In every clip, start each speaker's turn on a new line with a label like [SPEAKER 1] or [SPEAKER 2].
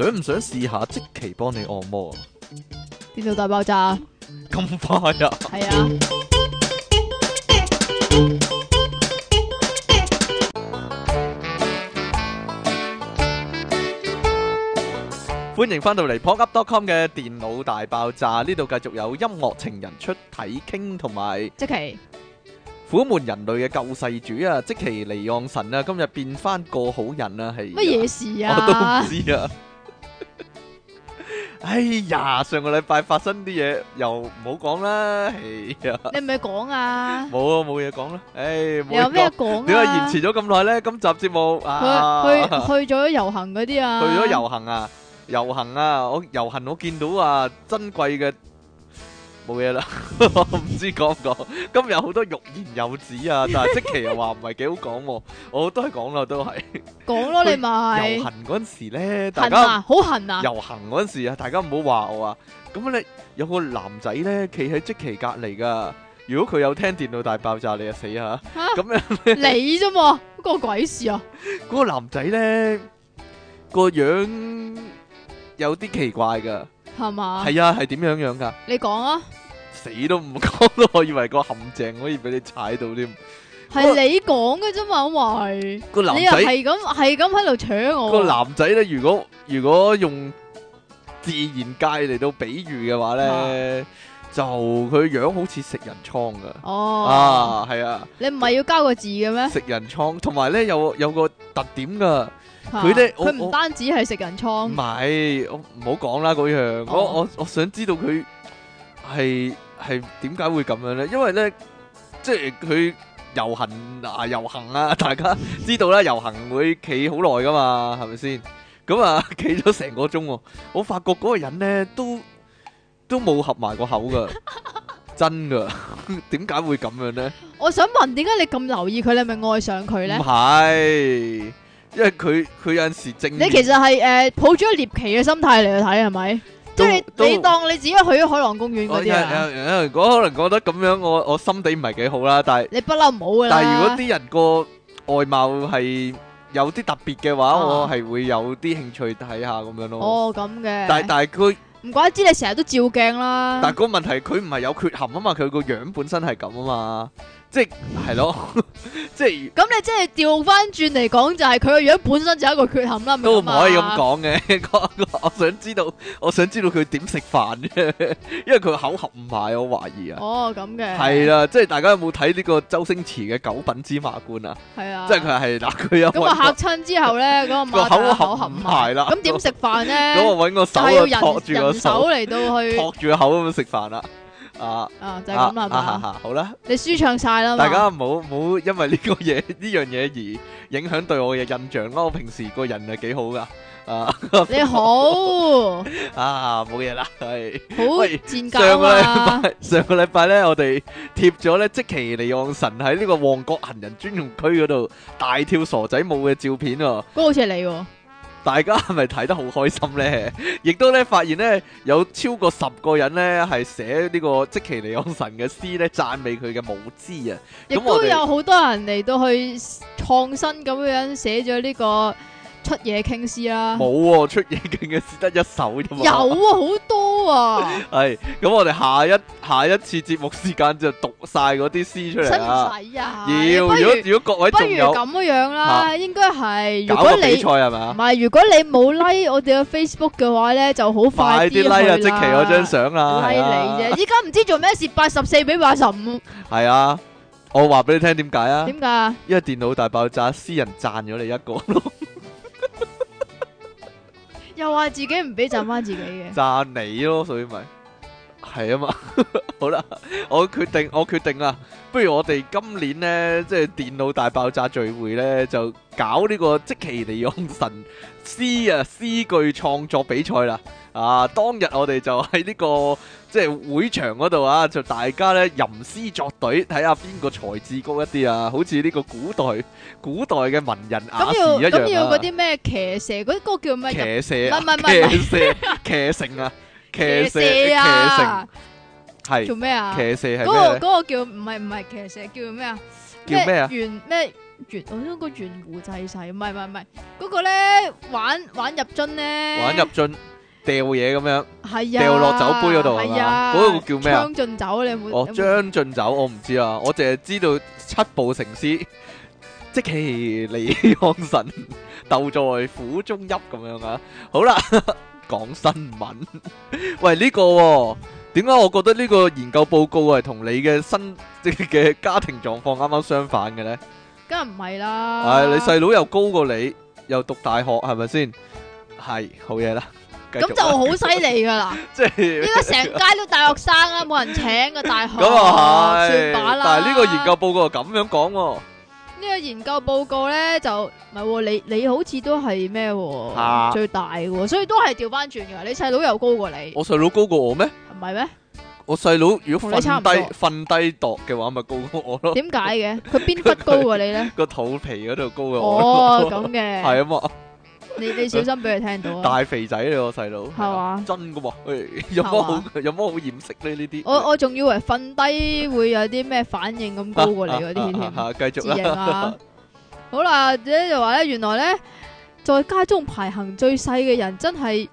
[SPEAKER 1] 唔想試下即期幫你按摩啊？
[SPEAKER 2] 電腦大爆炸
[SPEAKER 1] 咁快啊？
[SPEAKER 2] 係啊，
[SPEAKER 1] 歡迎翻到嚟 p o p u p c o m 嘅電腦大爆炸，呢度繼續有音樂情人出體傾同埋
[SPEAKER 2] 即期
[SPEAKER 1] 苦悶人類嘅救世主啊，即其離岸神啊，今日變翻個好人啊，係
[SPEAKER 2] 乜嘢事
[SPEAKER 1] 我
[SPEAKER 2] 啊？
[SPEAKER 1] 都唔知啊。哎呀，上個禮拜發生啲嘢又唔好講啦，哎呀，
[SPEAKER 2] 你咪講啊？
[SPEAKER 1] 冇啊，冇嘢講啦，唉，
[SPEAKER 2] 你
[SPEAKER 1] 冇
[SPEAKER 2] 有
[SPEAKER 1] 嘢
[SPEAKER 2] 咩
[SPEAKER 1] 講。
[SPEAKER 2] 講
[SPEAKER 1] 點
[SPEAKER 2] 啊？
[SPEAKER 1] 解延遲咗咁耐咧？今集節目啊，
[SPEAKER 2] 佢去去咗遊行嗰啲啊？
[SPEAKER 1] 去咗遊行啊，遊行啊，我遊行我見到啊，珍貴嘅冇嘢啦， 我唔知講唔講。今日好多欲言又止啊，但係即期又話唔係幾好講喎，我都係講啦，都係
[SPEAKER 2] 講咯，你咪
[SPEAKER 1] 遊行嗰陣時咧，大
[SPEAKER 2] 痕
[SPEAKER 1] 家
[SPEAKER 2] 啊，好痕啊！
[SPEAKER 1] 遊行嗰陣時啊，大家唔好話我啊。咁你有個男仔咧，企喺即期隔離噶。如果佢有聽電腦大爆炸，你就死嚇。
[SPEAKER 2] 嚇
[SPEAKER 1] 咁樣。
[SPEAKER 2] 你啫嘛，嗰個鬼事啊！
[SPEAKER 1] 嗰個男仔咧個樣有啲奇怪噶，
[SPEAKER 2] 係嘛？
[SPEAKER 1] 係啊，係點樣樣噶？
[SPEAKER 2] 你講啊，
[SPEAKER 1] 死都唔講咯，我以為個陷阱可以俾你踩到添。
[SPEAKER 2] 係你講嘅啫嘛，因為
[SPEAKER 1] 個男
[SPEAKER 2] 你又
[SPEAKER 1] 仔
[SPEAKER 2] 係咁係咁喺度搶我。
[SPEAKER 1] 個男仔咧，如果如果用自然界嚟到比喻嘅話
[SPEAKER 2] 啊
[SPEAKER 1] 咧，就佢樣好似食人倉噶。
[SPEAKER 2] 哦，
[SPEAKER 1] 啊，係啊，
[SPEAKER 2] 你唔係要交個字嘅咩？
[SPEAKER 1] 食人倉，同埋咧有有個特點噶。
[SPEAKER 2] 嚇
[SPEAKER 1] 佢咧我
[SPEAKER 2] 啊佢唔
[SPEAKER 1] 我
[SPEAKER 2] 單止係食人
[SPEAKER 1] 唔
[SPEAKER 2] 倉，
[SPEAKER 1] 係，我唔好講啦嗰樣。我
[SPEAKER 2] 哦
[SPEAKER 1] 我我想知道佢係係點解會咁樣咧？因為咧，即係佢遊行啊遊行啊， 大家知道啦，遊行會企好耐噶嘛，係咪先？咁啊， 企咗成個鐘喎。我發覺嗰個人咧都都冇合埋個口 噶，真噶。 點解會咁樣咧？
[SPEAKER 2] 我想問點解你咁留意佢，你係咪愛上佢咧
[SPEAKER 1] 唔？係，因為佢佢有陣時正
[SPEAKER 2] 你其實係诶抱住一個獵奇嘅心態嚟去睇係咪？即
[SPEAKER 1] 都
[SPEAKER 2] 係
[SPEAKER 1] 都
[SPEAKER 2] 你你當你自己去咗海洋公園
[SPEAKER 1] 我
[SPEAKER 2] 嗰
[SPEAKER 1] 哦有
[SPEAKER 2] 啲啊，
[SPEAKER 1] 有有人講可能覺得咁樣，我我心地唔係幾好啦。但係
[SPEAKER 2] 你不嬲唔好噶啦。
[SPEAKER 1] 但係如果啲人個外貌係有啲特別嘅話，
[SPEAKER 2] 啊
[SPEAKER 1] 我係會有啲興趣睇下咁樣咯。
[SPEAKER 2] 哦咁啊嘅，
[SPEAKER 1] 但係但係佢
[SPEAKER 2] 唔怪之你成日都照鏡啦。
[SPEAKER 1] 但係個問題，佢唔係有缺陷啊嘛，佢個樣本身係咁啊嘛，即係係咯， 即係
[SPEAKER 2] 咁你即係調翻轉嚟講，就係佢個樣本身就係一個缺陷啦，咪
[SPEAKER 1] 都唔可以咁
[SPEAKER 2] 啊。
[SPEAKER 1] 講嘅。個個我想知道，我想知道佢點食飯啫， 因為佢口合唔埋，我懷疑啊。
[SPEAKER 2] 哦，咁嘅
[SPEAKER 1] 係，啦，即係大家有冇睇呢個周星馳嘅《九品芝麻官》啊？
[SPEAKER 2] 係啊，
[SPEAKER 1] 即係佢係嗱，佢有
[SPEAKER 2] 咁啊
[SPEAKER 1] 揾
[SPEAKER 2] 嚇親之後咧，咁啊擘
[SPEAKER 1] 個口
[SPEAKER 2] 大
[SPEAKER 1] 合
[SPEAKER 2] 口合
[SPEAKER 1] 唔埋
[SPEAKER 2] 埋
[SPEAKER 1] 啦
[SPEAKER 2] 咁點食飯
[SPEAKER 1] 個 咁
[SPEAKER 2] 咧？
[SPEAKER 1] 我揾個
[SPEAKER 2] 就
[SPEAKER 1] 手
[SPEAKER 2] 係要
[SPEAKER 1] 啊托
[SPEAKER 2] 人
[SPEAKER 1] 住個
[SPEAKER 2] 人手
[SPEAKER 1] 手，
[SPEAKER 2] 嚟到去
[SPEAKER 1] 托住個口咁樣食飯啦。啊，
[SPEAKER 2] 啊，就係咁啦係
[SPEAKER 1] 啊啊
[SPEAKER 2] 嘛，
[SPEAKER 1] 啊好啦，
[SPEAKER 2] 你舒暢晒啦嘛。
[SPEAKER 1] 大家唔好唔好因為呢個嘢 呢樣嘢而影響對我嘅印象咯。我平時個人係幾好噶，啊
[SPEAKER 2] 你好
[SPEAKER 1] 啊冇嘢啦，係。
[SPEAKER 2] 好
[SPEAKER 1] 喂
[SPEAKER 2] 賤
[SPEAKER 1] 上
[SPEAKER 2] 格
[SPEAKER 1] 個
[SPEAKER 2] 啊
[SPEAKER 1] 禮
[SPEAKER 2] 嘛，
[SPEAKER 1] 拜，上個禮拜咧，我哋貼咗咧，即其尼昂神喺呢個旺角行人專用區嗰度大跳傻仔舞嘅照片喎。
[SPEAKER 2] 嗰個好似係你喎。
[SPEAKER 1] 大家係咪睇得好開心呢？ 亦都咧發現呢，有超過十個人呢係寫呢個積淇離岸神嘅詩呢，讚美佢嘅舞姿啊！
[SPEAKER 2] 亦
[SPEAKER 1] 咁我
[SPEAKER 2] 都
[SPEAKER 1] 哋
[SPEAKER 2] 有好多人嚟到去創新咁樣寫咗呢個出嘢傾詩啦。
[SPEAKER 1] 冇喎、出野徑嘅詩得一首啫嘛。
[SPEAKER 2] 啊有啊，好多啊，
[SPEAKER 1] 係咁，我哋下一下一次節目時間就讀晒嗰啲詩出
[SPEAKER 2] 使
[SPEAKER 1] 嚟
[SPEAKER 2] 唔
[SPEAKER 1] 啦。
[SPEAKER 2] 使啊？
[SPEAKER 1] 要如
[SPEAKER 2] 不
[SPEAKER 1] 果
[SPEAKER 2] 如
[SPEAKER 1] 如果各位
[SPEAKER 2] 不
[SPEAKER 1] 仲
[SPEAKER 2] 如
[SPEAKER 1] 有
[SPEAKER 2] 咁樣啦，
[SPEAKER 1] 嚇
[SPEAKER 2] 應該係如
[SPEAKER 1] 搞
[SPEAKER 2] 果
[SPEAKER 1] 個比
[SPEAKER 2] 你
[SPEAKER 1] 賽啊係嘛？
[SPEAKER 2] 唔係如果你冇 like 我哋嘅 Facebook 嘅話咧，就好
[SPEAKER 1] 快啲
[SPEAKER 2] 啲
[SPEAKER 1] like 啊！
[SPEAKER 2] 去
[SPEAKER 1] 積淇嗰張相啦，係
[SPEAKER 2] like
[SPEAKER 1] 啊
[SPEAKER 2] 你啫。依家唔知做咩事，八十四比八十五，
[SPEAKER 1] 係啊！我話俾你聽點解啊？
[SPEAKER 2] 點解？
[SPEAKER 1] 因為電腦大爆炸，私人讚咗你一個。
[SPEAKER 2] 又話自己唔俾賺翻自己嘅，
[SPEAKER 1] 赞你咯，所以咪係啊嘛。 好啦，我決定，我決定啦。不如我哋今年呢，即係電腦大爆炸聚會呢，就搞呢個即其利用神詩啊 詩句創作比賽啦。啊，當日我哋就喺呢、個即係會場嗰度啊，就大家呢吟詩作對，睇下邊個才智高一啲啊。好似呢個古代古代嘅文人雅
[SPEAKER 2] 咁
[SPEAKER 1] 士
[SPEAKER 2] 要
[SPEAKER 1] 啊一
[SPEAKER 2] 咁
[SPEAKER 1] 樣
[SPEAKER 2] 要嗰
[SPEAKER 1] 啊。
[SPEAKER 2] 啲咩騎射嗰嗰個叫咩？
[SPEAKER 1] 騎射啊
[SPEAKER 2] 唔係唔係唔係
[SPEAKER 1] 騎射，騎乘啊，騎射，騎
[SPEAKER 2] 射
[SPEAKER 1] 乘。
[SPEAKER 2] 啊！
[SPEAKER 1] 係
[SPEAKER 2] 做咩啊？
[SPEAKER 1] 騎射係
[SPEAKER 2] 嗰個
[SPEAKER 1] 咩
[SPEAKER 2] 嗰個叫唔係唔係騎射，叫咩啊？
[SPEAKER 1] 咧？叫咩啊？
[SPEAKER 2] 原咩圓，我想個圓弧制勢，唔係唔係唔係，嗰個咧玩玩入樽咧，
[SPEAKER 1] 玩入樽掉嘢咁樣，
[SPEAKER 2] 係啊，
[SPEAKER 1] 掉落酒杯嗰度係
[SPEAKER 2] 係
[SPEAKER 1] 嘛？
[SPEAKER 2] 啊，
[SPEAKER 1] 嗰個叫咩啊？
[SPEAKER 2] 將進酒你有冇？
[SPEAKER 1] 哦，
[SPEAKER 2] 有冇
[SPEAKER 1] 將進酒我唔知啊，我淨係知道七步成詩，即其利康神，鬥在苦中泣咁樣啊。好啦， 講新聞。喂，呢、個喎點解我覺得呢個研究報告係同你嘅新嘅家庭狀況啱啱相反嘅呢？
[SPEAKER 2] 梗係唔係
[SPEAKER 1] 係、
[SPEAKER 2] 啦，
[SPEAKER 1] 你細佬又高過你，又讀大學係咪先？係好嘢啦，繼
[SPEAKER 2] 咁
[SPEAKER 1] 續
[SPEAKER 2] 就
[SPEAKER 1] 啦
[SPEAKER 2] 好犀利噶啦！
[SPEAKER 1] 即係
[SPEAKER 2] 依。家成街都大學生啦，冇人請嘅大學，
[SPEAKER 1] 咁啊係，
[SPEAKER 2] 算把啦。
[SPEAKER 1] 但係呢個研究報告係咁樣講喎。
[SPEAKER 2] 呢個研究報告咧就唔係喎，你你好似都係咩
[SPEAKER 1] 啊
[SPEAKER 2] 喎最大嘅喎，所以都係調翻轉嘅。你細佬又高過你，
[SPEAKER 1] 我細佬高過我咩？
[SPEAKER 2] 唔係咩？
[SPEAKER 1] 我細佬如
[SPEAKER 2] 同
[SPEAKER 1] 果
[SPEAKER 2] 你
[SPEAKER 1] 瞓
[SPEAKER 2] 差唔
[SPEAKER 1] 低
[SPEAKER 2] 多
[SPEAKER 1] 瞓低度嘅話，咪高過我咯。
[SPEAKER 2] 點解嘅？佢邊忽高過你咧？
[SPEAKER 1] 個肚皮嗰度高過我
[SPEAKER 2] 哦，
[SPEAKER 1] 咯。
[SPEAKER 2] 咁
[SPEAKER 1] 係
[SPEAKER 2] 嘅，
[SPEAKER 1] 啊嘛，
[SPEAKER 2] 你你小心俾佢聽到啊！
[SPEAKER 1] 大肥仔嚟我細佬。
[SPEAKER 2] 係嘛
[SPEAKER 1] 真噶喎，唉有乜
[SPEAKER 2] 係
[SPEAKER 1] 好 有乜好掩飾呢？呢啲
[SPEAKER 2] 我我仲以為瞓低會有啲咩反應咁高過你嗰啲添。
[SPEAKER 1] 啊啊啊繼
[SPEAKER 2] 自
[SPEAKER 1] 續
[SPEAKER 2] 認
[SPEAKER 1] 啦。
[SPEAKER 2] 啊。好啦，者就話咧，原來咧，在家中排行最細嘅人真係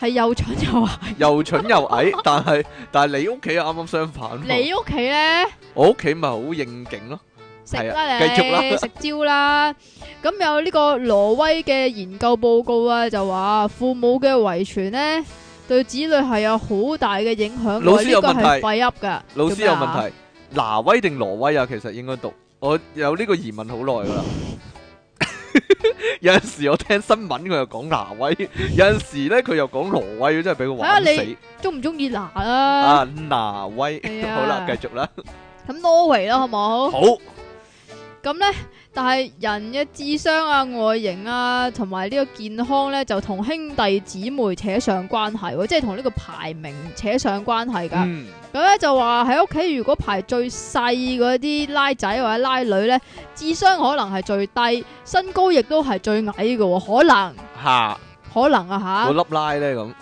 [SPEAKER 2] 係又蠢又矮。
[SPEAKER 1] 又蠢又矮，但係但係你屋企啱啱相反喎。
[SPEAKER 2] 你屋企咧
[SPEAKER 1] 我屋企咪好應景咯。
[SPEAKER 2] 食
[SPEAKER 1] 係
[SPEAKER 2] 啦
[SPEAKER 1] 啊
[SPEAKER 2] 你，
[SPEAKER 1] 繼續啦
[SPEAKER 2] 食蕉啦。咁有呢個挪威嘅研究報告啊，就話父母嘅遺傳咧對子女係有好大嘅影響㗎。
[SPEAKER 1] 老師有
[SPEAKER 2] 呢個
[SPEAKER 1] 問
[SPEAKER 2] 係
[SPEAKER 1] 題
[SPEAKER 2] 廢噏噶，
[SPEAKER 1] 老師
[SPEAKER 2] 做咩
[SPEAKER 1] 有
[SPEAKER 2] 啊
[SPEAKER 1] 問。題，挪威定挪威啊？其實應該讀，我有呢個疑問好耐噶啦。 有陣時我聽新聞佢又講挪威，有陣時咧佢又講挪威，真係俾佢玩
[SPEAKER 2] 睇下
[SPEAKER 1] 死
[SPEAKER 2] 你中唔中意拿啦？
[SPEAKER 1] 啊！挪威
[SPEAKER 2] 係啊
[SPEAKER 1] 好啦，繼續啦，
[SPEAKER 2] 咁挪威啦，好冇？
[SPEAKER 1] 好
[SPEAKER 2] 咁咧，但係人嘅智商啊、外形啊，同埋呢個健康咧，就同兄弟姊妹扯上關係喎，即係同呢個排名扯上關係噶。
[SPEAKER 1] 嗯，
[SPEAKER 2] 咁咧、就話喺屋企如果排最細嗰啲拉仔或者拉女咧，智商可能係最低，身高亦都係最矮嘅喎，可能
[SPEAKER 1] 下
[SPEAKER 2] 可能啊
[SPEAKER 1] 嗰粒拉咧咁，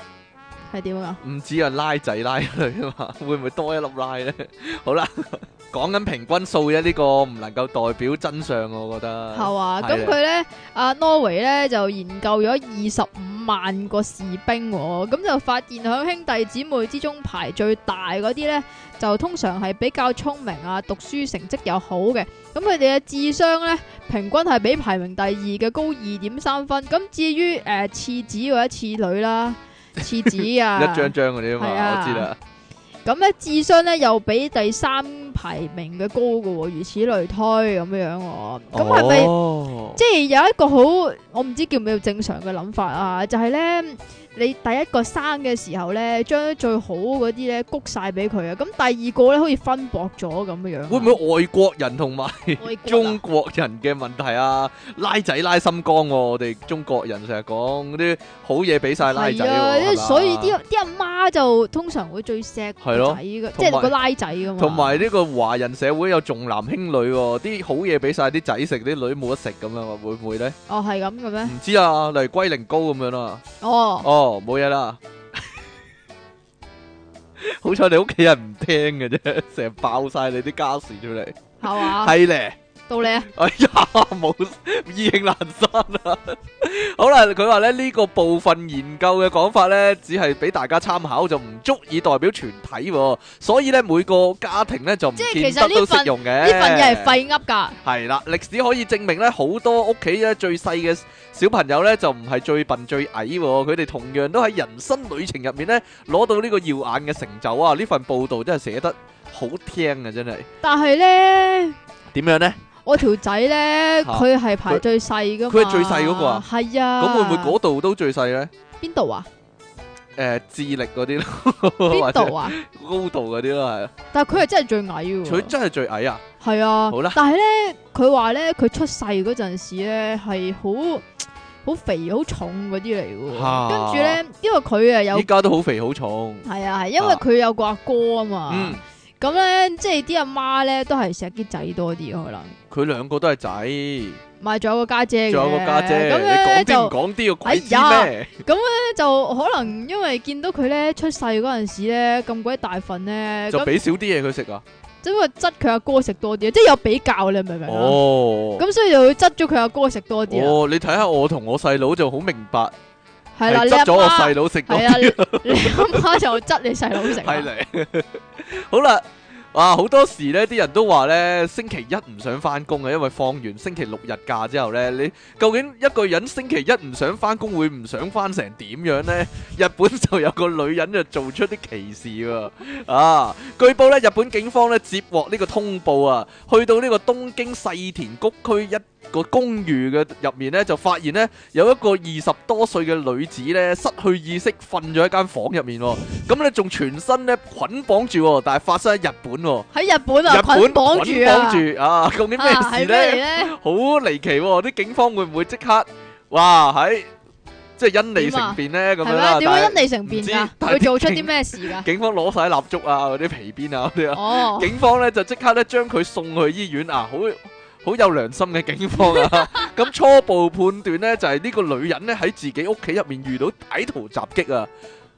[SPEAKER 2] 吓，係點啊？
[SPEAKER 1] 唔止啊拉仔拉女啊嘛，會唔會多一粒拉咧？好啦，講緊平均數啫，呢個唔能夠代表真相，我覺得
[SPEAKER 2] 係嘛？
[SPEAKER 1] 係啊
[SPEAKER 2] 咁佢咧，阿 Norway 咧就研究咗二十五萬個士兵、喎，咁就發現喺兄弟姊妹之中排最大嗰啲咧，就通常係比較聰明啊，讀書成績又好嘅。咁佢哋嘅智商咧，平均係比排名第二嘅高二點三分。咁至於誒、呃、次子或者次女 啦，次子啊，
[SPEAKER 1] 一張張嗰啲啊
[SPEAKER 2] 係
[SPEAKER 1] 嘛，
[SPEAKER 2] 啊
[SPEAKER 1] 我知啦。
[SPEAKER 2] 咁咧智商咧又比第三排名嘅高嘅喎，如此類推咁樣喎。咁係咪？
[SPEAKER 1] 哦
[SPEAKER 2] 即係有一個好，我唔知叫唔叫正常嘅諗法啊，就係、咧，你第一個生嘅時候咧，將最好嗰啲咧谷晒俾佢啊，咁第二個咧好似分薄咗咁樣樣啊。
[SPEAKER 1] 會唔會外國人同 埋
[SPEAKER 2] 外國啊
[SPEAKER 1] 中國人嘅問題啊？拉仔拉心肝喎、我哋中國人成日講嗰啲好嘢俾晒拉仔
[SPEAKER 2] 係啊，
[SPEAKER 1] 喎、
[SPEAKER 2] 因為
[SPEAKER 1] 係嘛
[SPEAKER 2] 所以啲啲阿媽就通常會最錫
[SPEAKER 1] 係咯
[SPEAKER 2] 個仔嘅，
[SPEAKER 1] 同埋
[SPEAKER 2] 即係個拉仔噶嘛。
[SPEAKER 1] 同埋呢個華人社會有重男輕女喎、啲好嘢俾晒啲仔食，啲女冇得食咁樣啊，會唔會呢？
[SPEAKER 2] 哦係咁嘅咩？
[SPEAKER 1] 唔知啊，例如龜苓膏咁樣啦、
[SPEAKER 2] 哦，
[SPEAKER 1] 哦，冇嘢啦。 好彩你屋企人唔聽嘅啫，成日爆晒你啲家事出嚟，
[SPEAKER 2] 係嘛？
[SPEAKER 1] 係咧。
[SPEAKER 2] 到你啊，
[SPEAKER 1] 哎呀，冇意興難生啊！好啦，佢話咧呢、個部分研究嘅講法呢，只係俾大家參考，就唔足以代表全體、喎。所以呢，每個家庭呢，就唔
[SPEAKER 2] 即係
[SPEAKER 1] 見
[SPEAKER 2] 其
[SPEAKER 1] 得
[SPEAKER 2] 實呢
[SPEAKER 1] 都
[SPEAKER 2] 份
[SPEAKER 1] 適用嘅。
[SPEAKER 2] 呢份嘢係廢噏㗎，
[SPEAKER 1] 係啦，歷史可以證明呢，好多屋企咧最細嘅小朋友呢，就唔係最笨最矮、喎，佢哋同樣都喺人生旅程入面呢，攞到呢個耀眼嘅成就啊！呢份報導真係寫得好聽啊，真係
[SPEAKER 2] 但係咧。
[SPEAKER 1] 點樣呢？
[SPEAKER 2] 我條仔咧，
[SPEAKER 1] 嚇
[SPEAKER 2] 佢係排最細噶嘛，
[SPEAKER 1] 佢係最細嗰個啊
[SPEAKER 2] 係啊，
[SPEAKER 1] 咁會唔會嗰度都最細呢？
[SPEAKER 2] 邊度啊？
[SPEAKER 1] 誒呃智力嗰啲咯， 或
[SPEAKER 2] 邊
[SPEAKER 1] 者
[SPEAKER 2] 度啊？
[SPEAKER 1] 高度嗰啲咯，係啊
[SPEAKER 2] 但係佢係真係最矮嘅
[SPEAKER 1] 佢
[SPEAKER 2] 喎，
[SPEAKER 1] 真係最矮啊！
[SPEAKER 2] 係啊。
[SPEAKER 1] 好啦
[SPEAKER 2] 但係咧，佢話咧，佢出世嗰陣時咧係好好肥好重嗰啲嚟嘅
[SPEAKER 1] 嚇
[SPEAKER 2] 喎，跟住咧，因為佢啊有
[SPEAKER 1] 依家都好肥好重，
[SPEAKER 2] 係啊係，因為佢有個阿哥啊嘛
[SPEAKER 1] 嗯，，
[SPEAKER 2] 咁咧即係啲阿媽咧都係錫啲仔多啲可能，
[SPEAKER 1] 佢兩個都係仔，
[SPEAKER 2] 咪仲有個家姐嘅，
[SPEAKER 1] 仲有個家姐，
[SPEAKER 2] 咁樣咧
[SPEAKER 1] 你
[SPEAKER 2] 就
[SPEAKER 1] 講啲唔。講啲，個鬼知
[SPEAKER 2] 哎
[SPEAKER 1] 咩？
[SPEAKER 2] 咧就可能因為見到佢咧出世嗰陣時咧咁鬼大份咧，
[SPEAKER 1] 就
[SPEAKER 2] 咁
[SPEAKER 1] 俾少啲嘢佢食啊！
[SPEAKER 2] 只不過質佢阿哥食多啲，即係有比較，你明唔明啊？
[SPEAKER 1] 哦，
[SPEAKER 2] 咁所以就會質咗佢阿哥食多啲啦，啊
[SPEAKER 1] 哦，你睇下我同我細佬就好明白，
[SPEAKER 2] 係啦，
[SPEAKER 1] 係
[SPEAKER 2] 你
[SPEAKER 1] 執
[SPEAKER 2] 阿
[SPEAKER 1] 咗我細
[SPEAKER 2] 媽
[SPEAKER 1] 佬食多
[SPEAKER 2] 係啊，
[SPEAKER 1] 啲，
[SPEAKER 2] 你 你阿媽就質你細佬食啊
[SPEAKER 1] 係
[SPEAKER 2] 啦，
[SPEAKER 1] 嚟。 好啦，哇，好多時咧，啲人都話咧，星期一唔想翻工啊，因為放完星期六日假之後咧，你究竟一個人星期一唔想翻工，會唔想翻成點樣咧？ 日本就有個女人就做出啲歧視喎。啊，據報咧，日本警方咧接獲呢個通報啊，去到呢個東京細田谷區一個公寓嘅入面咧，就發現咧有一個二十多歲嘅女子咧失去意識，瞓咗喺間房入面喎。咁咧仲全身咧捆綁住喎，但係發生喺日本喎。
[SPEAKER 2] 喺日本啊
[SPEAKER 1] 日
[SPEAKER 2] 捆
[SPEAKER 1] 本
[SPEAKER 2] 綁住啊，
[SPEAKER 1] 綁住啊！究竟咩
[SPEAKER 2] 啊
[SPEAKER 1] 事
[SPEAKER 2] 係咩嚟
[SPEAKER 1] 咧？
[SPEAKER 2] 咧？
[SPEAKER 1] 好離奇喎！啲警方會唔會即刻哇喺即係因利成便咧咁樣
[SPEAKER 2] 啊係
[SPEAKER 1] 啦？
[SPEAKER 2] 咩？點
[SPEAKER 1] 但
[SPEAKER 2] 解
[SPEAKER 1] 係
[SPEAKER 2] 因你成變
[SPEAKER 1] 唔知
[SPEAKER 2] 㗎？
[SPEAKER 1] 但係
[SPEAKER 2] 佢做出
[SPEAKER 1] 竟
[SPEAKER 2] 啲咩事 㗎？
[SPEAKER 1] 警方攞晒蠟燭啊，嗰啲皮鞭啊嗰啲啊。
[SPEAKER 2] 哦，
[SPEAKER 1] 警方咧就即刻咧將佢送去醫院啊，好好有良心嘅警方啊！咁初步判斷咧就係、呢個女人咧喺自己屋企入面遇到歹徒襲擊啊！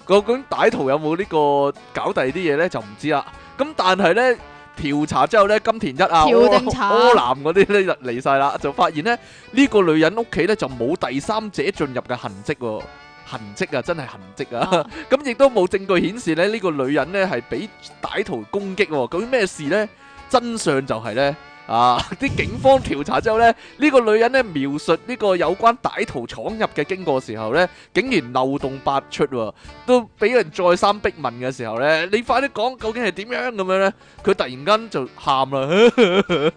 [SPEAKER 1] 究竟歹徒有冇呢個搞第二啲嘢咧就唔知啦。咁但係咧調查之後咧，金田一啊、
[SPEAKER 2] 調
[SPEAKER 1] 柯
[SPEAKER 2] 定查
[SPEAKER 1] 柯南嗰啲咧就嚟晒啦，就發現咧呢、個女人屋企咧就冇第三者進入嘅痕跡喎、痕跡啊，真係痕跡啊！
[SPEAKER 2] 啊
[SPEAKER 1] 咁亦都冇證據顯示咧，呢、個女人咧係俾歹徒攻擊喎。究竟咩事呢？真相就係呢，啊！ 啲警方調查之後呢，呢、個女人咧描述呢個有關歹徒闖入嘅經過時候呢，竟然漏洞百出喎，都俾人再三逼問嘅時候呢，你快啲講究竟係點樣咁樣呢？佢突然間就喊啦，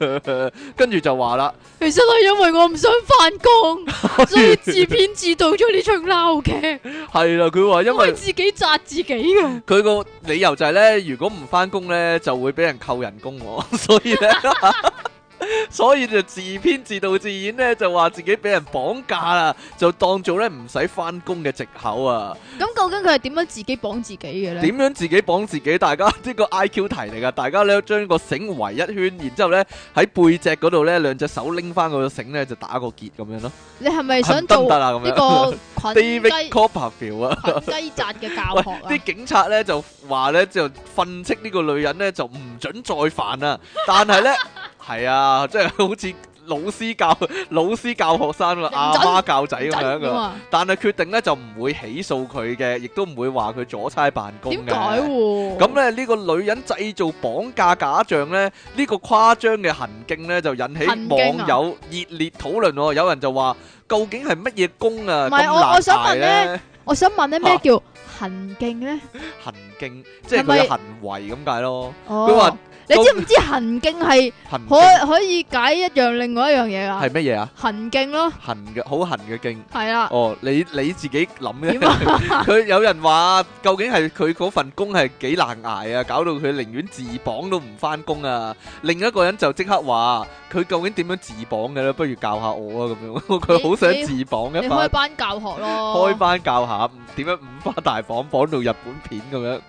[SPEAKER 1] 跟住就話啦。
[SPEAKER 2] 其實係因為我唔想翻 工，所以自編自導咗呢場鬧劇，
[SPEAKER 1] 係啦，佢話因
[SPEAKER 2] 我係
[SPEAKER 1] 為
[SPEAKER 2] 自己砸自己嘅。
[SPEAKER 1] 佢個理由就係咧，如果唔翻工咧，就會俾人扣人工喎， 所以咧， 所以就自編自導自演咧，就話自己俾人綁架啦，就當做咧唔使翻工嘅藉口啊！
[SPEAKER 2] 咁究竟佢係點樣自己綁自己嘅咧？
[SPEAKER 1] 點樣自己綁自己？大家呢個 I Q 題嚟噶，大家咧將個繩圍一圈，然之後咧喺背脊嗰度咧兩隻手拎翻個繩咧就打個結咁樣咯，
[SPEAKER 2] 你係咪想
[SPEAKER 1] 得唔
[SPEAKER 2] 做
[SPEAKER 1] 得啊？咁
[SPEAKER 2] 呢
[SPEAKER 1] 樣
[SPEAKER 2] 個群雞
[SPEAKER 1] ，David Copperfield 啊！
[SPEAKER 2] 群雞扎嘅教
[SPEAKER 1] 喂，
[SPEAKER 2] 學啊？
[SPEAKER 1] 啲警察咧就話咧就訓斥呢個女人咧就唔准再犯啊！但係 咧係啊，即係好似老師教 老師教學生啊，阿
[SPEAKER 2] 唔准
[SPEAKER 1] 媽教仔咁樣
[SPEAKER 2] 真㗎
[SPEAKER 1] 噶。
[SPEAKER 2] 嘛？
[SPEAKER 1] 但係決定咧就唔會起訴佢嘅，亦都唔會話佢阻差辦公
[SPEAKER 2] 點解
[SPEAKER 1] 嘅。
[SPEAKER 2] 喎？
[SPEAKER 1] 咁咧呢個女人製造綁架假象咧，呢個誇張嘅行徑咧就引起
[SPEAKER 2] 行徑
[SPEAKER 1] 網
[SPEAKER 2] 啊
[SPEAKER 1] 友熱烈討論喎。有人就話：究竟係乜嘢工啊？
[SPEAKER 2] 唔係
[SPEAKER 1] 咁
[SPEAKER 2] 我
[SPEAKER 1] 難
[SPEAKER 2] 我想
[SPEAKER 1] 捱
[SPEAKER 2] 問
[SPEAKER 1] 咧
[SPEAKER 2] 呢我想問咧
[SPEAKER 1] 啊
[SPEAKER 2] 咩叫行徑咧？
[SPEAKER 1] 行徑，即係
[SPEAKER 2] 係咪
[SPEAKER 1] 佢嘅行為咁解咯。佢
[SPEAKER 2] 哦
[SPEAKER 1] 話，
[SPEAKER 2] 你知唔知行徑係
[SPEAKER 1] 行徑
[SPEAKER 2] 可可以解一樣另外一樣嘢
[SPEAKER 1] 係
[SPEAKER 2] 啊？
[SPEAKER 1] 乜嘢啊？
[SPEAKER 2] 行徑咯，
[SPEAKER 1] 行嘅好行嘅徑。
[SPEAKER 2] 係啦。
[SPEAKER 1] 哦，你你自己諗
[SPEAKER 2] 啊點
[SPEAKER 1] 嘅。
[SPEAKER 2] 啊？
[SPEAKER 1] 佢有人話，究竟係佢嗰份工係幾難捱啊？搞到佢寧願自綁都唔翻工啊！另一個人就即刻話，佢究竟點樣自綁嘅咧？不如教下我啊咁樣。 佢好想自綁
[SPEAKER 2] 你
[SPEAKER 1] 一
[SPEAKER 2] 開啊
[SPEAKER 1] 番，
[SPEAKER 2] 班教學咯。
[SPEAKER 1] 開班教下唔點樣五花大綁，綁到日本片咁樣。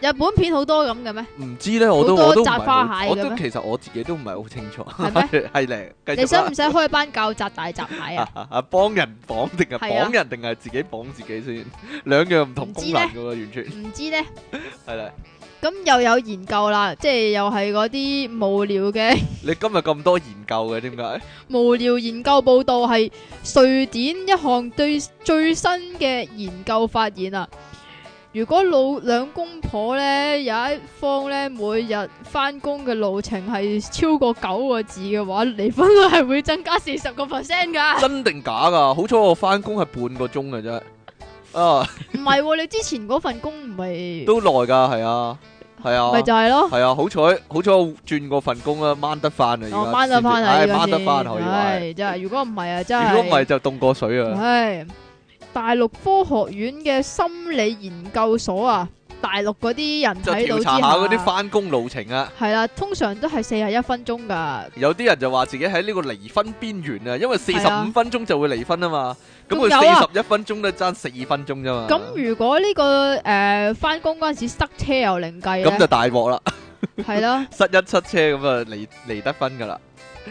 [SPEAKER 2] 日本片好多咁嘅 咩？
[SPEAKER 1] 唔知咧，我都
[SPEAKER 2] 好
[SPEAKER 1] 我
[SPEAKER 2] 多
[SPEAKER 1] 都唔係
[SPEAKER 2] 摘花
[SPEAKER 1] 好
[SPEAKER 2] 蟹
[SPEAKER 1] 我
[SPEAKER 2] 嘅
[SPEAKER 1] 都
[SPEAKER 2] 咩
[SPEAKER 1] 其實我自己都唔係好清楚。
[SPEAKER 2] 係
[SPEAKER 1] 係咧，繼續
[SPEAKER 2] 你
[SPEAKER 1] 啦
[SPEAKER 2] 想唔想開班教扎大閘蟹啊？
[SPEAKER 1] 啊啊！幫人綁定係
[SPEAKER 2] 係啊
[SPEAKER 1] 綁人定係自己綁自己先？ 兩樣唔同功能噶喎，完全
[SPEAKER 2] 唔知咧，
[SPEAKER 1] 係啦。
[SPEAKER 2] 咁又有研究啦，即係又係嗰啲無聊嘅
[SPEAKER 1] 你今日咁多研究嘅， 點解？
[SPEAKER 2] 無聊研究報道係瑞典一項最最新嘅研究發現啊！如果老兩公婆咧有一方咧每日翻工嘅路程係超過九個字嘅話，離婚率係會增加四十個 percent 噶。
[SPEAKER 1] 真定假噶？好彩我翻工係半個鐘嘅啫， 啊，
[SPEAKER 2] 唔係喎，你之前嗰份工唔係
[SPEAKER 1] 都耐噶，係啊，係啊，
[SPEAKER 2] 咪就係咯。
[SPEAKER 1] 係啊，好彩好彩我轉過份工啦，掹得翻啊，而家
[SPEAKER 2] 我掹得翻啊，
[SPEAKER 1] 唉
[SPEAKER 2] 依家
[SPEAKER 1] 掹得
[SPEAKER 2] 先
[SPEAKER 1] 翻可以話係。
[SPEAKER 2] 唉，真係，如果唔係啊，真係。
[SPEAKER 1] 如果唔係就凍過水啊！
[SPEAKER 2] 唉，大陸科學院嘅心理研究所啊，大陸嗰啲人
[SPEAKER 1] 就
[SPEAKER 2] 睇到
[SPEAKER 1] 調
[SPEAKER 2] 之
[SPEAKER 1] 查下嗰啲
[SPEAKER 2] 下，
[SPEAKER 1] 翻工路程啊。
[SPEAKER 2] 啊係啦，通常都係四十一分鐘㗎。
[SPEAKER 1] 有啲人就話自己喺呢個離婚邊緣啊，因為四十
[SPEAKER 2] 係啊
[SPEAKER 1] 五分鐘就會離婚啊嘛，咁佢
[SPEAKER 2] 仲有
[SPEAKER 1] 四
[SPEAKER 2] 啊
[SPEAKER 1] 十一分鐘都爭四分鐘啫嘛，
[SPEAKER 2] 咁如果呢個誒翻工嗰陣時塞車又另計
[SPEAKER 1] 咁就
[SPEAKER 2] 咧，
[SPEAKER 1] 大鑊啦，
[SPEAKER 2] 係啦，
[SPEAKER 1] 失一失車咁啊離離得婚噶啦，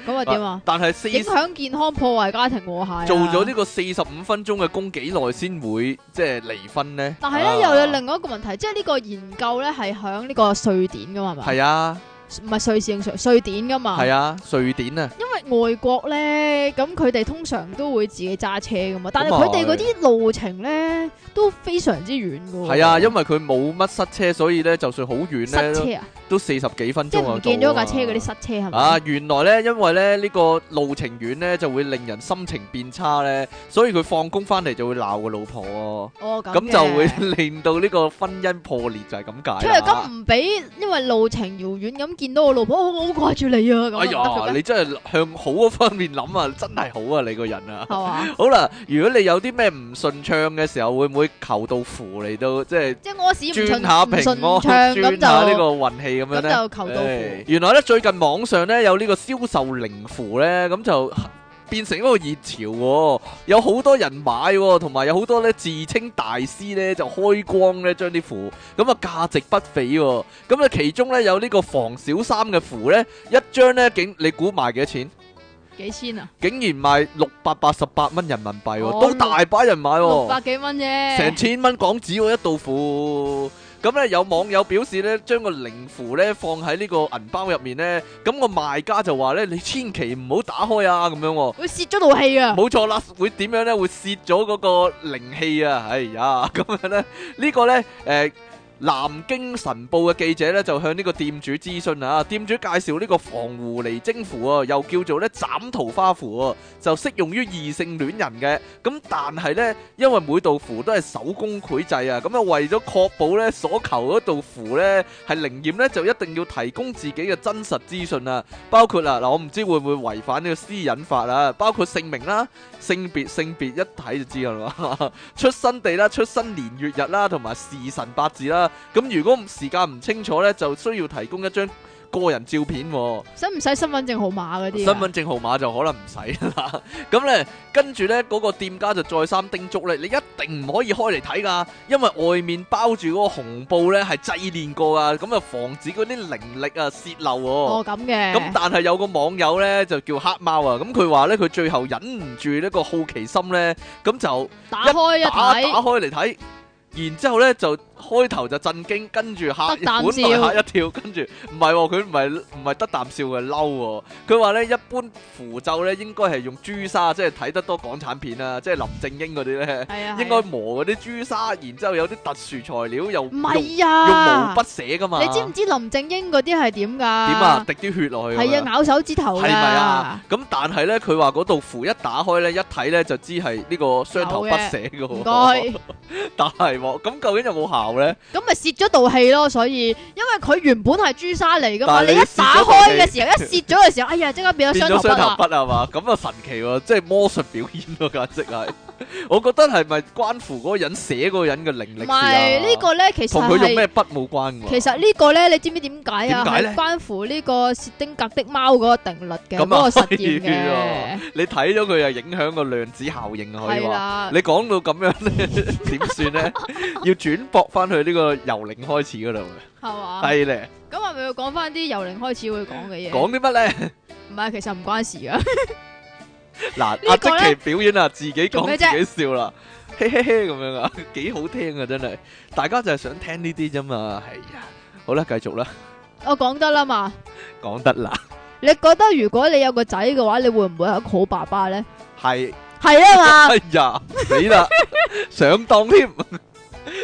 [SPEAKER 2] 咁啊點啊？
[SPEAKER 1] 但係四
[SPEAKER 2] 影響健康，破壞家庭和諧啊。
[SPEAKER 1] 做咗呢個四十五分鐘嘅工幾耐先會即係離婚呢？
[SPEAKER 2] 但係咧，又有
[SPEAKER 1] 啊
[SPEAKER 2] 另外一個問題，即係呢個研究咧係響呢個瑞典噶嘛，係咪？
[SPEAKER 1] 係啊
[SPEAKER 2] 唔係瑞士定瑞瑞典噶嘛？
[SPEAKER 1] 係啊，瑞典啊，
[SPEAKER 2] 因為外國咧，咁佢哋通常都會自己揸車噶嘛，但係
[SPEAKER 1] 咁啊
[SPEAKER 2] 佢哋嗰啲路程咧都非常之遠噶喎。
[SPEAKER 1] 係啊，因為佢冇乜塞車，所以呢，就算好遠
[SPEAKER 2] 塞
[SPEAKER 1] 呢，都
[SPEAKER 2] 車啊，
[SPEAKER 1] 都四十幾分
[SPEAKER 2] 即係
[SPEAKER 1] 鐘
[SPEAKER 2] 唔
[SPEAKER 1] 啊，
[SPEAKER 2] 見咗架車嗰啲塞車係咪？
[SPEAKER 1] 啊，原來咧，因為咧呢、呢個路程遠咧，就會令人心情變差咧，所以佢放工翻嚟就會鬧個老婆
[SPEAKER 2] 哦，
[SPEAKER 1] 喎，
[SPEAKER 2] 咁
[SPEAKER 1] 咁就
[SPEAKER 2] 嘅
[SPEAKER 1] 會令到呢個婚姻破裂就係咁解
[SPEAKER 2] 出嚟咁
[SPEAKER 1] 啦。
[SPEAKER 2] 唔俾，因為路程遙遠咁見到我老婆，我我 好掛住你啊咁
[SPEAKER 1] 哎
[SPEAKER 2] 啊，
[SPEAKER 1] 呀，你真係向好嗰方面諗啊，真係好啊，你個人啊。
[SPEAKER 2] 係嘛？
[SPEAKER 1] 好啦，如果你有啲咩唔順暢嘅時候，會唔會求到符嚟到即係
[SPEAKER 2] 即係屙屎唔
[SPEAKER 1] 轉
[SPEAKER 2] 順
[SPEAKER 1] 下
[SPEAKER 2] 唔
[SPEAKER 1] 平
[SPEAKER 2] 順
[SPEAKER 1] 安，
[SPEAKER 2] 暢
[SPEAKER 1] 轉下呢
[SPEAKER 2] 咁
[SPEAKER 1] 個
[SPEAKER 2] 就
[SPEAKER 1] 運氣咁樣
[SPEAKER 2] 咁
[SPEAKER 1] 咧？
[SPEAKER 2] 就求到
[SPEAKER 1] 唉
[SPEAKER 2] 符。
[SPEAKER 1] 原來咧最近網上咧有呢個銷售靈符咧，咁就變成一個熱潮喎、有好多人買喎、同埋有好多咧自稱大師咧就開光咧將啲符，咁啊價值不菲喎、咁咧其中咧有呢個防小三嘅符咧，一張咧竟你估賣幾多錢？
[SPEAKER 2] 幾千啊？
[SPEAKER 1] 竟然賣六百八十八蚊人民幣喎、
[SPEAKER 2] 哦
[SPEAKER 1] 都大把人買喎、
[SPEAKER 2] 六百幾蚊啫，
[SPEAKER 1] 成千蚊港紙喎一道符。咁咧有網友表示咧，將個靈符咧放喺呢個銀包入面咧，咁個賣家就話咧：你千祈唔好打開啊咁樣喎。
[SPEAKER 2] 會泄咗道氣啊！
[SPEAKER 1] 冇錯啦，會點樣咧？會泄咗嗰個靈氣啊！哎呀， 咁樣咧，呢個咧，誒。南京晨報嘅記者咧就向呢個店主諮詢啊，店主介紹呢個防狐狸精符啊，又叫做咧斬桃花符啊，就適用於異性戀人嘅。咁但係咧，因為每道符都係手工繪製啊，咁啊為咗確保咧所求嗰道符咧係靈驗咧，就一定要提供自己嘅真實資訊啊。包括啦，嗱，我唔知會唔會違反呢個私隱法啊，包括姓名啦、性別、性別一睇就知㗎啦， 出生地啦、出生年月日啦，同埋時辰八字啦。咁如果唔時間唔清楚呢，就需要提供一張個人照片喎。
[SPEAKER 2] 使唔使身份證號碼嗰啲？啊
[SPEAKER 1] 身份證號碼就可能唔使啦。 咁咧，跟住咧嗰個店家就再三叮囑咧，你一定唔可以開嚟睇㗎，因為外面包住嗰個紅布咧係製煉過㗎，咁啊防止嗰啲靈力啊泄漏喎。
[SPEAKER 2] 哦咁嘅。
[SPEAKER 1] 咁但係有個網友呢，就叫黑貓啊，咁佢話呢，佢最後忍唔住呢個好奇心呢，咁就
[SPEAKER 2] 打開一
[SPEAKER 1] 打打
[SPEAKER 2] 睇，
[SPEAKER 1] 開嚟睇，然之後咧就開頭就震驚，跟住嚇，
[SPEAKER 2] 得
[SPEAKER 1] 本來
[SPEAKER 2] 啖笑
[SPEAKER 1] 嚇一跳，跟住唔係喎，佢唔係唔係得啖笑嘅嬲喎，佢話咧一般符咒咧應該係用朱砂，即係睇得多港產片啊，即係林正英嗰啲咧，
[SPEAKER 2] 係啊，
[SPEAKER 1] 應該磨嗰啲朱砂，然之後有啲特殊材料又
[SPEAKER 2] 唔
[SPEAKER 1] 用用
[SPEAKER 2] 係啊
[SPEAKER 1] 毛筆。寫噶嘛，
[SPEAKER 2] 你知唔知林正英嗰啲係點㗎？點
[SPEAKER 1] 點啊？？滴啲血落去咁
[SPEAKER 2] 係
[SPEAKER 1] 樣
[SPEAKER 2] 啊，咬手指頭
[SPEAKER 1] 係
[SPEAKER 2] 㗎
[SPEAKER 1] 咪啊？？咁但係咧，佢話嗰道符一打開咧，一睇咧就知係呢個雙頭不寫嘅
[SPEAKER 2] 唔
[SPEAKER 1] 喎。
[SPEAKER 2] 該，
[SPEAKER 1] 但係喎，咁究竟有冇效咧？
[SPEAKER 2] 咁咪泄咗道氣咯。所以因為佢原本係朱砂嚟㗎嘛，
[SPEAKER 1] 但係
[SPEAKER 2] 你
[SPEAKER 1] 你
[SPEAKER 2] 一打
[SPEAKER 1] 泄咗道氣
[SPEAKER 2] 開嘅時候，一泄咗嘅時候，哎呀，即刻變咗
[SPEAKER 1] 變
[SPEAKER 2] 雙
[SPEAKER 1] 咗
[SPEAKER 2] 頭
[SPEAKER 1] 雙
[SPEAKER 2] 筆
[SPEAKER 1] 頭
[SPEAKER 2] 啦。
[SPEAKER 1] 筆係嘛？咁啊神奇喎，即係魔術表演咯，簡直係。我覺得係咪關乎嗰個人寫嗰個人嘅靈力
[SPEAKER 2] 唔
[SPEAKER 1] 事啊
[SPEAKER 2] 係呢個咧，其實
[SPEAKER 1] 同佢用
[SPEAKER 2] 係
[SPEAKER 1] 咩筆冇關喎。
[SPEAKER 2] 其實呢個咧，你知唔知點解啊？
[SPEAKER 1] 點解咧
[SPEAKER 2] 係關乎呢個薛丁格的貓嗰個定律嘅
[SPEAKER 1] 咁啊
[SPEAKER 2] 嗰個實驗
[SPEAKER 1] 哎呀
[SPEAKER 2] 嘅，
[SPEAKER 1] 你睇咗佢啊，影響個量子效應啊，可以
[SPEAKER 2] 係
[SPEAKER 1] 話。
[SPEAKER 2] 啦。
[SPEAKER 1] 你講到咁樣咧， 點算咧？要轉駁翻去呢個由零開始嗰度嘅，
[SPEAKER 2] 係嘛？
[SPEAKER 1] 係咧。
[SPEAKER 2] 咁係咪要講翻啲由零開始會講嘅嘢？
[SPEAKER 1] 講啲乜咧？
[SPEAKER 2] 唔係，其實唔關事啊噶。
[SPEAKER 1] 嗱，
[SPEAKER 2] 個
[SPEAKER 1] 阿即
[SPEAKER 2] 呢
[SPEAKER 1] 奇表演啊，自己
[SPEAKER 2] 做
[SPEAKER 1] 講
[SPEAKER 2] 咩
[SPEAKER 1] 自
[SPEAKER 2] 啫
[SPEAKER 1] 己笑啦，嘿嘿嘿咁樣啊， 幾好聽啊，真係，大家就係想聽呢啲啫嘛，係啊，好啦，繼續啦，
[SPEAKER 2] 我哦講得啦嘛。
[SPEAKER 1] 講得啦，
[SPEAKER 2] 你覺得如果你有個仔嘅話，你會唔會係一個好爸爸咧？
[SPEAKER 1] 係，
[SPEAKER 2] 係啊嘛，
[SPEAKER 1] 哎呀，死啦，上當添，究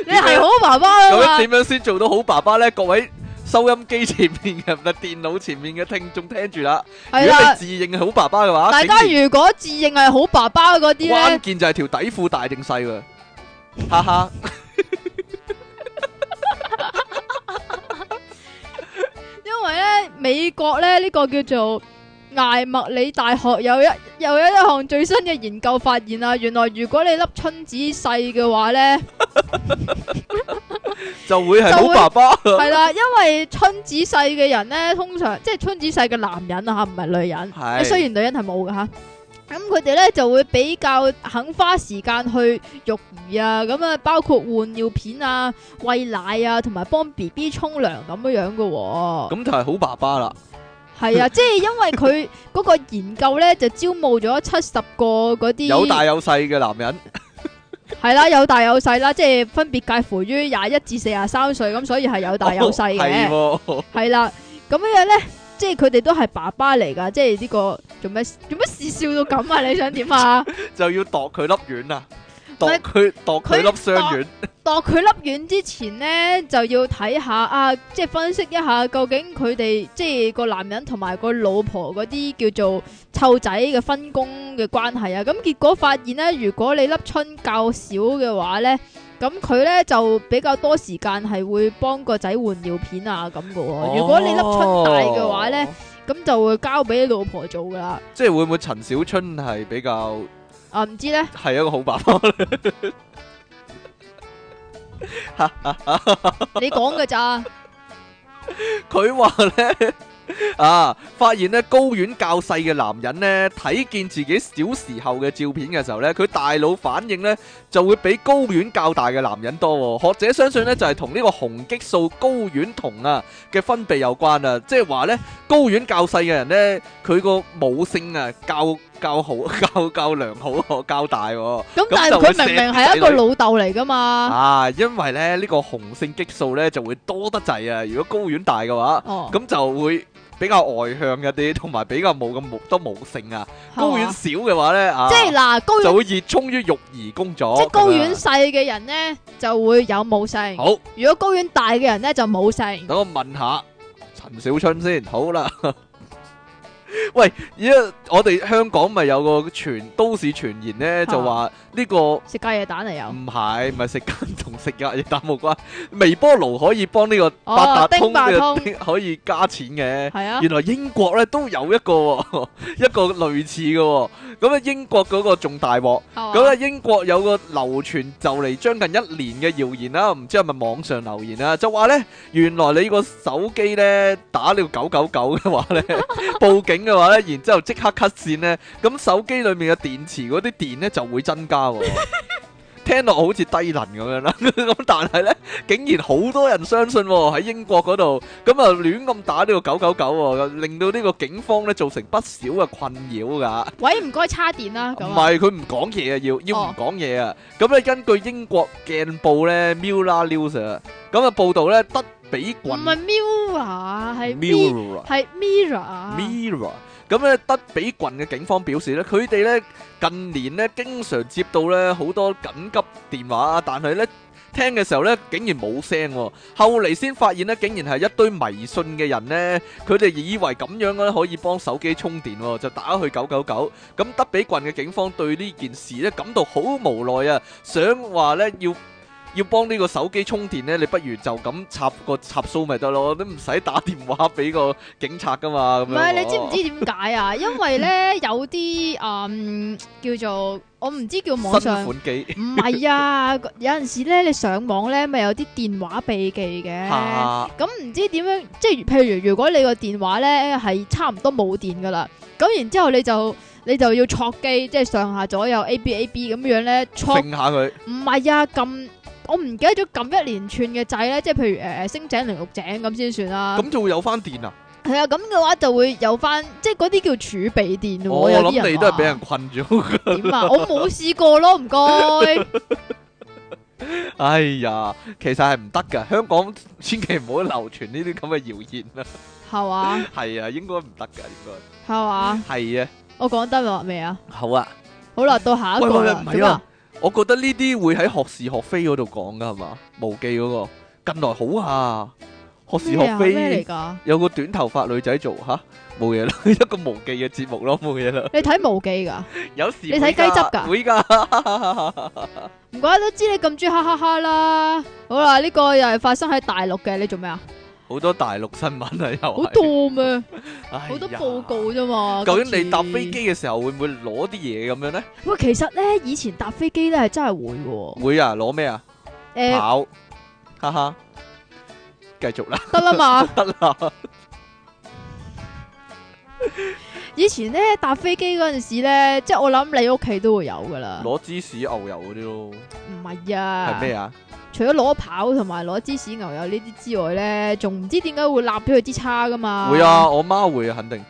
[SPEAKER 2] 你係好爸爸啊
[SPEAKER 1] 竟
[SPEAKER 2] 嘛。
[SPEAKER 1] 點樣先做到好爸爸咧？各位收音機前面嘅，唔係電腦前面嘅聽眾聽住啦，如
[SPEAKER 2] 係
[SPEAKER 1] 果
[SPEAKER 2] 啦
[SPEAKER 1] 你，自認係好爸爸嘅話，
[SPEAKER 2] 大家如果自認係好爸爸嗰啲
[SPEAKER 1] 關
[SPEAKER 2] 咧，
[SPEAKER 1] 鍵就係條底褲大定細喎，哈哈，
[SPEAKER 2] 因為咧美國咧呢個叫做艾默里大學有一又有一項最新嘅研究發現啊，原來如果你粒春子細嘅 話咧，
[SPEAKER 1] 就會係
[SPEAKER 2] 就
[SPEAKER 1] 好
[SPEAKER 2] 會
[SPEAKER 1] 爸 爸。
[SPEAKER 2] 係啦，因為春子細嘅人咧，通常即係春子細嘅男人啊吓，唔係女人。
[SPEAKER 1] 係
[SPEAKER 2] 雖然女人係冇噶吓。咁佢哋咧就會比較肯花時間去育兒啊，咁啊包括換尿片啊、喂奶啊，同埋幫 B B 沖涼咁樣樣嘅喎。
[SPEAKER 1] 咁就係好爸爸啦。
[SPEAKER 2] 系啊，即系因为佢 嗰个研究咧就招募咗七十个嗰啲
[SPEAKER 1] 有大有細嘅男人，
[SPEAKER 2] 系啦，有大有細啦，即係分別介乎於廿一至四十三歲，咁所以係有大有細嘅，
[SPEAKER 1] 哦係喎
[SPEAKER 2] 係啦、咁樣咧，即係佢哋都係爸爸嚟噶，即係呢、個做咩做咩事笑到咁啊？你想點啊？
[SPEAKER 1] 就要度佢粒丸啊，度
[SPEAKER 2] 咪
[SPEAKER 1] 佢度佢粒雙丸，
[SPEAKER 2] 度佢粒丸之前咧，就要睇下啊，即係分析一下究竟佢哋即係個男人同埋個老婆嗰啲叫做湊仔嘅分工嘅關係啊。咁結果發現咧，如果你粒春較少嘅話咧，咁佢咧就比較多時間係會幫個仔換尿片啊咁嘅喎。如果你粒春大嘅話咧
[SPEAKER 1] 哦，，
[SPEAKER 2] 咁就會交俾老婆做噶啦。
[SPEAKER 1] 即係會唔會陳小春係比較
[SPEAKER 2] 啊，唔知咧。
[SPEAKER 1] 係一個好爸爸？
[SPEAKER 2] 你講嘅咋？
[SPEAKER 1] 佢話咧 啊，發現咧高丸較細嘅男人咧，睇見自己小時候嘅照片嘅時候咧，佢大腦反應咧就會比高丸較大嘅男人多、喎。學者相信咧就係同呢個雄激素高丸酮啊嘅分泌有關啊，即係話咧高丸較細嘅人咧，佢個母性啊較較好較較良好喎較大、喎。
[SPEAKER 2] 咁
[SPEAKER 1] 咁
[SPEAKER 2] 但係
[SPEAKER 1] 就會
[SPEAKER 2] 佢明明係
[SPEAKER 1] 錫
[SPEAKER 2] 一個
[SPEAKER 1] 仔女
[SPEAKER 2] 老豆嚟噶嘛？
[SPEAKER 1] 啊，因為咧呢、個雄性激素咧就會多得滯啊，如果高丸大嘅話。
[SPEAKER 2] 哦，
[SPEAKER 1] 咁就會比較外向一啲，同埋比較冇咁無多母性啊。高
[SPEAKER 2] 係
[SPEAKER 1] 遠
[SPEAKER 2] 嘛
[SPEAKER 1] 少嘅話咧啊，
[SPEAKER 2] 即係嗱，高
[SPEAKER 1] 就會熱衷於育兒工作。
[SPEAKER 2] 即係高
[SPEAKER 1] 咁樣
[SPEAKER 2] 遠細嘅人咧就會有母性，
[SPEAKER 1] 好，
[SPEAKER 2] 如果高遠大嘅人咧就冇性。
[SPEAKER 1] 等我問下陳小春先。好啦， 喂，而家我哋香港咪有個傳都市傳言咧，就話呢個。
[SPEAKER 2] 食隔夜蛋嚟又
[SPEAKER 1] 唔係，唔係食緊同食嘅嘢打冇關。微波爐可以幫呢個
[SPEAKER 2] 哦
[SPEAKER 1] 八達通
[SPEAKER 2] 叮八
[SPEAKER 1] 嘅
[SPEAKER 2] 通
[SPEAKER 1] 叮 可以加錢嘅。
[SPEAKER 2] 係啊，
[SPEAKER 1] 原來英國咧都有一個 喎一個類似嘅喎，咁啊英國嗰個仲大鑊，
[SPEAKER 2] 咁
[SPEAKER 1] 咁啊英國有個流傳就嚟將近一年嘅謠言啦，唔知係咪網上流言啦，就話咧原來你個手機咧打呢個九九九嘅話咧，報警嘅話咧，然之後即刻 cut 線咧，咁手機裡面嘅電池嗰啲電咧就會增加喎。聽落好似低能咁樣啦， 咁但係咧，竟然好多人相信喎喺英國嗰度，咁啊亂咁打呢個九九九喎，令到呢個警方咧造成不少嘅困擾㗎。
[SPEAKER 2] 喂唔該叉電啦，咁
[SPEAKER 1] 唔
[SPEAKER 2] 啊
[SPEAKER 1] 係佢唔講嘢啊，要要唔
[SPEAKER 2] 哦
[SPEAKER 1] 講嘢啊。咁咧根據英國鏡報咧 Mirror News 啊，咁啊報道咧德比郡
[SPEAKER 2] 唔係 mirror 係 mi-
[SPEAKER 1] Mirror
[SPEAKER 2] 係 mirror 啊
[SPEAKER 1] Mirror。咁咧，德比郡嘅警方表示咧，佢哋咧近年咧經常接到咧好多緊急電話啊，但係咧聽嘅時候咧竟然冇聲喎。後嚟先發現咧，竟然係一堆迷信嘅人咧，佢哋以為咁樣咧可以幫手機充電喎，就打去九九九。咁德比郡嘅警方對呢件事咧感到好無奈啊，想話咧要。要幫呢個手機充電咧，你不如就咁插個插蘇咪得咯，都唔使打電話俾個警察噶嘛。咁
[SPEAKER 2] 唔
[SPEAKER 1] 樣
[SPEAKER 2] 係你
[SPEAKER 1] 喎
[SPEAKER 2] 知唔知點 解啊？因為咧有啲嗯叫做我唔知叫網
[SPEAKER 1] 新
[SPEAKER 2] 上。
[SPEAKER 1] 款機
[SPEAKER 2] 唔係啊，有陣時咧，你上網咧，咪有啲電話秘技 嘅。
[SPEAKER 1] 嚇
[SPEAKER 2] 咁唔知點樣，即係譬如如果你個電話咧係差唔多冇電噶啦，咁然之後你就你就要戳機，即係上下左右 A B A B 咁樣咧戳，
[SPEAKER 1] 揈下佢，
[SPEAKER 2] 唔係啊撳，我唔記得咗撳一連串嘅掣咧，即係譬如誒、呃星井零六井咁先算啦。
[SPEAKER 1] 咁就會有翻電啊！
[SPEAKER 2] 係啊，咁嘅話就會有翻，即係嗰啲叫儲備電喎。
[SPEAKER 1] 我
[SPEAKER 2] 有啲
[SPEAKER 1] 諗你
[SPEAKER 2] 話
[SPEAKER 1] 都係俾人困咗。
[SPEAKER 2] 點啊？我冇試過咯，唔該。
[SPEAKER 1] 哎呀，其實係唔得噶，香港千祈唔好流傳呢啲咁嘅謠言啦。
[SPEAKER 2] 係嘛？
[SPEAKER 1] 係啊，應該唔得噶，應
[SPEAKER 2] 係嘛？
[SPEAKER 1] 該係啊。
[SPEAKER 2] 我講得話未啊？
[SPEAKER 1] 好啊，
[SPEAKER 2] 好啦，到下一
[SPEAKER 1] 喂
[SPEAKER 2] 個
[SPEAKER 1] 喂喂
[SPEAKER 2] 啦
[SPEAKER 1] 唔。係啊
[SPEAKER 2] 點啊？
[SPEAKER 1] 我覺得呢啲會喺學是學非嗰度講噶係嘛？無記嗰個近來好啊，學是
[SPEAKER 2] 咩
[SPEAKER 1] 學
[SPEAKER 2] 啊咩嚟
[SPEAKER 1] 非
[SPEAKER 2] 㗎？
[SPEAKER 1] 有個短頭髮女仔做吓，冇嘢啦， 一個無記嘅節目咯，冇嘢啦。
[SPEAKER 2] 你睇無記㗎？
[SPEAKER 1] 有時
[SPEAKER 2] 你睇
[SPEAKER 1] 會
[SPEAKER 2] 雞汁
[SPEAKER 1] 㗎
[SPEAKER 2] 㗎
[SPEAKER 1] 會㗎。
[SPEAKER 2] 唔怪得知你咁中意哈哈哈啦。好啦，呢、個又係發生喺大陸嘅，你做咩啊？
[SPEAKER 1] 好多大陸新聞啊，又
[SPEAKER 2] 好
[SPEAKER 1] 係
[SPEAKER 2] 多咩？
[SPEAKER 1] 哎呀
[SPEAKER 2] 好多報告啫嘛。
[SPEAKER 1] 究竟你搭
[SPEAKER 2] 今次
[SPEAKER 1] 飛？機嘅時候會唔會攞啲嘢咁樣咧？
[SPEAKER 2] 喂，其實咧，以前搭飛機咧係真係會嘅喎。
[SPEAKER 1] 會啊，攞咩啊？
[SPEAKER 2] 誒、
[SPEAKER 1] 跑，哈哈，繼續啦，
[SPEAKER 2] 得啦嘛。
[SPEAKER 1] 得啦，
[SPEAKER 2] 以前咧搭飛機嗰陣時咧，即係我諗你屋企都會有㗎啦。
[SPEAKER 1] 攞芝士牛油嗰啲咯，
[SPEAKER 2] 唔係啊，
[SPEAKER 1] 係咩啊？
[SPEAKER 2] 除咗攞跑同埋攞芝士牛油呢啲之外咧，仲唔知點解會立咗佢支叉噶嘛？
[SPEAKER 1] 會啊，我媽會啊，肯定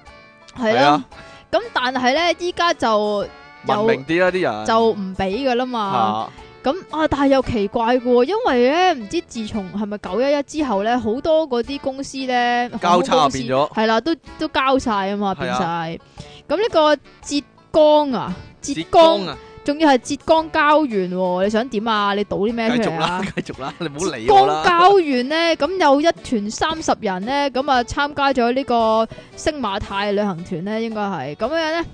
[SPEAKER 2] 係
[SPEAKER 1] 係
[SPEAKER 2] 啦
[SPEAKER 1] 啊。
[SPEAKER 2] 咁但係咧，依家就
[SPEAKER 1] 文
[SPEAKER 2] 有
[SPEAKER 1] 明啲啦啲人
[SPEAKER 2] 就唔俾噶啦嘛。
[SPEAKER 1] 嚇
[SPEAKER 2] 咁啊，但係又奇怪嘅喎，因為咧唔知自從係咪九一一之後咧，好多嗰啲公司咧
[SPEAKER 1] 交叉
[SPEAKER 2] 航空公司
[SPEAKER 1] 變咗
[SPEAKER 2] 係啦，都都交晒啊嘛，
[SPEAKER 1] 係
[SPEAKER 2] 變
[SPEAKER 1] 啊
[SPEAKER 2] 晒。咁呢個浙江啊，浙
[SPEAKER 1] 浙
[SPEAKER 2] 江
[SPEAKER 1] 江啊，
[SPEAKER 2] 仲要係浙江交園喎，你想點啊？你倒啲咩
[SPEAKER 1] 繼
[SPEAKER 2] 出
[SPEAKER 1] 續
[SPEAKER 2] 嚟
[SPEAKER 1] 啦
[SPEAKER 2] 啊？
[SPEAKER 1] 繼續啦，你唔好
[SPEAKER 2] 浙
[SPEAKER 1] 理我
[SPEAKER 2] 江
[SPEAKER 1] 啦，
[SPEAKER 2] 交園咧，咁有一團三十人咧，咁啊參加咗呢個星馬泰旅行團咧，應該係咁樣咧，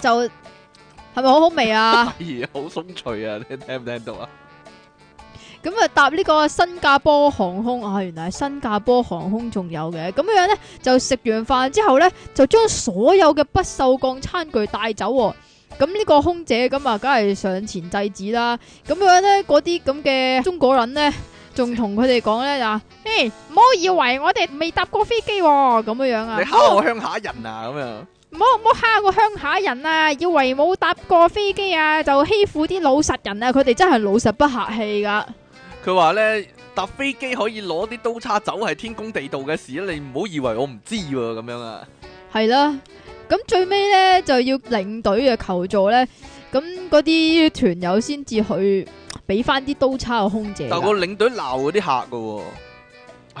[SPEAKER 2] 就係咪好好味啊？
[SPEAKER 1] 係啊好鬆脆啊，你聽唔聽到啊？
[SPEAKER 2] 咁啊搭呢個新加坡航空啊，原來係新加坡航空仲有嘅，咁樣呢，就食完飯之後呢，就將所有嘅不鏽鋼餐具帶走、喎。咁呢個空姐咁啊，梗係上前制止啦。咁樣呢，嗰啲咁嘅中國人呢，仲同佢哋講呢，就話：，嘿，唔好以為我哋未搭過飛機喎、咁樣樣啊
[SPEAKER 1] 你，蝦我鄉下人啊咁樣，
[SPEAKER 2] 唔好唔好蝦個鄉下人啊，以為冇搭過飛機啊，就欺負啲老實人啊，佢哋真係老實不客氣噶。
[SPEAKER 1] 佢話咧搭飛機可以攞啲刀叉走係天公地道嘅事，你唔好以為我唔知喎咁樣啊。
[SPEAKER 2] 系啦，咁最尾咧就要領隊嘅求助咧，咁嗰啲團友先至去俾翻啲刀叉嘅空姐㗎，
[SPEAKER 1] 但個領隊鬧嗰啲客嘅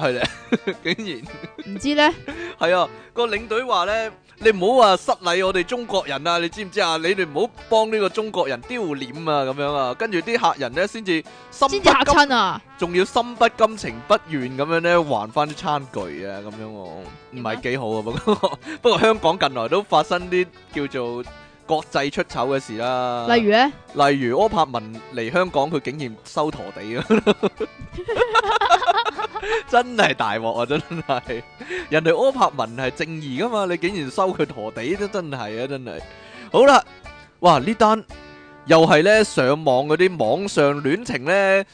[SPEAKER 1] 喎， 係咧，竟
[SPEAKER 2] 唔知咧
[SPEAKER 1] 然係啊！個領隊話咧，你唔好話失禮我哋中國人啊！你知唔知啊？你哋唔好幫呢個中國人丟臉啊！咁樣啊，跟住啲客人咧先至心
[SPEAKER 2] 先至
[SPEAKER 1] 不
[SPEAKER 2] 嚇
[SPEAKER 1] 甘，
[SPEAKER 2] 親啊！
[SPEAKER 1] 仲要心不甘情不願咁樣咧還翻啲餐具啊！咁樣我唔係幾好啊！不過 不過香港近來都發生啲叫做國際出醜嘅事啦，
[SPEAKER 2] 例 如咧，
[SPEAKER 1] 例如柯柏文嚟香港，佢竟然收陀地啊！真係大鑊啊！真係，人哋柯柏文係正義噶嘛，你竟然收佢陀地都真係啊！真係，好啦，哇呢單又係呢，上網嗰啲網上戀情呢，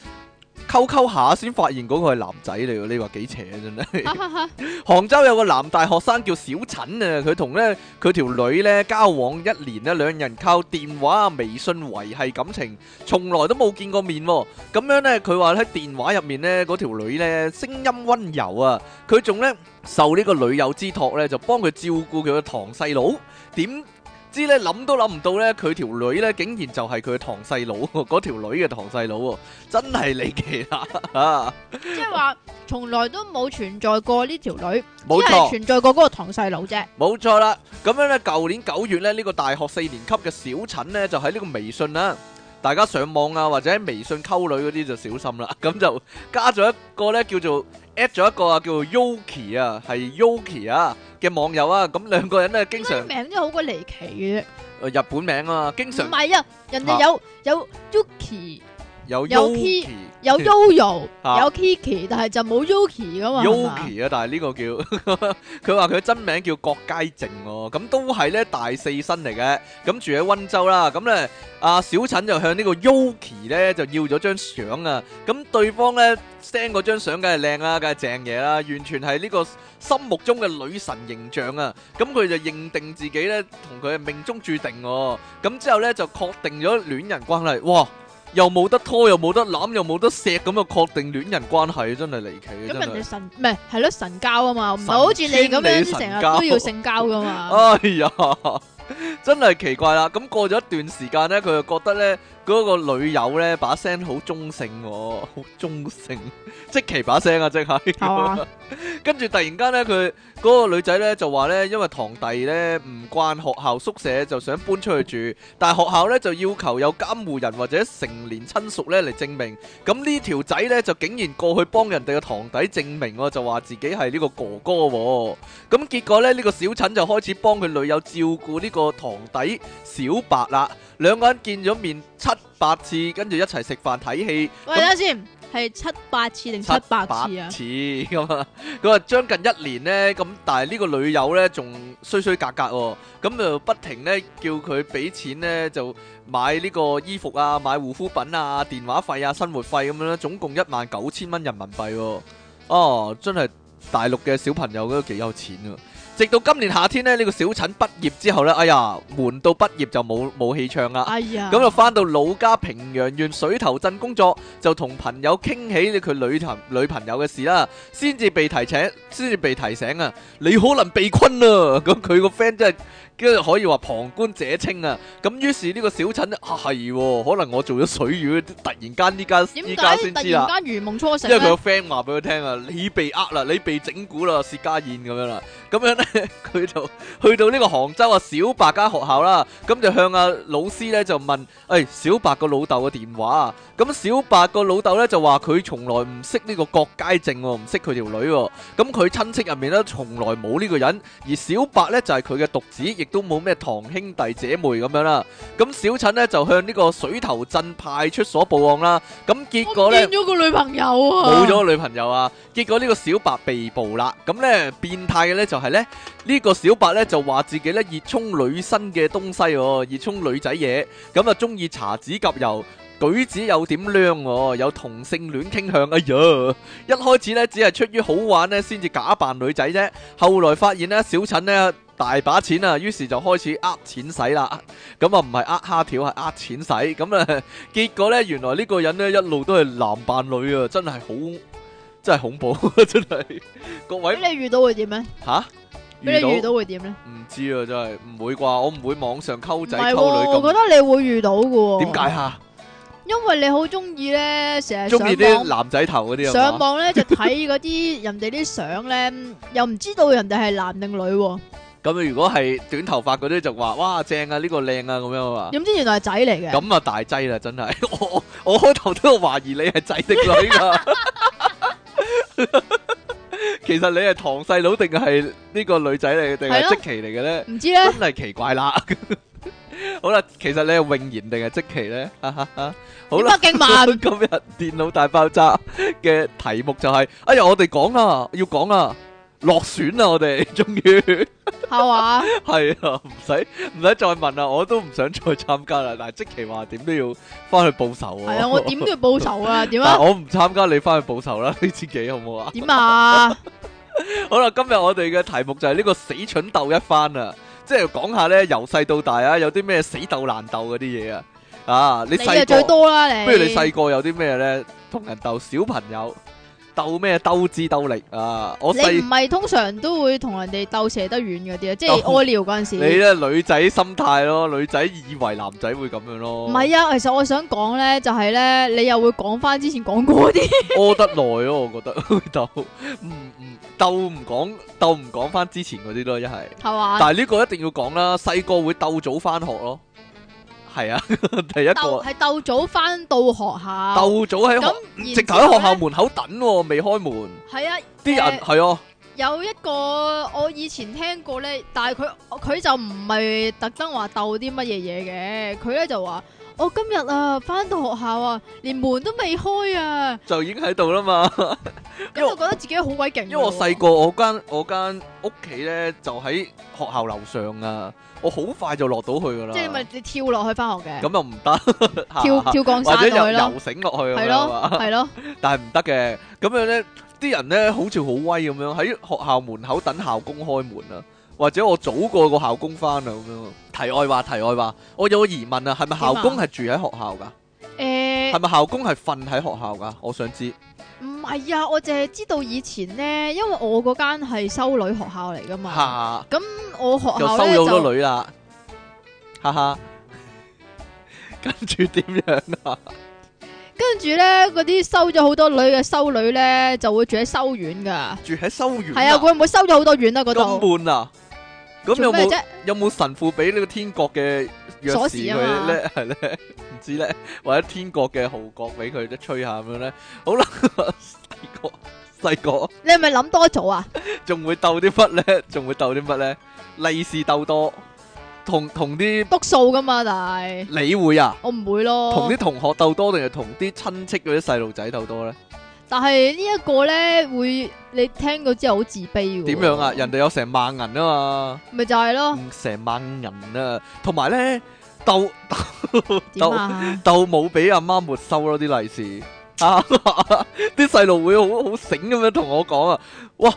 [SPEAKER 1] 溝溝下先發現嗰個係男仔嚟喎，你話幾邪啊真係！
[SPEAKER 2] 哈哈哈
[SPEAKER 1] 杭州有個男大學生叫小陳啊，佢同咧佢條女咧交往一年咧，兩人靠電話啊、微信維係感情，從來都冇見過面喎。咁樣咧，佢話喺電話入面咧，嗰條女咧聲音温柔啊，佢仲咧受呢個女友之託咧，就幫佢照顧佢嘅堂細佬。點知咧諗都諗唔到咧，佢條女咧竟然就係佢嘅堂細佬喎，嗰條女嘅堂細佬喎，真係離奇啦！
[SPEAKER 2] 即係話從來都冇存在過呢條女，
[SPEAKER 1] 冇
[SPEAKER 2] 只
[SPEAKER 1] 錯
[SPEAKER 2] 係。存在過嗰個堂細佬啫。
[SPEAKER 1] 冇錯啦，咁樣呢，舊年九月呢，呢、個大學四年級嘅小陳呢，就喺呢個微信啦，大家上網啊或者喺微信溝女嗰啲就小心啦， 咁就加咗一個呢，叫做 at 咗一個啊叫做 Yuki 啊，係 Yuki 啊嘅網友啊，咁兩個人呢，經常
[SPEAKER 2] 呢個名真係好鬼離奇
[SPEAKER 1] 呃日本名啊，經
[SPEAKER 2] 嘅啫，
[SPEAKER 1] 常
[SPEAKER 2] 唔係啊，人哋有有 Yuki，
[SPEAKER 1] 有
[SPEAKER 2] 有
[SPEAKER 1] Yuki
[SPEAKER 2] 有 Yoyo，
[SPEAKER 1] 啊
[SPEAKER 2] 有 Kiki，但係就冇 Yuki 噶嘛。係嘛
[SPEAKER 1] Yuki 啊，但係呢個叫 佢話佢真名叫郭佳靜喎，咁都係咧大四新嚟嘅，咁住喺温州啦，咁咧阿小陳就向呢個 Yuki 咧就要咗張相啊，咁對方咧 send 嗰張相梗係靚啦，梗係正嘢啦，完全係呢個心目中嘅女神形象啊，咁佢就認定自己咧同佢係命中注定喎，咁之後咧就確定咗戀人關係，哇！又冇得拖，又冇得攬，又冇得錫，咁就確定戀人關係，真係離奇啊！
[SPEAKER 2] 咁
[SPEAKER 1] 真
[SPEAKER 2] 人
[SPEAKER 1] 係
[SPEAKER 2] 哋。神唔係係咯神交啊嘛，唔係好似你咁
[SPEAKER 1] 神
[SPEAKER 2] 樣
[SPEAKER 1] 仙你
[SPEAKER 2] 成日
[SPEAKER 1] 神交
[SPEAKER 2] 都要性交噶嘛。
[SPEAKER 1] 哎呀，真係奇怪啦！咁過咗一段時間呢，佢就覺得呢嗰、個女友呢把聲好中性喎、好中性，即其把聲啊，即
[SPEAKER 2] 嘛
[SPEAKER 1] 係。跟住突然間呢，佢嗰、個女仔呢就話呢，因為堂弟呢唔慣學校宿舍，就想搬出去住，但係學校呢就要求有監護人或者成年親屬呢嚟證明。咁呢條仔呢就竟然過去幫人哋嘅堂弟證明喎，就話自己係呢個哥哥喎、咁結果咧，呢、個小陳就開始幫佢女友照顧呢個堂弟小白啦。兩個人見咗面七八次，跟住一齊食飯睇戲，
[SPEAKER 2] 喂，等下先，係七八次定七百
[SPEAKER 1] 八
[SPEAKER 2] 次啊？
[SPEAKER 1] 次咁啊！ 佢話將近一年呢，咁但係呢個女友呢，仲衰衰格格喎，咁就不停呢，叫佢俾錢呢，就買呢個衣服啊、買護膚品啊、電話費啊、生活費咁樣啦，總共一萬九千蚊人民幣喎。哦，真係大陸嘅小朋友都幾有錢啊！直到今年夏天呢，呢、個小陳畢業之後呢，哎呀，悶到畢業就冇冇戲唱啊啦。
[SPEAKER 2] 哎呀，
[SPEAKER 1] 咁就翻到老家平陽縣水頭鎮工作，就同朋友傾起佢女朋女朋友嘅事啦，先至被提醒，先至被提醒啊！你可能被困啊！咁佢個 friend 真係跟住可以話旁觀者清啊！咁於是呢個小陳呢啊係喎，可能我做咗水魚，突然間依家
[SPEAKER 2] 點
[SPEAKER 1] 依家
[SPEAKER 2] 解
[SPEAKER 1] 先
[SPEAKER 2] 突
[SPEAKER 1] 知啦。
[SPEAKER 2] 然間如夢初
[SPEAKER 1] 因
[SPEAKER 2] 醒
[SPEAKER 1] 為佢
[SPEAKER 2] 咧？
[SPEAKER 1] 個 friend 話俾佢聽啊，你被呃啦，你被整蠱啦，薛家燕咁樣啦，咁樣咧佢就去到呢 個杭州啊小白間學校啦，咁就向阿老師咧就問，誒、小白個老豆嘅電話啊，咁小白個老豆咧就話佢從來唔識呢個郭佳靜喎，唔識佢條女喎，咁佢親戚入面咧從來冇呢個人，而小白咧就係佢嘅獨子，亦都冇咩堂兄弟姐妹咁樣啦，咁小陳咧就向呢個水頭鎮派出所報案啦，咁結果
[SPEAKER 2] 我
[SPEAKER 1] 咧
[SPEAKER 2] 變。咗個女朋友啊！
[SPEAKER 1] 冇咗女朋友啊！結果呢個小白被捕啦。咁呢變態嘅呢就係呢，呢、個小白呢就話自己呢熱衷女生嘅東西喎，熱衷女仔嘢，咁啊中意搽指甲油。舉止有點娘喎，有同性戀傾向。哎呀，一開始呢只係出於好玩呢先至假扮女仔啫。後來發現呢，小陳呢大把錢啊，於是就開始呃錢使啦。咁啊，唔係呃蝦條，係呃錢使。咁啊， 結果呢，原來呢個人呢一路都係男扮女啊，真係好，真係恐怖， 真係。各位
[SPEAKER 2] 俾你遇到會點咧？
[SPEAKER 1] 吓
[SPEAKER 2] 俾你遇
[SPEAKER 1] 遇
[SPEAKER 2] 到
[SPEAKER 1] 到
[SPEAKER 2] 會點咧？
[SPEAKER 1] 唔知啊，真係唔會啩？我唔會網上溝
[SPEAKER 2] 唔
[SPEAKER 1] 仔溝
[SPEAKER 2] 係喎，
[SPEAKER 1] 女
[SPEAKER 2] 我
[SPEAKER 1] 咁。
[SPEAKER 2] 覺得你會遇到嘅喎。
[SPEAKER 1] 點解？嚇？
[SPEAKER 2] 因為你好中意咧，成日
[SPEAKER 1] 中意
[SPEAKER 2] 上
[SPEAKER 1] 啲
[SPEAKER 2] 網
[SPEAKER 1] 男仔頭嗰啲啊
[SPEAKER 2] 上
[SPEAKER 1] 嘛？
[SPEAKER 2] 網咧就睇嗰啲人哋啲相咧，又唔知道人哋係男定女喎，
[SPEAKER 1] 咁如果係短頭髮嗰啲就話哇正啊，呢個靚啊咁樣啊嘛。
[SPEAKER 2] 點知原來係仔嚟嘅。
[SPEAKER 1] 咁啊大劑啦，真係 我我我開頭都有懷疑你係仔的女噶， 其實你係堂細佬定係呢個女仔嚟，定
[SPEAKER 2] 係
[SPEAKER 1] 係
[SPEAKER 2] 咯
[SPEAKER 1] 即奇嚟嘅咧？
[SPEAKER 2] 唔知
[SPEAKER 1] 真
[SPEAKER 2] 咧，
[SPEAKER 1] 係奇怪啦！ 好啦，其實你係穎賢定係即奇咧？ 好啦，
[SPEAKER 2] 北京 慢
[SPEAKER 1] 今日電腦大爆炸嘅題目就係、哎呀，我哋講啦，要講啦，落選啦，我哋終於。
[SPEAKER 2] 係嘛？
[SPEAKER 1] 系啊，唔使唔使再問啦，我都唔想再參加啦。但係即期話點都要翻去報仇喎。
[SPEAKER 2] 係啊，我 點都要報仇啊？點
[SPEAKER 1] 但係
[SPEAKER 2] 啊？
[SPEAKER 1] 我唔參加，你翻去報仇啦，你自己好 唔好啊？
[SPEAKER 2] 點啊？
[SPEAKER 1] 好啦，今日我哋嘅題目就係呢個死蠢鬥一番啊，即係講下咧由細到大啊，有啲咩死鬥爛鬥嗰啲嘢啊。啊，你
[SPEAKER 2] 你啊
[SPEAKER 1] 細
[SPEAKER 2] 最
[SPEAKER 1] 個，
[SPEAKER 2] 多啦，你。
[SPEAKER 1] 不如你細個有啲咩咧？同人鬥小朋友鬥咩？鬥智鬥力啊！我
[SPEAKER 2] 你
[SPEAKER 1] 細
[SPEAKER 2] 唔係通常都會同人哋鬥射得遠嗰啲啊，即
[SPEAKER 1] 鬥
[SPEAKER 2] 係屙尿嗰陣時。
[SPEAKER 1] 你咧女仔心態咯，女仔以為男仔會咁樣咯。
[SPEAKER 2] 唔係啊，其實我想講咧，就係咧，你又會講翻之前講過嗰啲，
[SPEAKER 1] 屙得耐咯，我覺得 鬥唔唔鬥唔講鬥唔講翻之前嗰啲咯，一係，
[SPEAKER 2] 係嘛？
[SPEAKER 1] 但係呢個一定要講啦，細個會鬥早翻學咯，係啊， 第一
[SPEAKER 2] 鬥
[SPEAKER 1] 個
[SPEAKER 2] 係鬥早翻到學校，
[SPEAKER 1] 鬥早喺學，
[SPEAKER 2] 咁
[SPEAKER 1] 直頭喺學校
[SPEAKER 2] 然之後呢。
[SPEAKER 1] 門口等喎，未開門，
[SPEAKER 2] 係啊，
[SPEAKER 1] 啲人係啊，
[SPEAKER 2] 有一個我以前聽過咧，但係佢佢就唔係特登話鬥啲乜嘢嘢嘅，佢咧就話我今日啊翻到學校啊，連門都未開啊，
[SPEAKER 1] 就已經喺度啦嘛，因
[SPEAKER 2] 咁
[SPEAKER 1] 為
[SPEAKER 2] 就覺得自己好鬼勁喎。
[SPEAKER 1] 因為我細個我間我間屋企咧就喺學校樓上啊，我好快就落到去噶啦，
[SPEAKER 2] 即係你咪你跳落去翻學嘅，
[SPEAKER 1] 啊咁又唔得，
[SPEAKER 2] 跳跳降
[SPEAKER 1] 或者游
[SPEAKER 2] 傘落去咯，
[SPEAKER 1] 游繩落去咁
[SPEAKER 2] 係
[SPEAKER 1] 樣啊嘛
[SPEAKER 2] 咯係 咯，
[SPEAKER 1] 但係唔得嘅，咁樣呢啲人呢好似好威咁樣喺學校門口等校工開門啊，或者我早過個校工翻啊咁樣。題外話，題外話，我有個疑問啊，係咪校工係住喺學校㗎？
[SPEAKER 2] 誒
[SPEAKER 1] 係。咪校工係瞓喺學校㗎？我想知。
[SPEAKER 2] 唔係啊，我淨係知道以前咧，因為我嗰間係修女學校嚟噶嘛，
[SPEAKER 1] 嚇，
[SPEAKER 2] 我學
[SPEAKER 1] 就
[SPEAKER 2] 校
[SPEAKER 1] 收
[SPEAKER 2] 咧
[SPEAKER 1] 咗好
[SPEAKER 2] 就
[SPEAKER 1] 多女啦，哈 哈。跟住點樣啊？
[SPEAKER 2] 跟住咧嗰啲收咗好多女嘅修女咧就會住喺修院噶，
[SPEAKER 1] 住喺修院
[SPEAKER 2] 係啊，會唔會收咗好多院啊嗰
[SPEAKER 1] 咁
[SPEAKER 2] 度？
[SPEAKER 1] 悶啊！咁有
[SPEAKER 2] 做咩
[SPEAKER 1] 冇
[SPEAKER 2] 啫？
[SPEAKER 1] 有冇神父俾呢個天國嘅
[SPEAKER 2] 鎖
[SPEAKER 1] 鑰匙
[SPEAKER 2] 匙啊
[SPEAKER 1] 佢
[SPEAKER 2] 嘛
[SPEAKER 1] 咧？係咧，唔知咧，或者天國嘅號角俾佢咧吹下咁樣咧。好啦， 細個細個
[SPEAKER 2] 你係咪諗多咗啊？
[SPEAKER 1] 仲會鬥啲乜咧？仲會鬥啲乜咧？利是鬥多，同同啲
[SPEAKER 2] 篤數噶嘛，但係
[SPEAKER 1] 你會啊？
[SPEAKER 2] 我唔會
[SPEAKER 1] 同
[SPEAKER 2] 咯
[SPEAKER 1] 啲。同學鬥多定係同啲親戚嗰啲細路仔鬥多咧？
[SPEAKER 2] 但係呢一個咧會你聽到之後好自卑喎。
[SPEAKER 1] 點樣啊？人哋有成萬銀啊嘛，嗯
[SPEAKER 2] 咪就係咯，
[SPEAKER 1] 成萬銀啊，同埋咧鬥鬥
[SPEAKER 2] 點
[SPEAKER 1] 鬥。
[SPEAKER 2] 啊？
[SPEAKER 1] 鬥冇俾阿媽沒收咯 啲利是啊！啲細路會好好醒咁樣同我講啊，哇！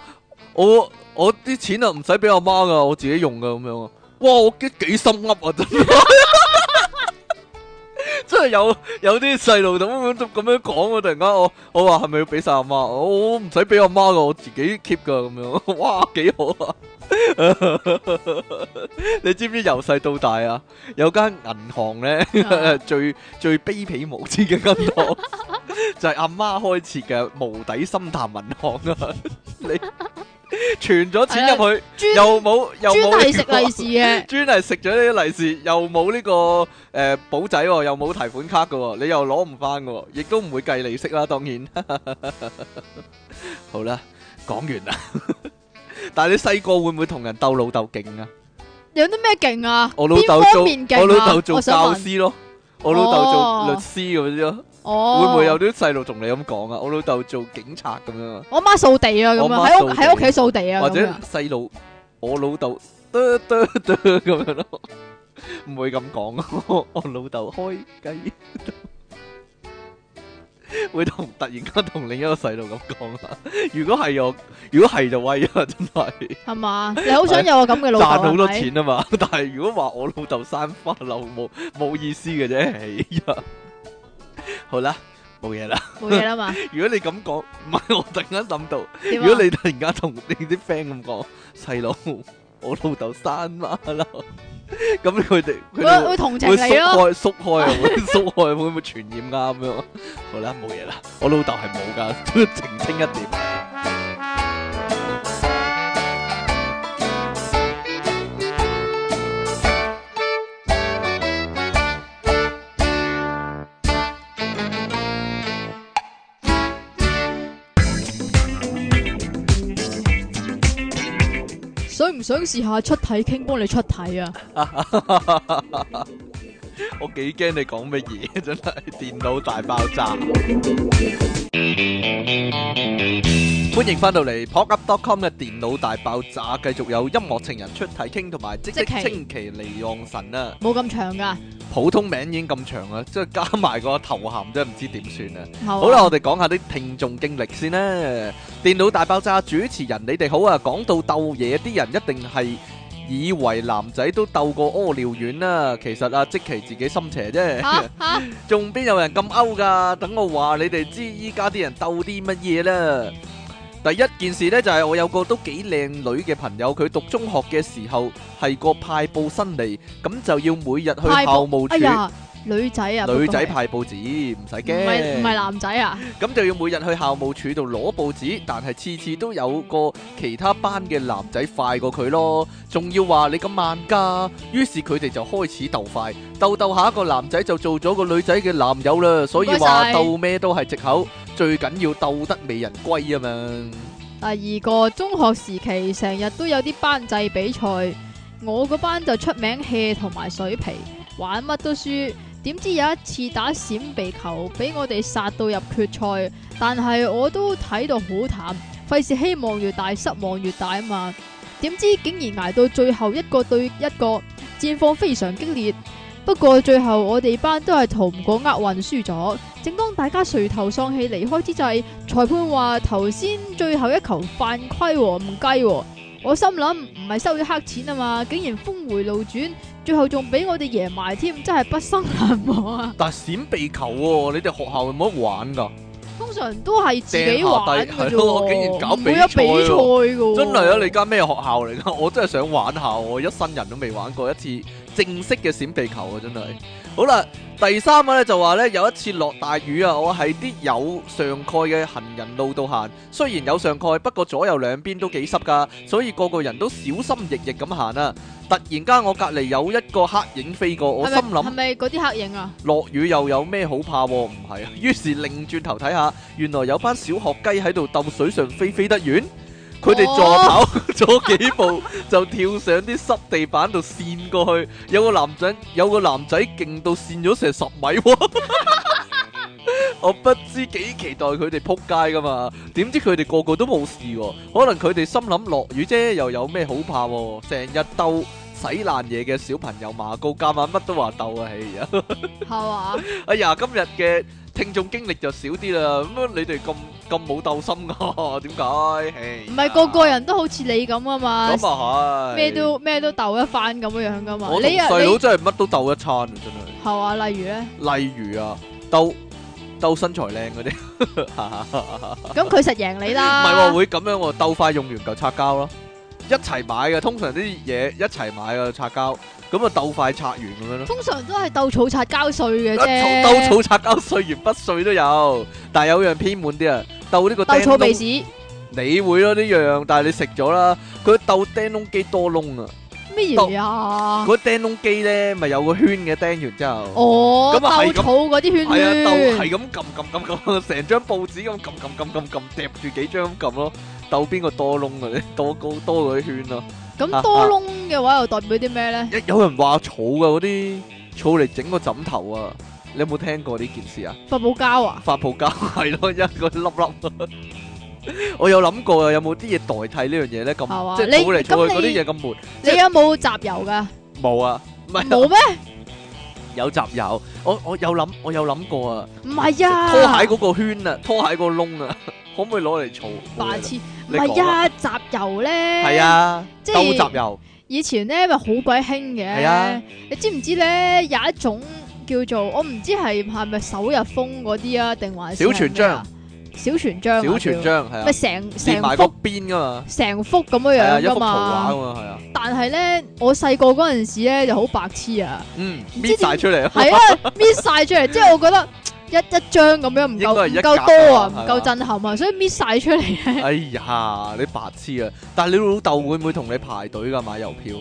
[SPEAKER 1] 我我啲錢啊唔使俾阿媽噶，我自己用噶咁樣啊。哇！我幾幾心噏啊，真係 真係有有啲細路咁樣咁樣講啊！突然間我我話係咪要俾晒阿媽？我唔使俾阿媽噶，我自己 keep 噶咁樣。 哇！幾好啊！ 你知唔知由細到大啊？有間銀行咧。
[SPEAKER 2] 啊
[SPEAKER 1] 最最卑鄙無知嘅銀行， 就係阿媽開設嘅無底深潭銀行啊！ 你存咗錢入去，
[SPEAKER 2] 專
[SPEAKER 1] 又冇又
[SPEAKER 2] 啊專
[SPEAKER 1] 冇
[SPEAKER 2] 係
[SPEAKER 1] 呢個
[SPEAKER 2] 食利是 嘅，
[SPEAKER 1] 專係食咗呢啲利是，又冇呢、個誒、呃、簿仔喎、又冇提款卡嘅喎、你又攞唔翻嘅喎，亦都唔會計利息啦，當然。 好啦，講完啦。 但係你細個會唔會同人鬥老鬥勁啊？
[SPEAKER 2] 有啲咩勁啊？
[SPEAKER 1] 我老豆
[SPEAKER 2] 邊
[SPEAKER 1] 做
[SPEAKER 2] 方面勁啊
[SPEAKER 1] 我老豆做
[SPEAKER 2] 我想
[SPEAKER 1] 教
[SPEAKER 2] 問
[SPEAKER 1] 師咯，我老豆
[SPEAKER 2] 哦
[SPEAKER 1] 做律師咁樣咯。
[SPEAKER 2] 哦，
[SPEAKER 1] 會唔會有啲細路同你咁講啊？我老豆做警察咁樣啊，
[SPEAKER 2] 我媽掃地啊，咁
[SPEAKER 1] 我
[SPEAKER 2] 樣
[SPEAKER 1] 媽
[SPEAKER 2] 喺屋
[SPEAKER 1] 掃地
[SPEAKER 2] 喺屋企掃地啊，
[SPEAKER 1] 或
[SPEAKER 2] 咁
[SPEAKER 1] 者
[SPEAKER 2] 樣
[SPEAKER 1] 細路我老豆嘟嘟嘟咁樣咯， 唔會咁講啊！ 我我老豆開雞， 會同突然間同另一個細路咁講啊！如果係我，如果係就威啊！真係
[SPEAKER 2] 係嘛？你好想有個咁嘅老豆
[SPEAKER 1] 賺好多
[SPEAKER 2] 係咪
[SPEAKER 1] 錢啊嘛！但係如果話我老豆生花柳冇冇意思嘅啫， 哎呀，好啦，冇嘢啦。
[SPEAKER 2] 冇嘢 啦嘛？
[SPEAKER 1] 如果你咁講，唔係我突然間諗到，
[SPEAKER 2] 點啊
[SPEAKER 1] 如果你突然間同 你啲 friend 咁講，細佬，我老豆生馬騮， 咁佢哋佢
[SPEAKER 2] 會
[SPEAKER 1] 哋
[SPEAKER 2] 會同情
[SPEAKER 1] 會縮
[SPEAKER 2] 你咯，
[SPEAKER 1] 開縮開啊， 會縮開會唔會傳染啊咁樣？好啦，冇嘢啦，我老豆係冇噶， 都澄清一點。
[SPEAKER 2] 想唔想試下出體傾幫你出體啊？
[SPEAKER 1] 我幾驚你講乜嘢， 真係電腦大爆炸！歡迎翻到嚟 pocket.com 嘅電腦大爆炸，繼續有音樂情人出體傾同埋即即
[SPEAKER 2] 即期
[SPEAKER 1] 清奇離岸神啊！
[SPEAKER 2] 冇咁長㗎，
[SPEAKER 1] 普通名已經咁長啦，即係加埋個頭銜，真係唔知點算啊！好
[SPEAKER 2] 好
[SPEAKER 1] 啦，我哋講下啲聽眾經歷先啦。電腦大爆炸主持人，你哋好啊！講到鬥嘢，啲人一定係以為男仔都鬥過屙尿丸啦，其實啊，即其自己心邪啫。
[SPEAKER 2] 嚇嚇
[SPEAKER 1] 仲邊有人咁勾噶？等我話你
[SPEAKER 2] 嗯
[SPEAKER 1] 哋知依家啲人鬥啲乜嘢啦。第一件事呢，就係、我有個都幾靚女嘅朋友，佢讀中學嘅時候係個派報新嚟，咁就要每日去
[SPEAKER 2] 派報
[SPEAKER 1] 校務處。
[SPEAKER 2] 哎呀，女仔啊，
[SPEAKER 1] 女仔
[SPEAKER 2] 不過係
[SPEAKER 1] 派報紙唔使
[SPEAKER 2] 唔係
[SPEAKER 1] 驚，
[SPEAKER 2] 唔係男仔啊？
[SPEAKER 1] 咁就要每日去校務處度攞報紙，但係次次都有個其他班嘅男仔快過佢咯，仲要話你咁慢㗎，於是佢哋就開始鬥快，鬥鬥下一個男仔就做咗個女仔嘅男友啦，所以
[SPEAKER 2] 唔該
[SPEAKER 1] 話
[SPEAKER 2] 晒
[SPEAKER 1] 鬥咩都係藉口，最緊要鬥得美人歸啊嘛！
[SPEAKER 2] 第二個中學時期成日都有啲班制比賽，我個班就出名 hea 同埋水皮，玩乜都輸。點知有一次打閃避球，俾我哋殺到入決賽，但係我都睇到好淡，費事希望越大失望越大啊嘛。點知竟然捱到最後一個對一個，戰況非常激烈。不過最後我哋班都係逃唔過厄運輸咗。正當大家垂頭喪氣離開之際，裁判話頭先最後一球犯規喎，唔計喎。我心諗唔係收咗黑錢啊嘛，竟然峰回路轉，最後仲俾我哋贏埋添，真係畢生難 忘啊！
[SPEAKER 1] 但係閃避球喎、你哋學校有冇得玩㗎？
[SPEAKER 2] 通常都係自己玩
[SPEAKER 1] 掟下
[SPEAKER 2] 嘅
[SPEAKER 1] 低係
[SPEAKER 2] 啫
[SPEAKER 1] 咯我竟然搞
[SPEAKER 2] 喎，
[SPEAKER 1] 比
[SPEAKER 2] 唔會
[SPEAKER 1] 賽
[SPEAKER 2] 有
[SPEAKER 1] 喎
[SPEAKER 2] 比賽嘅。
[SPEAKER 1] 真係啊！你間咩學校嚟噶？ 我真係想玩下，我一生人都未玩過一次正式嘅閃避球啊！真係。好啦，第三個咧就話咧，有一次落大雨啊，我喺啲有上蓋嘅行人路度行，雖然有上蓋，不過左右兩邊都幾濕噶，所以個個人都小心翼翼咁行啊。突然間，我隔離有一個黑影飛過，我
[SPEAKER 2] 係
[SPEAKER 1] 心
[SPEAKER 2] 咪
[SPEAKER 1] 諗
[SPEAKER 2] 係。咪嗰啲黑 影啊？
[SPEAKER 1] 落雨又有咩好怕喎？唔係啊，於是擰轉頭睇下，原來有班小學雞喺度鬥水上飛飛得遠。佢哋助跑咗幾步，就跳上啲濕地板度跣過去。有個男仔，有個男仔勁到跣 咗成十米喎。 我不知幾期待佢哋撲街噶嘛，點知佢哋個個都冇事喎。可能佢哋心諗落雨啫，又有咩好怕喎？成日鬥洗爛嘢嘅小朋友馬高，夾硬乜都話鬥啊，係啊！
[SPEAKER 2] 係嘛？
[SPEAKER 1] 哎呀，今日嘅聽眾經歷就少啲啦。咁你哋咁咁冇鬥 心噶，點解？
[SPEAKER 2] 唔係個個人都好似你咁啊嘛，
[SPEAKER 1] 咁啊係
[SPEAKER 2] 咩都咩都鬥一番咁樣樣噶嘛。
[SPEAKER 1] 我同
[SPEAKER 2] 你啊，
[SPEAKER 1] 細佬
[SPEAKER 2] 你
[SPEAKER 1] 真係乜都鬥一餐啊，真係。
[SPEAKER 2] 係啊，例如咧，
[SPEAKER 1] 例如啊，鬥鬥身材靚嗰啲，
[SPEAKER 2] 咁佢實贏你
[SPEAKER 1] 唔
[SPEAKER 2] 啦。
[SPEAKER 1] 係喎，會咁樣喎，鬥快用完嚿擦膠咯，一齊買嘅，通常啲嘢一齊買嘅擦膠，咁啊鬥快拆完咁樣咯。
[SPEAKER 2] 通常都係鬥草擦膠碎嘅啫。
[SPEAKER 1] 鬥啊草擦膠碎完不碎都有，但係有樣偏滿啲啊，鬥呢個
[SPEAKER 2] 鬥
[SPEAKER 1] 釘
[SPEAKER 2] 草鼻
[SPEAKER 1] 窿，
[SPEAKER 2] 屎
[SPEAKER 1] 你會咯呢樣，但係你食咗啦，佢鬥釘窿機多窿啊，
[SPEAKER 2] 咩嘢啊？
[SPEAKER 1] 嗰釘窿機咧咪有個圈嘅釘完之後。
[SPEAKER 2] 哦，
[SPEAKER 1] 咁啊係
[SPEAKER 2] 鬥
[SPEAKER 1] 咁
[SPEAKER 2] 草嗰啲圈
[SPEAKER 1] 係啊，鬥
[SPEAKER 2] 圈
[SPEAKER 1] 係咁撳撳撳撳，成張報紙咁撳撳撳撳撳，疊住幾張咁撳咯，鬥邊個多窿嗰啲，多高多嗰啲圈咯。
[SPEAKER 2] 咁多窿嘅話又代表啲咩咧？
[SPEAKER 1] 一有人話草噶嗰啲草嚟整個枕頭啊，你有冇聽過呢件事啊？
[SPEAKER 2] 發泡膠啊？
[SPEAKER 1] 發泡膠係咯，一個粒粒。我有諗過啊，有冇啲嘢代替呢樣嘢咧？
[SPEAKER 2] 係
[SPEAKER 1] 咁
[SPEAKER 2] 嘛
[SPEAKER 1] 即係
[SPEAKER 2] 你
[SPEAKER 1] 草嚟草去嗰
[SPEAKER 2] 咁你
[SPEAKER 1] 啲嘢咁悶，即
[SPEAKER 2] 你
[SPEAKER 1] 係
[SPEAKER 2] 有冇集郵噶？
[SPEAKER 1] 冇啊，唔係
[SPEAKER 2] 冇咩？
[SPEAKER 1] 有集有，我我有諗我有諗過啊，
[SPEAKER 2] 唔係啊，
[SPEAKER 1] 拖鞋嗰個圈啊，拖鞋個窿啊， 可唔可以攞嚟嘈？冇嘢
[SPEAKER 2] 白
[SPEAKER 1] 啦
[SPEAKER 2] 痴，唔
[SPEAKER 1] 你講
[SPEAKER 2] 係啊，集郵咧，
[SPEAKER 1] 系，啊，
[SPEAKER 2] 即
[SPEAKER 1] 兜集
[SPEAKER 2] 係
[SPEAKER 1] 郵
[SPEAKER 2] 以前咧咪好鬼興
[SPEAKER 1] 係啊
[SPEAKER 2] 嘅，你知唔知咧有一種叫做我唔知係係咪首日封嗰啲啊，定還是
[SPEAKER 1] 小傳章
[SPEAKER 2] 係咩啊小傳章啊，
[SPEAKER 1] 小全章
[SPEAKER 2] 叫
[SPEAKER 1] 係
[SPEAKER 2] 咪
[SPEAKER 1] 啊，
[SPEAKER 2] 成
[SPEAKER 1] 連埋
[SPEAKER 2] 成
[SPEAKER 1] 個
[SPEAKER 2] 幅
[SPEAKER 1] 邊噶嘛，
[SPEAKER 2] 成幅咁樣
[SPEAKER 1] 係啊，
[SPEAKER 2] 樣
[SPEAKER 1] 一幅
[SPEAKER 2] 噶
[SPEAKER 1] 圖畫
[SPEAKER 2] 嘛，
[SPEAKER 1] 噶嘛，係啊，
[SPEAKER 2] 但係咧我細個嗰陣時咧就好白 痴啊，
[SPEAKER 1] 嗯，
[SPEAKER 2] 唔知
[SPEAKER 1] 搣晒出嚟啊，
[SPEAKER 2] 係啊搣晒出嚟，即係我覺得一一張咁樣唔
[SPEAKER 1] 應該
[SPEAKER 2] 夠
[SPEAKER 1] 係
[SPEAKER 2] 唔
[SPEAKER 1] 一格
[SPEAKER 2] 夠多啊，
[SPEAKER 1] 啊
[SPEAKER 2] 唔
[SPEAKER 1] 係嘛
[SPEAKER 2] 夠震撼啊，所以搣晒出嚟 咧
[SPEAKER 1] 哎呀，你白痴啊！但係你老豆會唔會同你排隊噶買郵票？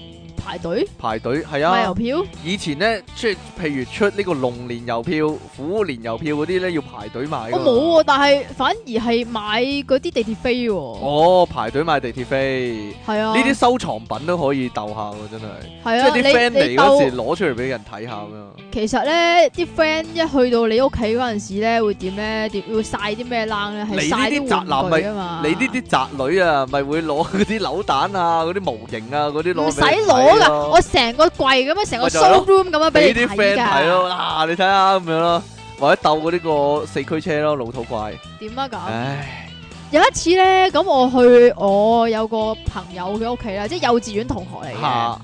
[SPEAKER 2] 排隊
[SPEAKER 1] 排隊係
[SPEAKER 2] 買郵
[SPEAKER 1] 啊，
[SPEAKER 2] 票。
[SPEAKER 1] 以前咧即係譬如出呢個龍年郵票、虎年郵票嗰啲咧要排隊買㗎
[SPEAKER 2] 我
[SPEAKER 1] 嘛。
[SPEAKER 2] 冇喎，但係反而係買嗰啲地鐵飛喎，
[SPEAKER 1] 哦，排隊買地鐵飛，呢
[SPEAKER 2] 係啊，
[SPEAKER 1] 啲收藏品都可以鬥下喎，真係。
[SPEAKER 2] 係
[SPEAKER 1] 即
[SPEAKER 2] 啊，
[SPEAKER 1] 係啲 friend
[SPEAKER 2] 你
[SPEAKER 1] 嚟
[SPEAKER 2] 你
[SPEAKER 1] 嗰時
[SPEAKER 2] 鬥
[SPEAKER 1] 攞出嚟俾人睇下咁樣。
[SPEAKER 2] 其實咧，啲 friend 一去到你屋企嗰陣時咧，會點咧？點會晒啲咩冷咧？係
[SPEAKER 1] 你呢
[SPEAKER 2] 晒
[SPEAKER 1] 啲宅
[SPEAKER 2] 啲
[SPEAKER 1] 男
[SPEAKER 2] 玩具啊嘛，
[SPEAKER 1] 你呢啲宅女啊，咪會攞嗰啲扭蛋啊、嗰啲模型啊、嗰啲攞
[SPEAKER 2] 唔
[SPEAKER 1] 俾你
[SPEAKER 2] 使
[SPEAKER 1] 睇
[SPEAKER 2] 攞噶，
[SPEAKER 1] 咯
[SPEAKER 2] 我成個櫃咁樣，成個
[SPEAKER 1] 咪就係咯
[SPEAKER 2] show room 咁樣
[SPEAKER 1] 俾
[SPEAKER 2] 俾你
[SPEAKER 1] 啲 friend
[SPEAKER 2] 睇
[SPEAKER 1] 睇
[SPEAKER 2] 㗎。
[SPEAKER 1] 咯。嗱，你睇下咁樣咯，或者鬥嗰呢個四驅車咯，老土怪。
[SPEAKER 2] 點啊咁？
[SPEAKER 1] 唉，
[SPEAKER 2] 有一次咧，咁我去我有個朋友嘅屋企啦，即係啊幼稚園同學嚟嘅。
[SPEAKER 1] 嚇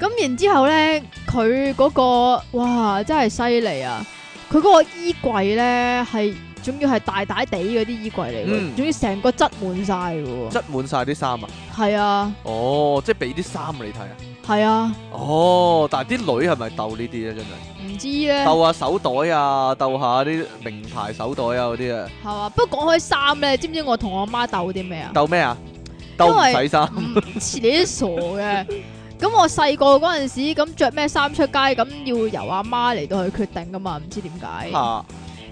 [SPEAKER 2] 咁然之後咧，佢嗰、個哇真係犀利啊！佢嗰個衣櫃咧係仲要係大大地嗰啲衣櫃嚟
[SPEAKER 1] 嗯
[SPEAKER 2] 嘅，仲要成個擠滿晒嘅喎。
[SPEAKER 1] 擠滿晒啲衫啊！
[SPEAKER 2] 係啊，
[SPEAKER 1] 哦，即係俾啲衫你睇啊！
[SPEAKER 2] 係啊，
[SPEAKER 1] 哦，但係啲女係咪鬥呢啲咧？真係
[SPEAKER 2] 唔知咧係
[SPEAKER 1] 鬥下手袋啊，鬥下啲名牌手袋啊嗰啲啊，
[SPEAKER 2] 嘛？不過講開衫咧，知唔知我同我媽鬥啲咩啊？
[SPEAKER 1] 鬥咩啊？鬥唔
[SPEAKER 2] 因為
[SPEAKER 1] 使衫
[SPEAKER 2] 唔嗯似你都傻嘅。咁我細個嗰陣時，咁着咩衫出街，咁要由阿媽嚟到去決定噶嘛，唔知點解。
[SPEAKER 1] 嚇，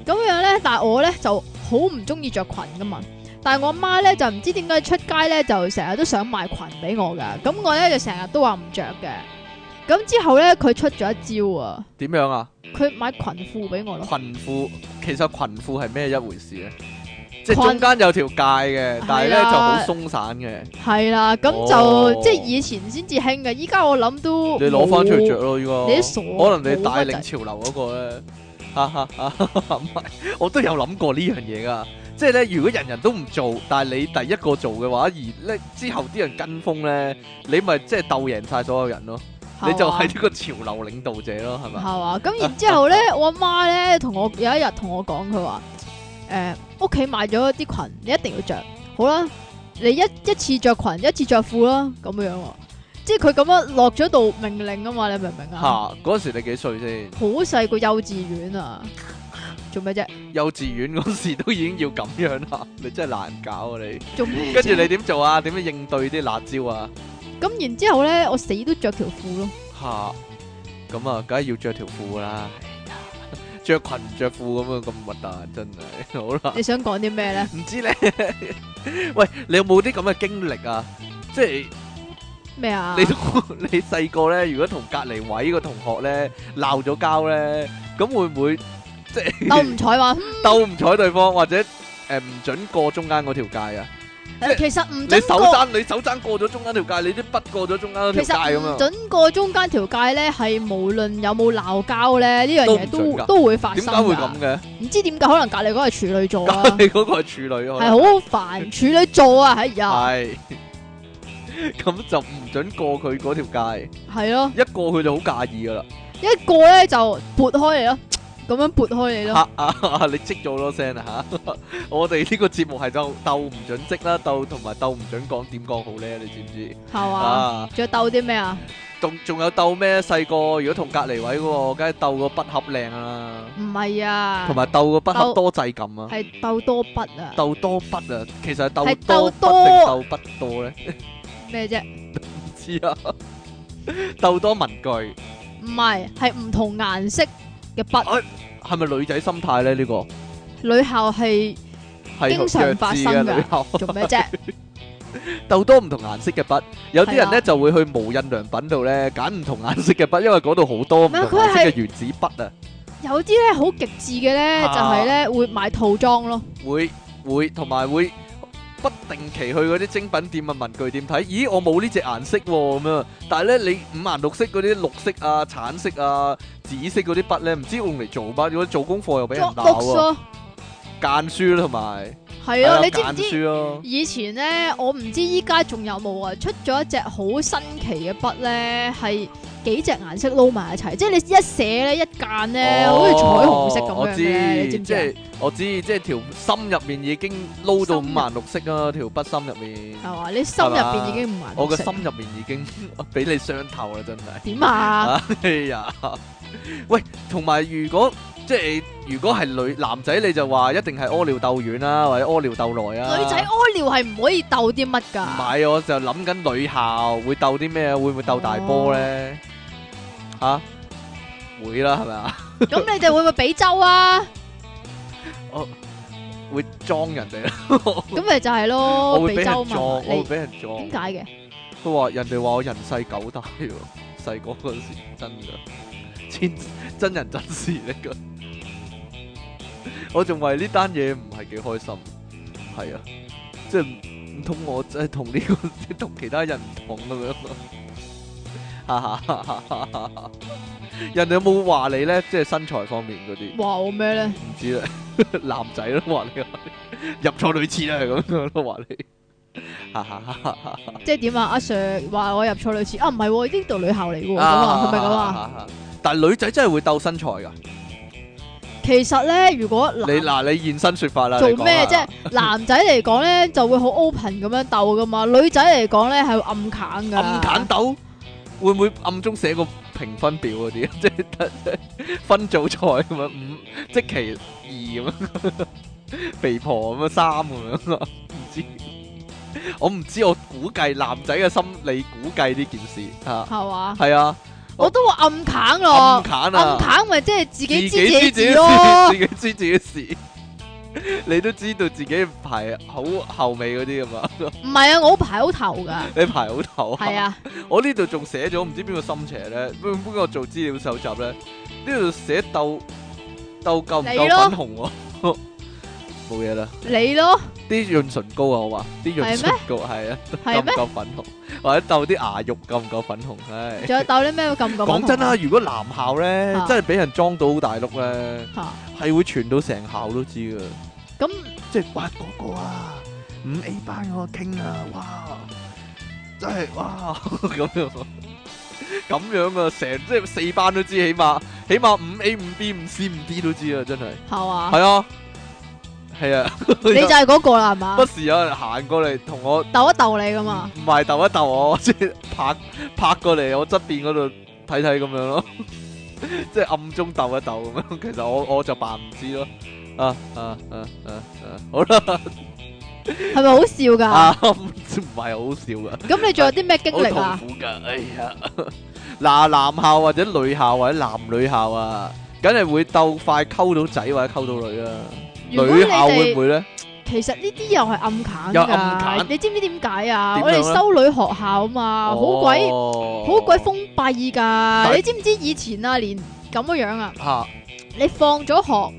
[SPEAKER 2] 咁樣咧，但係我咧就好唔中意着裙噶嘛。但係我媽咧就唔知點解出街咧就成日都想買裙俾我噶，咁我咧就成日都話唔着嘅。咁之後咧佢出咗一招啊，
[SPEAKER 1] 點樣啊？
[SPEAKER 2] 佢買裙褲俾我咯，
[SPEAKER 1] 裙褲其實裙褲係咩一回事咧？即係中
[SPEAKER 2] 裙
[SPEAKER 1] 間有條界嘅，但係咧
[SPEAKER 2] 係
[SPEAKER 1] 就好
[SPEAKER 2] 啦
[SPEAKER 1] 鬆散嘅，
[SPEAKER 2] 係啦，咁就、
[SPEAKER 1] 哦
[SPEAKER 2] 即係以前先至興嘅，依家我諗都
[SPEAKER 1] 你攞翻出去着
[SPEAKER 2] 冇，
[SPEAKER 1] 咯，呢個
[SPEAKER 2] 你都傻
[SPEAKER 1] 可能你
[SPEAKER 2] 冇
[SPEAKER 1] 帶
[SPEAKER 2] 乜
[SPEAKER 1] 領
[SPEAKER 2] 滯
[SPEAKER 1] 潮流嗰個咧，哈哈哈哈唔係，我都有諗過呢樣嘢噶，即係咧，如果人人都唔做，但係你第一個做嘅話，而咧之後啲人跟風咧，你咪即係鬥贏晒所有人咯，
[SPEAKER 2] 係
[SPEAKER 1] 你就
[SPEAKER 2] 嘛
[SPEAKER 1] 係呢個潮流領導者咯，係
[SPEAKER 2] 係
[SPEAKER 1] 咪？
[SPEAKER 2] 嘛？咁然之後咧，我阿媽咧同我有一日同我講，佢話：誒屋企買咗啲裙，你一定要着。好啦，你一一次着裙，一次着褲啦，咁樣喎。即係佢咁樣落咗道命令啊嘛，你明唔明
[SPEAKER 1] 嚇
[SPEAKER 2] 啊？
[SPEAKER 1] 嗰時你幾歲先？
[SPEAKER 2] 好細個幼稚園啊，做咩啫？
[SPEAKER 1] 幼稚園嗰時都已經要咁樣啦，你真係難搞啊你！
[SPEAKER 2] 做咩啫？
[SPEAKER 1] 跟住你點做啊？點樣應對啲辣椒啊？
[SPEAKER 2] 咁然之後咧，我死都着條褲咯。
[SPEAKER 1] 吓，咁啊，梗係要着條褲啦。 哎呀着裙唔着褲咁樣咁核突，真係 好啦。
[SPEAKER 2] 你想講啲咩咧？
[SPEAKER 1] 唔知咧， 喂，你有冇啲咁嘅經歷啊？即係
[SPEAKER 2] 咩啊？
[SPEAKER 1] 你同 你細個咧，如果同隔離位個同學咧鬧咗交咧，咁會唔會即係
[SPEAKER 2] 鬥唔睬話，嗯
[SPEAKER 1] 鬥唔睬對方，或者誒唔準過中間嗰條界啊？
[SPEAKER 2] 誒其實唔
[SPEAKER 1] 你
[SPEAKER 2] 準
[SPEAKER 1] 手
[SPEAKER 2] 過，
[SPEAKER 1] 踭你手踭過咗中間條界，你啲筆過咗中間條
[SPEAKER 2] 其
[SPEAKER 1] 界
[SPEAKER 2] 實
[SPEAKER 1] 咁
[SPEAKER 2] 唔
[SPEAKER 1] 樣，
[SPEAKER 2] 準過中間條界咧，係無論有冇鬧交咧，呢樣嘢
[SPEAKER 1] 都唔準
[SPEAKER 2] 都
[SPEAKER 1] 㗎
[SPEAKER 2] 都會發
[SPEAKER 1] 點
[SPEAKER 2] 生
[SPEAKER 1] 解會
[SPEAKER 2] 㗎
[SPEAKER 1] 咁。嘅？
[SPEAKER 2] 唔知點解，可能隔離嗰個係處女座啊，
[SPEAKER 1] 你嗰個係處女
[SPEAKER 2] 係
[SPEAKER 1] 喎，
[SPEAKER 2] 好煩處女座啊，係呀，
[SPEAKER 1] 係咁就唔準過佢嗰條界，
[SPEAKER 2] 係咯，
[SPEAKER 1] 一過佢就好介意噶啦。
[SPEAKER 2] 一個咧就撥開你咯，咁樣撥開你咯。
[SPEAKER 1] 啊啊！啊你積咗好多聲啊嚇！我哋呢個節目係鬥鬥唔準積啦，鬥同埋鬥唔準講點講好咧，你知唔知
[SPEAKER 2] 系嘛？
[SPEAKER 1] 啊？
[SPEAKER 2] 仲有鬥啲咩啊？
[SPEAKER 1] 仲仲有鬥咩？細個如果同隔離位嗰個，梗係鬥個筆盒靚啦，
[SPEAKER 2] 唔係啊，
[SPEAKER 1] 同埋鬥個筆盒
[SPEAKER 2] 鬥
[SPEAKER 1] 多掣感啊，
[SPEAKER 2] 係鬥多筆啊？
[SPEAKER 1] 鬥多筆啊，其實係
[SPEAKER 2] 係
[SPEAKER 1] 鬥多
[SPEAKER 2] 鬥多
[SPEAKER 1] 筆定鬥筆多咧？
[SPEAKER 2] 咩啫？
[SPEAKER 1] 知啊， 鬥多文具
[SPEAKER 2] 唔係，係唔同顏色嘅筆。
[SPEAKER 1] 係咪女仔心態咧？呢個
[SPEAKER 2] 女校係
[SPEAKER 1] 係
[SPEAKER 2] 經常
[SPEAKER 1] 弱智
[SPEAKER 2] 發生
[SPEAKER 1] 嘅
[SPEAKER 2] 㗎
[SPEAKER 1] 女校
[SPEAKER 2] 做咩啫？
[SPEAKER 1] 鬥多唔同顏色嘅筆，有啲人
[SPEAKER 2] 係啊
[SPEAKER 1] 咧就會去無印良品度咧揀唔同顏色嘅筆，因為嗰度好多唔同
[SPEAKER 2] 咩佢
[SPEAKER 1] 顏色
[SPEAKER 2] 係
[SPEAKER 1] 嘅原子筆啊，
[SPEAKER 2] 有啲咧好極致嘅咧，
[SPEAKER 1] 啊
[SPEAKER 2] 就係咧會買套裝咯。
[SPEAKER 1] 會會同埋會不定期去嗰啲精品店啊、文具店睇，咦我冇呢隻顏色喎咁樣，但係咧你五顏六色嗰啲綠色啊、橙色啊、紫色嗰啲筆咧，唔知用嚟做乜，如果做功課又俾人
[SPEAKER 2] 作
[SPEAKER 1] 鬧
[SPEAKER 2] books
[SPEAKER 1] 啊，
[SPEAKER 2] 咯，
[SPEAKER 1] 間書啦同埋，
[SPEAKER 2] 係啊！你知唔
[SPEAKER 1] 間
[SPEAKER 2] 知
[SPEAKER 1] 書咯，
[SPEAKER 2] 以前咧？我唔知依家仲有冇啊？出咗一隻好新奇嘅筆咧，係幾隻顏色撈埋一齊，即係你一寫咧一間咧，好似彩虹色
[SPEAKER 1] 哦我
[SPEAKER 2] 咁樣嘅
[SPEAKER 1] 知
[SPEAKER 2] 咧，你知唔知
[SPEAKER 1] 即
[SPEAKER 2] 啊？
[SPEAKER 1] 係我知，即係條心入面已經撈到五顏六色啊，條筆心入面。
[SPEAKER 2] 係嘛？你心入邊已經唔顏
[SPEAKER 1] 我
[SPEAKER 2] 哦色
[SPEAKER 1] 個。心入面已經 俾你傷透啦，真係。
[SPEAKER 2] 點啊？
[SPEAKER 1] 哎呀，喂，同埋如果即係如果係女男仔，你就話一定係屙尿鬥遠啦，或者屙尿鬥耐啊。
[SPEAKER 2] 女仔屙尿係唔可以鬥啲乜
[SPEAKER 1] 唔
[SPEAKER 2] 㗎？
[SPEAKER 1] 係，我就諗緊女校會鬥啲咩？會唔會鬥大波咧？吓、
[SPEAKER 2] 哦
[SPEAKER 1] 會啦，係咪啊？
[SPEAKER 2] 咁你哋會唔會俾周啊？
[SPEAKER 1] 會裝人哋啦，
[SPEAKER 2] 咁咪就係
[SPEAKER 1] 我
[SPEAKER 2] 咯，
[SPEAKER 1] 會俾
[SPEAKER 2] 俾
[SPEAKER 1] 人
[SPEAKER 2] 周
[SPEAKER 1] 裝，我
[SPEAKER 2] 嘛。
[SPEAKER 1] 會
[SPEAKER 2] 你
[SPEAKER 1] 俾人裝。
[SPEAKER 2] 點解嘅？
[SPEAKER 1] 佢話人哋話我人細狗大喎， 細個嗰陣時真㗎，千真人真事嚟㗎。我仲為呢單嘢唔係幾開心，係啊，即係唔唔通我即係同呢個 即係同其他人唔同咁 樣啊？人哋有冇話你咧？即係身材方面嗰啲
[SPEAKER 2] 話我咩咧？
[SPEAKER 1] 唔知啦， 男仔咯話你入錯女廁啦咁樣咯話你，哈哈哈哈哈。
[SPEAKER 2] 即係點啊？阿 Sir 話我入錯女廁啊？唔係喎，呢度女校嚟嘅喎，咁啊，係咪咁啊？
[SPEAKER 1] 啊？但係女仔真係會鬥身材噶，
[SPEAKER 2] 其實咧，如果
[SPEAKER 1] 你
[SPEAKER 2] 男
[SPEAKER 1] 嗱你現身說法啦，
[SPEAKER 2] 做
[SPEAKER 1] 你講
[SPEAKER 2] 咩
[SPEAKER 1] 啦
[SPEAKER 2] 啫？？男仔嚟講咧就會好 open 咁樣鬥噶嘛，女仔嚟講咧係會暗砍㗎。
[SPEAKER 1] 暗揀鬥會唔會暗中寫個評分表嗰啲， 即係得分組賽咁樣五即其二咁樣， 肥婆咁樣三咁樣， 唔知我唔知，我估計男仔嘅心理估計呢件事啊，
[SPEAKER 2] 係嘛？
[SPEAKER 1] 係啊，
[SPEAKER 2] 我都話暗砍
[SPEAKER 1] 暗
[SPEAKER 2] 咯，
[SPEAKER 1] 揀
[SPEAKER 2] 暗
[SPEAKER 1] 啊！
[SPEAKER 2] 砍咪即係自己知
[SPEAKER 1] 自己
[SPEAKER 2] 自己
[SPEAKER 1] 知
[SPEAKER 2] 知咯。
[SPEAKER 1] 自己知自己事，你都知道自己排好後尾嗰啲噶嘛？
[SPEAKER 2] 唔係啊，我好排好頭噶，
[SPEAKER 1] 你排好頭
[SPEAKER 2] 係啊，
[SPEAKER 1] 我呢度仲寫咗唔知邊個心邪咧，邊邊個做資料搜集咧？呢度寫鬥鬥夠唔
[SPEAKER 2] 你咯
[SPEAKER 1] 夠粉紅喎、冇嘢啦，
[SPEAKER 2] 你咯，
[SPEAKER 1] 啲潤唇膏啊，我話啲
[SPEAKER 2] 係咩
[SPEAKER 1] 潤唇膏係啊，夠
[SPEAKER 2] 係
[SPEAKER 1] 唔
[SPEAKER 2] 咩？
[SPEAKER 1] 夠粉紅，或者鬥啲牙肉夠唔夠粉紅？唉，
[SPEAKER 2] 仲有鬥啲咩咁咁？
[SPEAKER 1] 講真啦，，如果男校咧、
[SPEAKER 2] 啊
[SPEAKER 1] 真係俾人裝到好大碌咧，
[SPEAKER 2] 嚇
[SPEAKER 1] 係會傳到成校都知噶。
[SPEAKER 2] 咁
[SPEAKER 1] 即係哇嗰個啊，五 A 班嗰個傾啊，哇，真係哇 咁樣啊，咁樣啊，成即係四班都知，起碼起碼五 A 五 B 五 C 五 D 都知啊，真係
[SPEAKER 2] 係嘛？
[SPEAKER 1] 係啊，係啊，
[SPEAKER 2] 你就係嗰個啦，係 嘛
[SPEAKER 1] 不？時有人行過嚟同我
[SPEAKER 2] 鬥一鬥你噶嘛？
[SPEAKER 1] 唔係鬥一鬥我，即係拍拍過嚟我側邊嗰度睇睇咁樣咯， 即係暗中鬥一鬥咁樣。其實我我就扮唔知咯。啊啊啊啊啊！好啦。
[SPEAKER 2] 係咪好笑㗎？
[SPEAKER 1] 啊，唔係好笑噶，
[SPEAKER 2] 咁你仲有啲咩經歷
[SPEAKER 1] 好
[SPEAKER 2] 啊？
[SPEAKER 1] 痛苦噶，哎呀！ 嗱，男校或者女校或者男女校啊，梗係會鬥快溝到仔或者溝到女啦。
[SPEAKER 2] 如果你
[SPEAKER 1] 女校會唔
[SPEAKER 2] 哋
[SPEAKER 1] 會咧？
[SPEAKER 2] 其實呢啲又係暗砍
[SPEAKER 1] 又暗
[SPEAKER 2] 㗎，
[SPEAKER 1] 砍
[SPEAKER 2] 你知唔知點解啊？
[SPEAKER 1] 點樣
[SPEAKER 2] 我
[SPEAKER 1] 咧
[SPEAKER 2] 哋修女學校啊嘛，好鬼好鬼封閉㗎。
[SPEAKER 1] 係
[SPEAKER 2] 你知唔知以前啊，連咁樣樣啊？
[SPEAKER 1] 嚇
[SPEAKER 2] 你放咗學，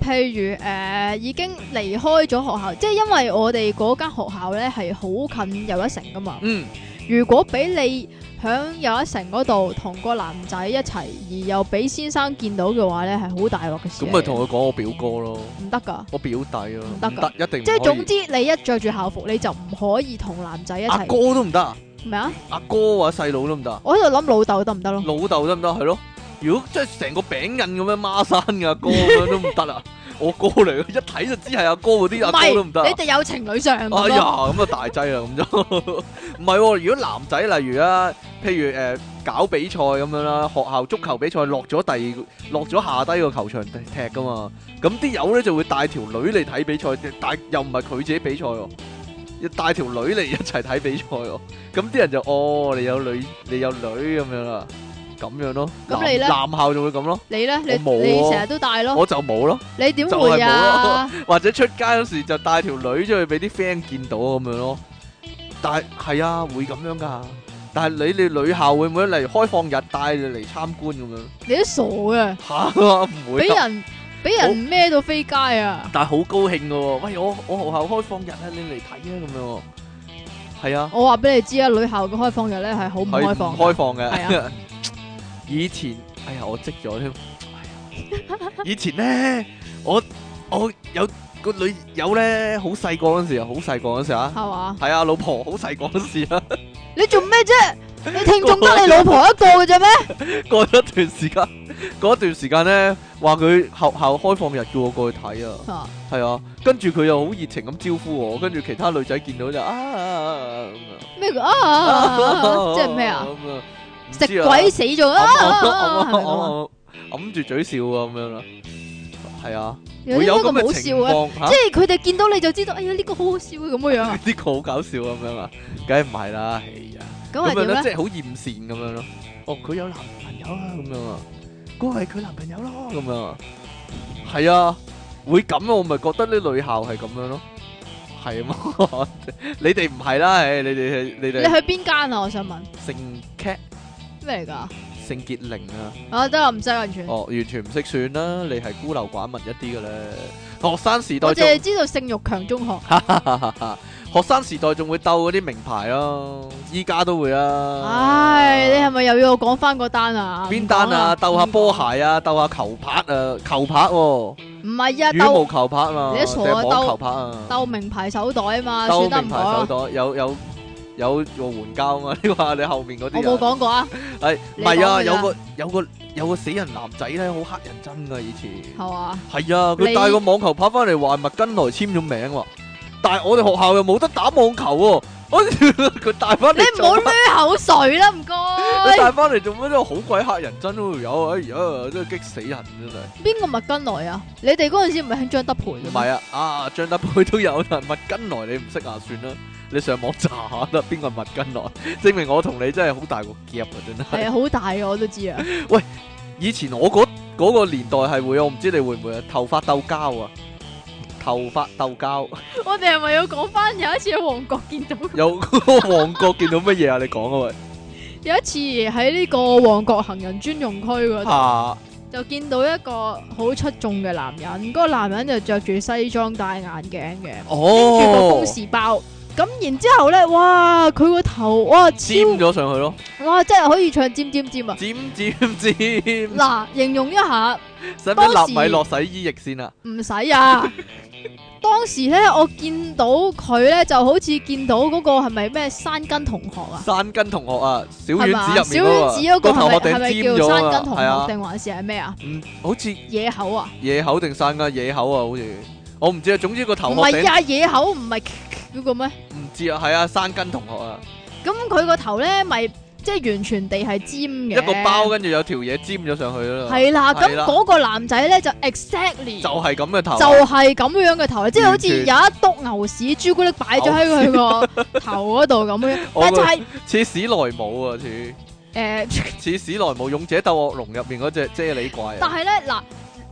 [SPEAKER 2] 譬如誒、呃已經離開咗學校，即係因為我哋嗰間學校咧係好近又一城噶嘛。
[SPEAKER 1] 嗯，
[SPEAKER 2] 如果俾你響又一城嗰度同個男仔一齊，而又俾先生見到嘅話咧，係好大鑊嘅事
[SPEAKER 1] 咁
[SPEAKER 2] 嚟嘅。
[SPEAKER 1] 咪同佢講我表哥咯，
[SPEAKER 2] 唔得㗎，
[SPEAKER 1] 我表弟咯，
[SPEAKER 2] 唔
[SPEAKER 1] 唔
[SPEAKER 2] 得㗎
[SPEAKER 1] 得，一定
[SPEAKER 2] 即係
[SPEAKER 1] 係
[SPEAKER 2] 總之你一着住校服你就唔可以同男仔一
[SPEAKER 1] 阿
[SPEAKER 2] 齊。
[SPEAKER 1] 哥都唔得啊，
[SPEAKER 2] 咩啊？
[SPEAKER 1] 阿哥或者細佬都唔得啊，
[SPEAKER 2] 我喺度諗老豆得唔得咯？
[SPEAKER 1] 老豆得唔得？係咯，如果即係成個餅印咁樣孖生嘅阿哥咁樣都唔得啊，我哥嚟嘅，一睇就知係阿哥嗰啲阿哥都唔得啊。
[SPEAKER 2] 你哋有情侶上
[SPEAKER 1] 哎
[SPEAKER 2] 咁
[SPEAKER 1] 呀，
[SPEAKER 2] 咯，
[SPEAKER 1] 咁啊大劑啦，咁 就唔係喎。如果男仔例如啊，譬如誒、呃搞比賽咁樣啦，學校足球比賽落咗第二落咗下低個球場踢踢噶嘛，咁啲友咧就會帶條女嚟睇比賽，但又唔係佢自己比賽喎，要帶條女嚟一齊睇比賽喎。咁啲人就哦，你有女，你有女咁樣啦，咁樣咯。
[SPEAKER 2] 咁
[SPEAKER 1] 男
[SPEAKER 2] 你呢
[SPEAKER 1] 男校就會咁咯，
[SPEAKER 2] 你咧你
[SPEAKER 1] 我冇啊
[SPEAKER 2] 你成日都戴咯，
[SPEAKER 1] 我就冇咯，
[SPEAKER 2] 你點
[SPEAKER 1] 就係
[SPEAKER 2] 會
[SPEAKER 1] 冇
[SPEAKER 2] 啊？
[SPEAKER 1] 或者出街嗰時就帶條女出去俾啲 friend 見到咁樣咯。但係係啊，會咁樣噶。但係你哋女校會唔會嚟開放日帶你嚟參觀咁樣？
[SPEAKER 2] 你都傻嘅，
[SPEAKER 1] 嚇 唔會
[SPEAKER 2] 俾
[SPEAKER 1] 㗎。
[SPEAKER 2] 人俾人孭到飛街啊！
[SPEAKER 1] 但係好高興嘅喎，喂我我學校開放日啊，你嚟睇啊咁樣喎。係啊，
[SPEAKER 2] 我話俾你知啊，女校嘅開放日咧係好唔
[SPEAKER 1] 係
[SPEAKER 2] 開
[SPEAKER 1] 唔
[SPEAKER 2] 放嘅，
[SPEAKER 1] 開放
[SPEAKER 2] 係
[SPEAKER 1] 嘅。 以前哎呀我積咗 添。哎呀以前咧我我有個女友咧，好細個嗰陣時啊，好細個嗰陣時啊。
[SPEAKER 2] 係嘛？
[SPEAKER 1] 係啊，老婆好細個嗰時啊。
[SPEAKER 2] 你做咩啫？你聽眾得你老婆一個嘅啫咩？
[SPEAKER 1] 過咗一段時間， 嗰段時間咧，話佢學校開放日叫我過去睇啊，
[SPEAKER 2] 啊
[SPEAKER 1] 係啊，跟住佢又好熱情咁招呼我，跟住其他女仔見到就啊啊啊
[SPEAKER 2] 咩叫
[SPEAKER 1] 啊
[SPEAKER 2] 啊？
[SPEAKER 1] 啊，
[SPEAKER 2] 即係咩啊？
[SPEAKER 1] 咁啊，唔
[SPEAKER 2] 食
[SPEAKER 1] 知啊
[SPEAKER 2] 鬼死咗啊！係咪咁啊
[SPEAKER 1] 揞揞住嘴笑啊咁樣啦，係啊，
[SPEAKER 2] 有
[SPEAKER 1] 會有
[SPEAKER 2] 啲
[SPEAKER 1] 咁
[SPEAKER 2] 咩咁
[SPEAKER 1] 嘅
[SPEAKER 2] 好
[SPEAKER 1] 情
[SPEAKER 2] 笑嘅，
[SPEAKER 1] 況嚇
[SPEAKER 2] 即。係佢哋見到你就知道，哎呀呢個好好笑嘅咁嘅樣啊！
[SPEAKER 1] 呢個好搞笑咁樣啊，梗係唔係啦，係啊，
[SPEAKER 2] 咁
[SPEAKER 1] 咁
[SPEAKER 2] 係
[SPEAKER 1] 樣
[SPEAKER 2] 點
[SPEAKER 1] 咧，即係
[SPEAKER 2] 咧？
[SPEAKER 1] 好厭善咁樣咯。哦，佢有男朋友啊，咁樣啊，嗰個係佢男朋友咯，咁樣啊，係啊，會咁啊，我咪覺得啲女校係咁樣咯，係啊 嘛，你哋唔係啦，唉，你哋係你
[SPEAKER 2] 你
[SPEAKER 1] 哋
[SPEAKER 2] 去邊間啊？我想問
[SPEAKER 1] 聖 cat
[SPEAKER 2] 咩嚟㗎？
[SPEAKER 1] 聖潔靈啊，
[SPEAKER 2] 啊得啦，唔使完全，
[SPEAKER 1] 哦，完全唔識算啦，你係孤陋寡聞一啲嘅咧，學生時代
[SPEAKER 2] 我
[SPEAKER 1] 仲
[SPEAKER 2] 淨係知道性慾強中學
[SPEAKER 1] 學生時代仲會鬥嗰啲名牌咯，依家都會啊，
[SPEAKER 2] 唉，你係咪又要我講翻嗰單啊？
[SPEAKER 1] 邊單啊？
[SPEAKER 2] 唔講啦
[SPEAKER 1] 鬥下波，鞋啊，鬥下球拍啊，球拍喎，
[SPEAKER 2] 唔係啊，
[SPEAKER 1] 羽毛
[SPEAKER 2] 鬥
[SPEAKER 1] 球拍啊，
[SPEAKER 2] 你都傻啊
[SPEAKER 1] 定係網
[SPEAKER 2] 鬥
[SPEAKER 1] 球拍啊，
[SPEAKER 2] 鬥名牌手袋啊嘛，
[SPEAKER 1] 鬥
[SPEAKER 2] 算得
[SPEAKER 1] 名
[SPEAKER 2] 唔
[SPEAKER 1] 牌
[SPEAKER 2] 講
[SPEAKER 1] 手
[SPEAKER 2] 啦，
[SPEAKER 1] 袋，有有有做援交啊嘛？ 你話你後面嗰
[SPEAKER 2] 我
[SPEAKER 1] 啲
[SPEAKER 2] 冇
[SPEAKER 1] 人
[SPEAKER 2] 講過啊，
[SPEAKER 1] 係唔
[SPEAKER 2] 你
[SPEAKER 1] 係啊？
[SPEAKER 2] 講㗎咋
[SPEAKER 1] 有個有個有個死人男仔咧，好黑人憎噶以前，
[SPEAKER 2] 係嘛？
[SPEAKER 1] 係啊，佢
[SPEAKER 2] 你
[SPEAKER 1] 帶個網球拍翻嚟，話係麥根來簽咗名喎，但係我哋學校又冇得打網球喎， 佢帶翻
[SPEAKER 2] 你
[SPEAKER 1] 嚟
[SPEAKER 2] 唔好
[SPEAKER 1] 做乜？
[SPEAKER 2] 濺口水啦，唔該。
[SPEAKER 1] 佢帶翻嚟做乜都好鬼黑人憎嗰條友啊！哎呀，真係激死人真係。
[SPEAKER 2] 邊個麥根來啊？你哋嗰陣時唔係興張德培嘅
[SPEAKER 1] 唔
[SPEAKER 2] 咩
[SPEAKER 1] 係啊，啊張德佩都有，但係麥根來你唔識啊，算啦，你上網查下得，邊個係麥根來？ 證明我同你真係好大個 gap 啊，真係。
[SPEAKER 2] 係啊，好大嘅我都 知啊。
[SPEAKER 1] 以前我嗰嗰個年代係會，我唔知你會唔會啊，頭髮鬥交啊，頭髮鬥交，
[SPEAKER 2] 我哋係咪要講翻有一次喺旺角見到，
[SPEAKER 1] 有旺角見到乜嘢啊？你講 啊
[SPEAKER 2] 有一次喺呢個旺角行人專用區嗰
[SPEAKER 1] 喂，
[SPEAKER 2] 度，
[SPEAKER 1] 嚇
[SPEAKER 2] 就見到一個好出眾嘅男人，嗰個男人就着住西裝戴眼鏡嘅。拎住個
[SPEAKER 1] 哦
[SPEAKER 2] 公，事包。咁然之後咧，哇！佢個頭哇超
[SPEAKER 1] 尖咗上去咯，
[SPEAKER 2] 哇，真係可以唱尖尖尖啊！
[SPEAKER 1] 尖尖尖，使唔
[SPEAKER 2] 嗱，形容一下，
[SPEAKER 1] 使
[SPEAKER 2] 當時
[SPEAKER 1] 納米落洗衣液先啊？
[SPEAKER 2] 唔使 啊。當時咧，我見到佢咧，就好似見到嗰個係咪咩山根同學啊？
[SPEAKER 1] 山根同學啊，小
[SPEAKER 2] 係嘛？
[SPEAKER 1] 丸子
[SPEAKER 2] 小
[SPEAKER 1] 入面
[SPEAKER 2] 丸子
[SPEAKER 1] 個
[SPEAKER 2] 嗰個
[SPEAKER 1] 頭殼
[SPEAKER 2] 係咪
[SPEAKER 1] 頂
[SPEAKER 2] 係咪
[SPEAKER 1] 尖
[SPEAKER 2] 叫
[SPEAKER 1] 咗
[SPEAKER 2] 山
[SPEAKER 1] 啊
[SPEAKER 2] 根同，
[SPEAKER 1] 係啊
[SPEAKER 2] 學，定還是係咩啊？
[SPEAKER 1] 嗯，好似。
[SPEAKER 2] 野口啊？
[SPEAKER 1] 野口定山㗎？野口啊，好似我唔知啊。總之個頭
[SPEAKER 2] 唔
[SPEAKER 1] 殼
[SPEAKER 2] 係
[SPEAKER 1] 頂
[SPEAKER 2] 啊，野口唔係嗰個咩？
[SPEAKER 1] 唔知啊，係啊，山根同學啊，
[SPEAKER 2] 咁佢個頭咧，咪即係完全地係尖
[SPEAKER 1] 一
[SPEAKER 2] 嘅，
[SPEAKER 1] 個包跟住有條嘢尖咗上去啦，
[SPEAKER 2] 係啦，咁
[SPEAKER 1] 係啦
[SPEAKER 2] 嗰個男仔咧就 exactly
[SPEAKER 1] 就係咁嘅頭啊，
[SPEAKER 2] 就係咁樣嘅頭，即係好似有
[SPEAKER 1] 完全哦
[SPEAKER 2] 一篤牛屎朱古力擺咗喺佢個頭嗰度咁樣，
[SPEAKER 1] 我
[SPEAKER 2] 但
[SPEAKER 1] 個
[SPEAKER 2] 就係呃
[SPEAKER 1] 似史萊姆啊，似
[SPEAKER 2] 誒，
[SPEAKER 1] 似史萊姆勇者鬥惡龍入面嗰隻啫喱怪
[SPEAKER 2] 但
[SPEAKER 1] 啊，
[SPEAKER 2] 係咧嗱，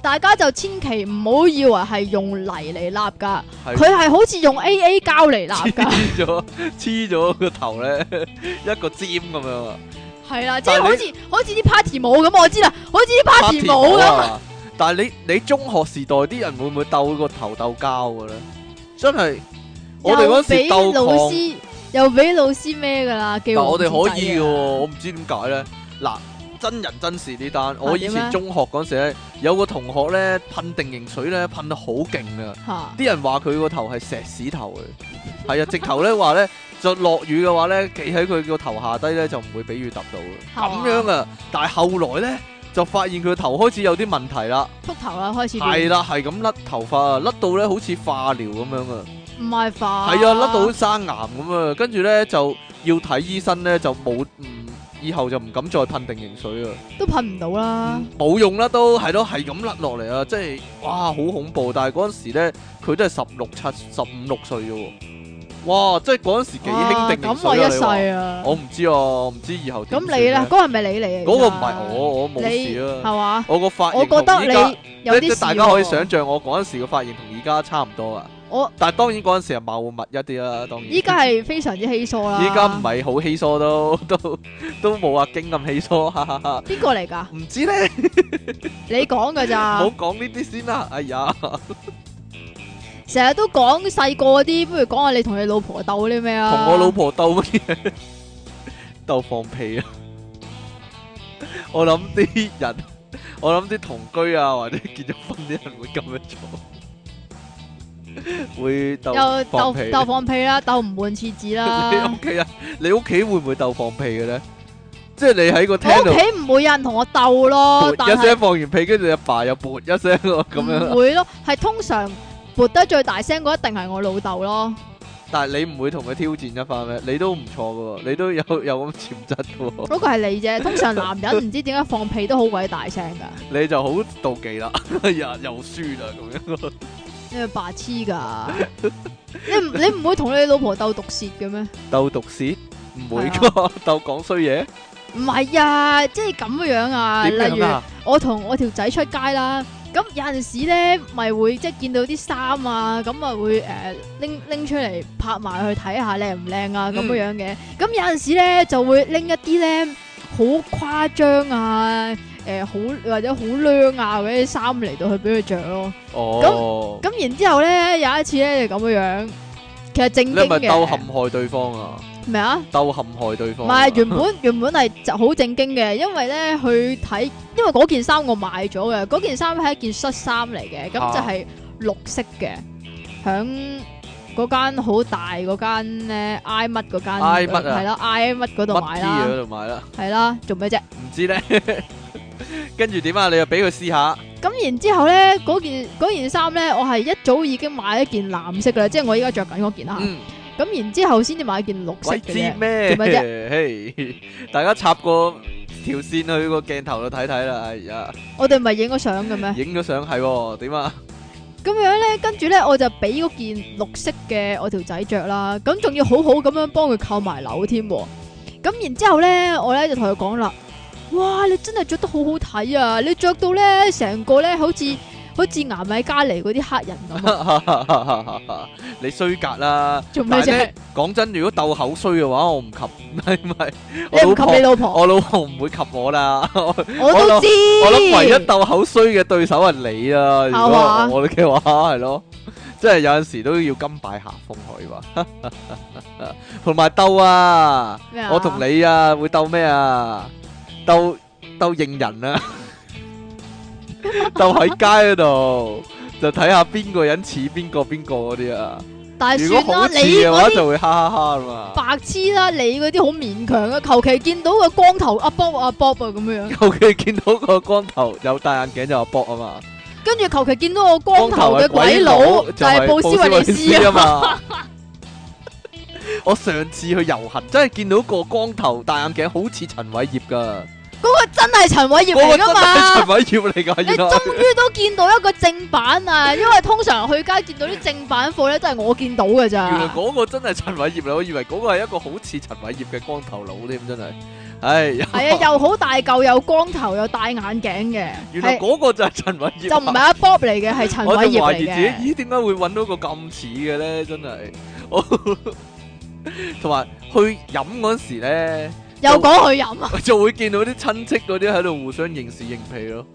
[SPEAKER 2] 大家就千祈唔好以為係用泥嚟立㗎，
[SPEAKER 1] 係
[SPEAKER 2] 佢係好似用 A A 膠嚟 立㗎，
[SPEAKER 1] 黐咗黐咗個頭咧， 一個尖咁樣啊，
[SPEAKER 2] 係啦，即
[SPEAKER 1] 但係你
[SPEAKER 2] 係好似好似啲 party 舞咁，我知啦，好似啲 party 舞
[SPEAKER 1] 拍
[SPEAKER 2] 咁，
[SPEAKER 1] 啊，但係你你中學時代啲人會唔會鬥個頭鬥交嘅咧？真係我哋嗰時鬥
[SPEAKER 2] 又俾老
[SPEAKER 1] 抗。
[SPEAKER 2] 師又俾老師咩噶啦？叫
[SPEAKER 1] 但我哋可
[SPEAKER 2] 王子仔
[SPEAKER 1] 以
[SPEAKER 2] 啊
[SPEAKER 1] 嘅喎，我唔知點解咧。嗱，真人真事呢單，我以
[SPEAKER 2] 點
[SPEAKER 1] 前
[SPEAKER 2] 啊
[SPEAKER 1] 中學嗰陣時咧，有個同學咧噴定型水咧噴得好勁啊！
[SPEAKER 2] 吓
[SPEAKER 1] 啲人話佢個頭係石屎頭嘅，係啊，直頭咧話咧就落雨嘅話咧，企喺佢個頭下低咧就唔會俾雨揼到
[SPEAKER 2] 係嘛
[SPEAKER 1] 嘅，咁樣啊！但係後來咧就發現佢個頭開始有啲問題啦，
[SPEAKER 2] 秃頭啦，開始變
[SPEAKER 1] 係啦，係咁甩頭髮啊，甩到咧好似化療咁樣啊！
[SPEAKER 2] 唔係化
[SPEAKER 1] 係啊，甩到生癌咁啊，跟住咧就要睇醫生咧，就冇唔以後就唔敢再噴定型水啊，
[SPEAKER 2] 都噴唔到啦，
[SPEAKER 1] 冇用啦都係咯，係咁甩落嚟啊，即係哇好恐怖！但係嗰陣時咧，佢都係十六七、十五六歲啫喎，哇！即係嗰陣時幾興定型
[SPEAKER 2] 哇咁
[SPEAKER 1] 水啊
[SPEAKER 2] 我一
[SPEAKER 1] 你話
[SPEAKER 2] 世啊！
[SPEAKER 1] 我唔知啊，我唔知以後點
[SPEAKER 2] 咁你咧，
[SPEAKER 1] 算啊
[SPEAKER 2] 嗰個係咪你嚟？
[SPEAKER 1] 嗰個唔係我，，我冇
[SPEAKER 2] 你
[SPEAKER 1] 事
[SPEAKER 2] 係
[SPEAKER 1] 啊，
[SPEAKER 2] 嘛？
[SPEAKER 1] 我個髮
[SPEAKER 2] 我
[SPEAKER 1] 型
[SPEAKER 2] 覺
[SPEAKER 1] 同
[SPEAKER 2] 得
[SPEAKER 1] 依家
[SPEAKER 2] 你有
[SPEAKER 1] 即
[SPEAKER 2] 啲
[SPEAKER 1] 係大家可以想
[SPEAKER 2] 事喎，
[SPEAKER 1] 象我嗰陣時個髮型同而家差唔多啊，
[SPEAKER 2] 我
[SPEAKER 1] 但係當然嗰陣時係茂密一啲啦，當然
[SPEAKER 2] 依家係非常之稀疏啦。
[SPEAKER 1] 依家唔係好稀疏都 都都冇阿京咁稀疏， 哈哈哈！
[SPEAKER 2] 邊個嚟㗎？
[SPEAKER 1] 唔知咧，
[SPEAKER 2] 你講㗎
[SPEAKER 1] 唔
[SPEAKER 2] 咋
[SPEAKER 1] 好？講呢啲先啦。哎呀，
[SPEAKER 2] 成日都講細個嗰啲，不如講下你同你老婆鬥啲咩啊？
[SPEAKER 1] 同我老婆鬥乜嘢？ 鬥放屁啊！我諗啲人，我諗啲同居啊，或者結咗婚啲人會咁樣做， 會鬥放
[SPEAKER 2] 又鬥
[SPEAKER 1] 屁。
[SPEAKER 2] 鬥放屁啦，鬥唔換廁紙
[SPEAKER 1] 你
[SPEAKER 2] 啦。
[SPEAKER 1] 屋企人，你屋企會唔會鬥放屁嘅咧？即係你喺個廳
[SPEAKER 2] 我
[SPEAKER 1] 度
[SPEAKER 2] 屋企唔會有人同我鬥咯，但
[SPEAKER 1] 噗一
[SPEAKER 2] 係
[SPEAKER 1] 聲放完屁，跟住你阿爸又噗一聲喎咁樣啊
[SPEAKER 2] 唔。會咯，係通常撥得最大聲嗰一定係我老豆咯。
[SPEAKER 1] 但係你唔會同佢挑戰一番咩？你都唔錯嘅喎，你都有 有咁潛質嘅喎，
[SPEAKER 2] 嗰個係 你啫，通常男人唔知點解放屁都好鬼大聲㗎，
[SPEAKER 1] 你就好妒忌啦， 哎呀又輸啦咁樣。
[SPEAKER 2] 你係白痴㗎。你唔你唔會同你老婆鬥毒舌嘅咩？
[SPEAKER 1] 鬥毒舌唔會㗎， 鬥講衰嘢
[SPEAKER 2] 唔係啊，即係咁樣啊。
[SPEAKER 1] 點
[SPEAKER 2] 例
[SPEAKER 1] 樣
[SPEAKER 2] 如
[SPEAKER 1] 啊？
[SPEAKER 2] 我同我條仔出街啦，咁有陣時咧咪會即係見到啲衫啊，咁咪會誒拎拎出嚟拍埋去睇下靚唔靚啊咁
[SPEAKER 1] 嗯
[SPEAKER 2] 樣樣嘅。咁有陣時咧就會拎一啲咧好誇張啊，誒、好或者好靚啊嗰啲衫嚟到去俾佢着咯。
[SPEAKER 1] 哦，
[SPEAKER 2] 咁然之後咧有一次咧就咁樣樣，其實正
[SPEAKER 1] 你
[SPEAKER 2] 經
[SPEAKER 1] 係咪鬥
[SPEAKER 2] 嘅
[SPEAKER 1] 陷害對方啊？
[SPEAKER 2] 咩啊？
[SPEAKER 1] 鬥陷害對方
[SPEAKER 2] 唔
[SPEAKER 1] 啊。
[SPEAKER 2] 係原本原本係就好正經嘅，因為咧去睇，因為嗰件衫我買咗嘅，嗰件衫係一件恤衫嚟嘅，咁
[SPEAKER 1] 啊
[SPEAKER 2] 就係綠色嘅，響嗰間好大嗰間咧 I 乜嗰間
[SPEAKER 1] I 乜啊
[SPEAKER 2] 係啦 I 乜嗰度
[SPEAKER 1] 乜
[SPEAKER 2] 買
[SPEAKER 1] 啲
[SPEAKER 2] 啦，
[SPEAKER 1] 嘢喺度買啦？
[SPEAKER 2] 係啦，做咩啫？
[SPEAKER 1] 唔知咧。 跟住點啊？你又俾佢試下，
[SPEAKER 2] 咁然之後咧，嗰件嗰件衫咧，我係一早已經買一件藍色噶啦，即係我依家着緊嗰件啦。
[SPEAKER 1] 嗯，
[SPEAKER 2] 咁然之後先至買件綠色
[SPEAKER 1] 鬼
[SPEAKER 2] 嘅
[SPEAKER 1] 知
[SPEAKER 2] 啫。
[SPEAKER 1] 咩？
[SPEAKER 2] 做乜 啫
[SPEAKER 1] 嘿，大家插個條線去個鏡頭度睇睇啦。哎呀，
[SPEAKER 2] 我哋唔係影咗相嘅咩？
[SPEAKER 1] 影咗相係喎，點啊？
[SPEAKER 2] 咁樣咧，跟住咧我就俾嗰件綠色嘅我條仔着啦，咁仲要好好咁樣幫佢扣埋紐添喎。咁然之後咧，我咧就同佢講啦：，哇，你真係着得好好睇啊！你着到咧成個咧好似好似牙米加尼嗰啲黑人咁啊，
[SPEAKER 1] 你衰格啦！
[SPEAKER 2] 做咩
[SPEAKER 1] 但係
[SPEAKER 2] 啫
[SPEAKER 1] 呢？講真，如果鬥口衰嘅話，我唔及， 唔係唔係，我
[SPEAKER 2] 你唔
[SPEAKER 1] 老
[SPEAKER 2] 及
[SPEAKER 1] 婆
[SPEAKER 2] 你，老婆，
[SPEAKER 1] 我老婆唔會及我 啦。我
[SPEAKER 2] 我都知。
[SPEAKER 1] 我諗唯一鬥口衰嘅對手係你啦。如
[SPEAKER 2] 係嘛
[SPEAKER 1] 果我嘅話係咯，即係有陣時都要甘拜下風可以話。 同埋鬥啊，
[SPEAKER 2] 咩啊
[SPEAKER 1] 我同你啊，會鬥咩啊？鬥鬥認人啊， 鬥喺街嗰度就睇下邊個人似邊個邊個嗰啲啊。
[SPEAKER 2] 但係
[SPEAKER 1] 如果
[SPEAKER 2] 算啦，
[SPEAKER 1] 好似
[SPEAKER 2] 你
[SPEAKER 1] 嘅
[SPEAKER 2] 嗰
[SPEAKER 1] 話，
[SPEAKER 2] 啲
[SPEAKER 1] 就會哈哈哈啦 嘛。
[SPEAKER 2] 白痴啦，你嗰啲好勉強啊，求其見到個光頭阿 Bob 阿 Bob 啊咁樣，
[SPEAKER 1] 尤其見到個光頭有戴眼鏡就話搏啊嘛，
[SPEAKER 2] 跟住求其見到個光頭嘅鬼佬就係布斯維利斯啊。
[SPEAKER 1] 啊嘛。 我上次去遊行真係見到個光頭戴眼鏡，好似陳偉業噶，
[SPEAKER 2] 嗰個真係陳偉業
[SPEAKER 1] 嗰個
[SPEAKER 2] 嚟
[SPEAKER 1] 真
[SPEAKER 2] 噶
[SPEAKER 1] 係陳
[SPEAKER 2] 嘛？
[SPEAKER 1] 偉業嚟噶，
[SPEAKER 2] 你
[SPEAKER 1] 原來
[SPEAKER 2] 終於都見到一個正版啊！因為通常去街見到啲正版貨咧，都係我見到噶 咋。
[SPEAKER 1] 原來嗰個真係陳偉業嚟，我以為嗰個係一個好似陳偉業嘅光頭佬添，真係，唉，
[SPEAKER 2] 係啊，又好大嚿，又光頭，又戴眼鏡嘅，
[SPEAKER 1] 原來
[SPEAKER 2] 係
[SPEAKER 1] 嗰個就係陳偉業，
[SPEAKER 2] 就唔係阿 Bob 嚟嘅，係陳
[SPEAKER 1] 我
[SPEAKER 2] 偉
[SPEAKER 1] 就
[SPEAKER 2] 業
[SPEAKER 1] 懷
[SPEAKER 2] 嚟
[SPEAKER 1] 疑自
[SPEAKER 2] 嘅。
[SPEAKER 1] 己，咦？點解會揾到個咁似嘅咧？真係，我 同埋去飲嗰陣時咧，
[SPEAKER 2] 又講佢飲啊！
[SPEAKER 1] 就會見到啲親戚嗰啲喺度互相認屎認屁咯，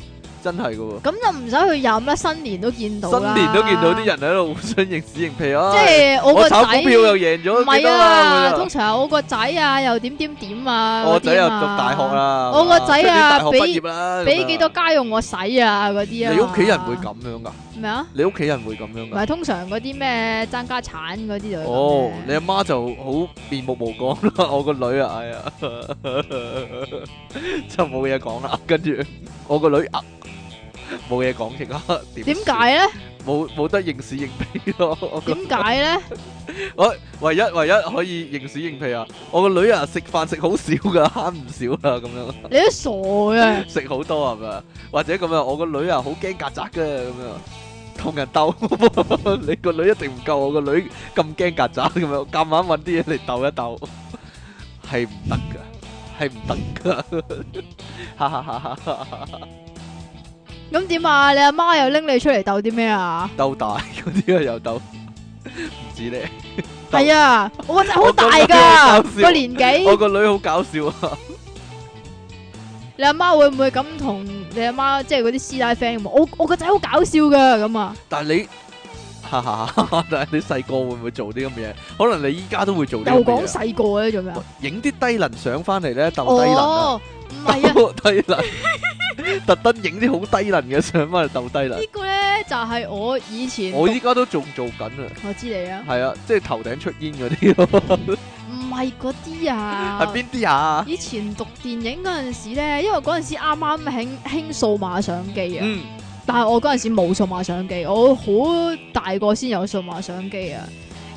[SPEAKER 1] 真係噶喎。
[SPEAKER 2] 咁就唔使去飲啦，新年都見到啦
[SPEAKER 1] 新年都見到啲人喺度互相認屎認屁啊！
[SPEAKER 2] 即係我
[SPEAKER 1] 我
[SPEAKER 2] 個仔
[SPEAKER 1] 炒股票又贏
[SPEAKER 2] 唔
[SPEAKER 1] 咗幾
[SPEAKER 2] 係
[SPEAKER 1] 多
[SPEAKER 2] 啊，
[SPEAKER 1] 啊！咁
[SPEAKER 2] 通
[SPEAKER 1] 樣
[SPEAKER 2] 常係我個仔啊又點點點啊，
[SPEAKER 1] 我
[SPEAKER 2] 嗰啲
[SPEAKER 1] 仔又
[SPEAKER 2] 嘛
[SPEAKER 1] 讀大學，啦，
[SPEAKER 2] 我個仔啊
[SPEAKER 1] 出年大學畢業啦，咁
[SPEAKER 2] 俾
[SPEAKER 1] 樣
[SPEAKER 2] 幾多家用我使啊嗰啲啊，
[SPEAKER 1] 你屋企人會咁樣噶？
[SPEAKER 2] 咩啊？
[SPEAKER 1] 你屋企人會咁樣
[SPEAKER 2] 唔
[SPEAKER 1] 噶？
[SPEAKER 2] 係通常嗰啲咩爭家產嗰啲就會咁
[SPEAKER 1] 哦，
[SPEAKER 2] 嘅
[SPEAKER 1] 你阿媽就好面目無光啦，我個女啊，哎呀， 就冇嘢講啦。跟住我個女啊，冇嘢講其啊，點
[SPEAKER 2] 點
[SPEAKER 1] 算？
[SPEAKER 2] 解咧？
[SPEAKER 1] 冇冇得認屎認屁咯？我個
[SPEAKER 2] 點解咧？
[SPEAKER 1] 唯一唯一可以認屎認屁啊！我個女啊，食飯食好少噶，慳唔少啦啊咁樣。
[SPEAKER 2] 你都傻 嘅，
[SPEAKER 1] 食好多係咪啊？或者咁樣，我個女啊好驚曱甴嘅咁樣，同人鬥，你個女一定唔夠我個女咁驚曱甴咁樣，夾硬揾啲嘢嚟鬥一鬥，係唔得噶，係唔 得噶，哈哈哈哈哈哈！
[SPEAKER 2] 咁點啊？你阿媽又拎你出嚟鬥啲咩啊？
[SPEAKER 1] 鬥大嗰啲啊又鬥，唔止咧，鬥
[SPEAKER 2] 係啊，我個仔好
[SPEAKER 1] 我個
[SPEAKER 2] 大
[SPEAKER 1] 女
[SPEAKER 2] 㗎
[SPEAKER 1] 好搞笑
[SPEAKER 2] 個年
[SPEAKER 1] 我
[SPEAKER 2] 紀，
[SPEAKER 1] 個女好搞笑啊！
[SPEAKER 2] 你阿媽會唔會咁同你阿媽即係嗰啲師奶 friend 咁啊我我個仔好搞笑㗎咁啊？
[SPEAKER 1] 但係你。哈哈哈哈！但係你細個會唔會做啲咁嘅嘢？可能你依家都會做啲
[SPEAKER 2] 又
[SPEAKER 1] 咁
[SPEAKER 2] 講
[SPEAKER 1] 嘅嘢
[SPEAKER 2] 細個咧做咩啊？
[SPEAKER 1] 啊，影啲低能相翻嚟咧鬥低能啊！
[SPEAKER 2] 哦， 唔係啊，
[SPEAKER 1] 低能， 特登影啲好低能嘅相翻嚟鬥低能
[SPEAKER 2] 呢。個咧就係我以前
[SPEAKER 1] 我
[SPEAKER 2] 讀
[SPEAKER 1] 依家都仲做緊啊，
[SPEAKER 2] 我知你啊，
[SPEAKER 1] 係啊，即係頭頂出煙嗰啲咯。
[SPEAKER 2] 唔係嗰啲
[SPEAKER 1] 係
[SPEAKER 2] 啊。
[SPEAKER 1] 邊啲啊？
[SPEAKER 2] 以前讀電影嗰陣時咧，因為嗰陣時啱啱興興數碼相機啊，
[SPEAKER 1] 嗯，
[SPEAKER 2] 但係我嗰陣時冇數碼相機，我好大個先有數碼相機啊。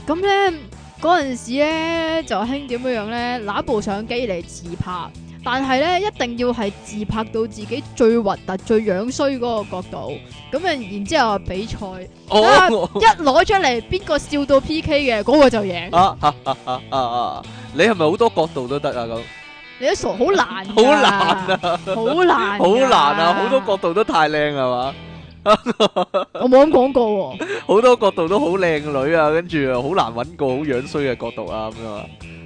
[SPEAKER 2] 咁咧嗰陣時咧就興點樣樣咧，拿部相機嚟自拍，但係咧一定要係自拍到自己最核突、最樣衰嗰個角度，咁啊然之後比賽。 啊
[SPEAKER 1] 我
[SPEAKER 2] 一攞出嚟，邊個笑到 P K 嘅，嗰、個就贏。
[SPEAKER 1] 啊啊啊啊啊！你係咪好多角度都得啊？咁
[SPEAKER 2] 你都傻，好難，
[SPEAKER 1] 好難
[SPEAKER 2] 啊，好難，
[SPEAKER 1] 好難啊！好多角。度都太靚啊係嘛？
[SPEAKER 2] 我冇咁講過喎，
[SPEAKER 1] 好多角度都好靚女啊，跟住啊好難揾個好樣衰嘅角度啊咁樣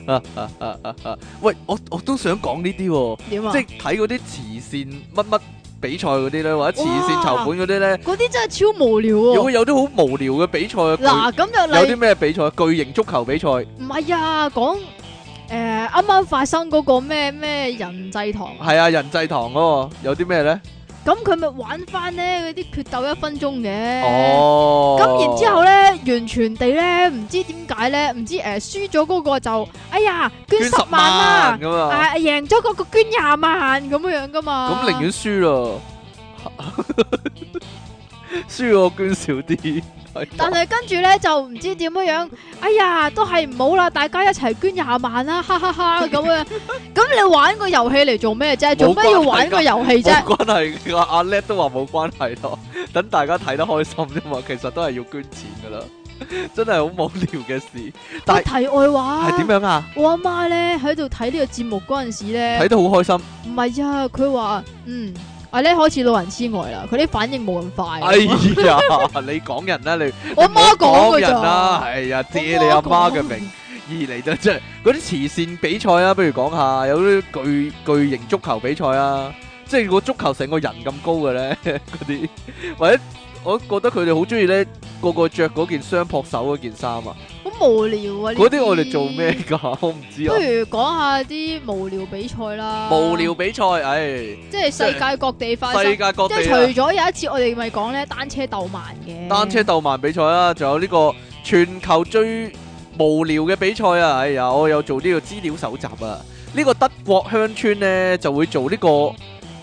[SPEAKER 1] 啊啊啊啊啊啊！喂，我我都想講呢啲喎。
[SPEAKER 2] 點啊？
[SPEAKER 1] 即係睇嗰啲慈善乜乜比賽嗰啲咧，或者慈善籌款嗰啲咧，
[SPEAKER 2] 嗰啲真係超無聊
[SPEAKER 1] 有
[SPEAKER 2] 喎。
[SPEAKER 1] 有啲好無聊嘅比賽啊，
[SPEAKER 2] 嗱，咁
[SPEAKER 1] 巨
[SPEAKER 2] 就
[SPEAKER 1] 有
[SPEAKER 2] 例
[SPEAKER 1] 啲咩比賽？巨型足球比賽，
[SPEAKER 2] 唔係啊，講誒啱啱發生嗰個咩咩人制堂，
[SPEAKER 1] 係啊，人制堂嗰個有啲咩咧？
[SPEAKER 2] 咁佢咪玩翻咧嗰啲決鬥一分鐘嘅。
[SPEAKER 1] 哦，
[SPEAKER 2] 咁然之後咧，完全地咧，唔知點解咧，唔知誒、輸咗嗰個就，哎呀，捐十萬啦、
[SPEAKER 1] 咁啊，
[SPEAKER 2] 啊！贏咗嗰個捐廿萬咁樣樣噶嘛？
[SPEAKER 1] 咁寧願輸咯， 輸我捐少啲，係
[SPEAKER 2] 但係跟住咧就唔知點樣樣，哎呀，都係唔好啦，大家一齊捐廿萬啦，哈哈哈咁 樣。咁你玩個遊戲嚟做咩啫？做咩要玩個遊戲
[SPEAKER 1] 冇
[SPEAKER 2] 啫？
[SPEAKER 1] 關係噶，阿叻都話冇關係咯，等大家睇得開心啫嘛，其實都係要捐錢噶啦，真係好無聊嘅事，但
[SPEAKER 2] 喂
[SPEAKER 1] 係
[SPEAKER 2] 題外話
[SPEAKER 1] 係，點樣啊？
[SPEAKER 2] 我阿媽咧喺度睇呢個節目嗰陣時
[SPEAKER 1] 睇
[SPEAKER 2] 咧，
[SPEAKER 1] 得好開心，
[SPEAKER 2] 唔係啊，佢話嗯，阿咧開始老人痴呆啦，佢啲反應冇咁
[SPEAKER 1] 哎
[SPEAKER 2] 快。
[SPEAKER 1] 呀， 你講人啦，你
[SPEAKER 2] 啊我媽講
[SPEAKER 1] 你唔好
[SPEAKER 2] 嘅
[SPEAKER 1] 人啊啦，
[SPEAKER 2] 咋，
[SPEAKER 1] 係呀，借你阿媽嘅名。二嚟就真係嗰啲慈善比賽啊，不如講下有啲巨巨型足球比賽啊，即係個足球成個人咁高嘅咧， 嗰啲或者我覺得佢哋好中意咧，個個着嗰件雙撲手嗰件衫啊，
[SPEAKER 2] 好無聊啊！呢
[SPEAKER 1] 嗰啲我哋做咩㗎？ 我唔知
[SPEAKER 2] 不
[SPEAKER 1] 啊。
[SPEAKER 2] 如講下啲無聊比賽啦。
[SPEAKER 1] 無聊，比賽，唉，
[SPEAKER 2] 即係世界各地發生。
[SPEAKER 1] 世界各
[SPEAKER 2] 即係
[SPEAKER 1] 地啊，
[SPEAKER 2] 除咗有一次我哋咪講咧單車鬥慢嘅。
[SPEAKER 1] 單車鬥慢比賽啦，仲有呢個全球最無聊嘅比賽啊！哎呀，我有做呢個資料搜集啊。呢個德國鄉村呢，就會做呢個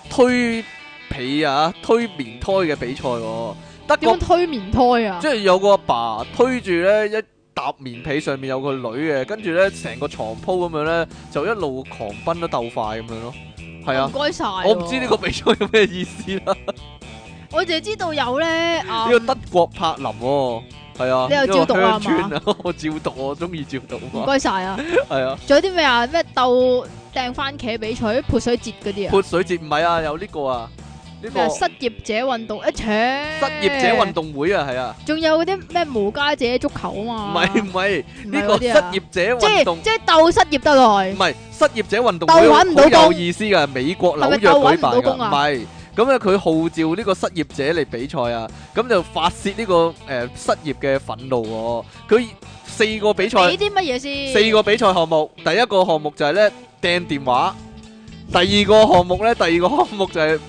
[SPEAKER 1] 推被啊、推棉胎嘅比賽喎。德
[SPEAKER 2] 點
[SPEAKER 1] 國
[SPEAKER 2] 樣推棉胎啊
[SPEAKER 1] 即？係有個阿爸推住呢一沓棉被，上面有個女嘅，跟住呢成個床鋪咁樣呢，就一路狂奔得鬥快咁樣咯。係啊
[SPEAKER 2] 唔，該晒喎。
[SPEAKER 1] 我唔知呢個比賽有咩意思啦。
[SPEAKER 2] 我淨係知道有咧啊
[SPEAKER 1] 呢個德國柏林喎，係啊，
[SPEAKER 2] 你又照讀啊
[SPEAKER 1] 呢個鄉村啊， 我照讀，我中意照讀
[SPEAKER 2] 唔
[SPEAKER 1] 嘛，
[SPEAKER 2] 該晒啊！
[SPEAKER 1] 係啊，
[SPEAKER 2] 仲有啲咩啊？咩鬥掟番茄比賽、潑水節嗰啲啊？
[SPEAKER 1] 潑水節唔係啊，有呢個啊，呢
[SPEAKER 2] 咩
[SPEAKER 1] 個
[SPEAKER 2] 啊
[SPEAKER 1] 失
[SPEAKER 2] 失業者運動一扯，失
[SPEAKER 1] 業者運，動會啊，係啊，
[SPEAKER 2] 仲有嗰啲咩無家者足球
[SPEAKER 1] 唔
[SPEAKER 2] 啊嘛？
[SPEAKER 1] 係唔係
[SPEAKER 2] 唔
[SPEAKER 1] 呢
[SPEAKER 2] 係
[SPEAKER 1] 個
[SPEAKER 2] 嗰
[SPEAKER 1] 失
[SPEAKER 2] 啲啊
[SPEAKER 1] 業者
[SPEAKER 2] 即
[SPEAKER 1] 運動
[SPEAKER 2] 係，即係鬥失業得
[SPEAKER 1] 唔
[SPEAKER 2] 耐，
[SPEAKER 1] 係失業者運動
[SPEAKER 2] 鬥
[SPEAKER 1] 會
[SPEAKER 2] 搵唔到
[SPEAKER 1] 好有
[SPEAKER 2] 工
[SPEAKER 1] 意思㗎，美國紐
[SPEAKER 2] 係咪
[SPEAKER 1] 約
[SPEAKER 2] 鬥搵
[SPEAKER 1] 舉辦㗎，
[SPEAKER 2] 唔到工
[SPEAKER 1] 唔
[SPEAKER 2] 啊
[SPEAKER 1] 係咁咧佢號召呢個失業者嚟比賽啊，咁就發泄呢、個誒、呃失業嘅憤怒喎、佢四個比賽
[SPEAKER 2] 俾。啲乜嘢先？
[SPEAKER 1] 四個比賽項目，第一個項目就係咧掟電話，第二個項目咧，第二個項目就係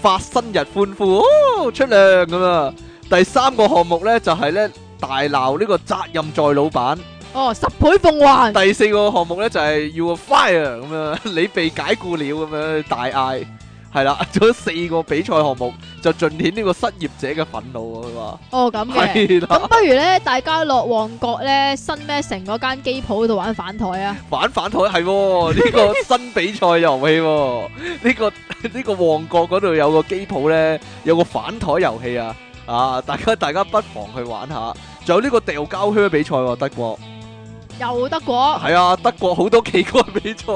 [SPEAKER 1] 發生日歡呼，哦出糧咁啊！第三個項目咧就係咧大鬧呢個責任在老闆，
[SPEAKER 2] 哦，十倍奉還，
[SPEAKER 1] 第四個項目咧就係、要 fire 咁樣， 你被解雇了咁樣大嗌，係啦， 做咗四個比賽項目就盡顯呢個失業者嘅憤怒啊！佢話
[SPEAKER 2] 哦咁嘅。
[SPEAKER 1] 係啦，
[SPEAKER 2] 咁不如咧，大家落旺角咧新咩城嗰間機鋪度玩反台啊！
[SPEAKER 1] 反反台係 喎，呢個新比賽遊戲喎，呢個呢個旺角嗰度有個機鋪咧，有個反台遊戲啊，啊，大家大家不妨去玩下。仲有呢個掉膠靴比賽喎，德國
[SPEAKER 2] 又德國，
[SPEAKER 1] 係啊，德國好多奇怪比賽，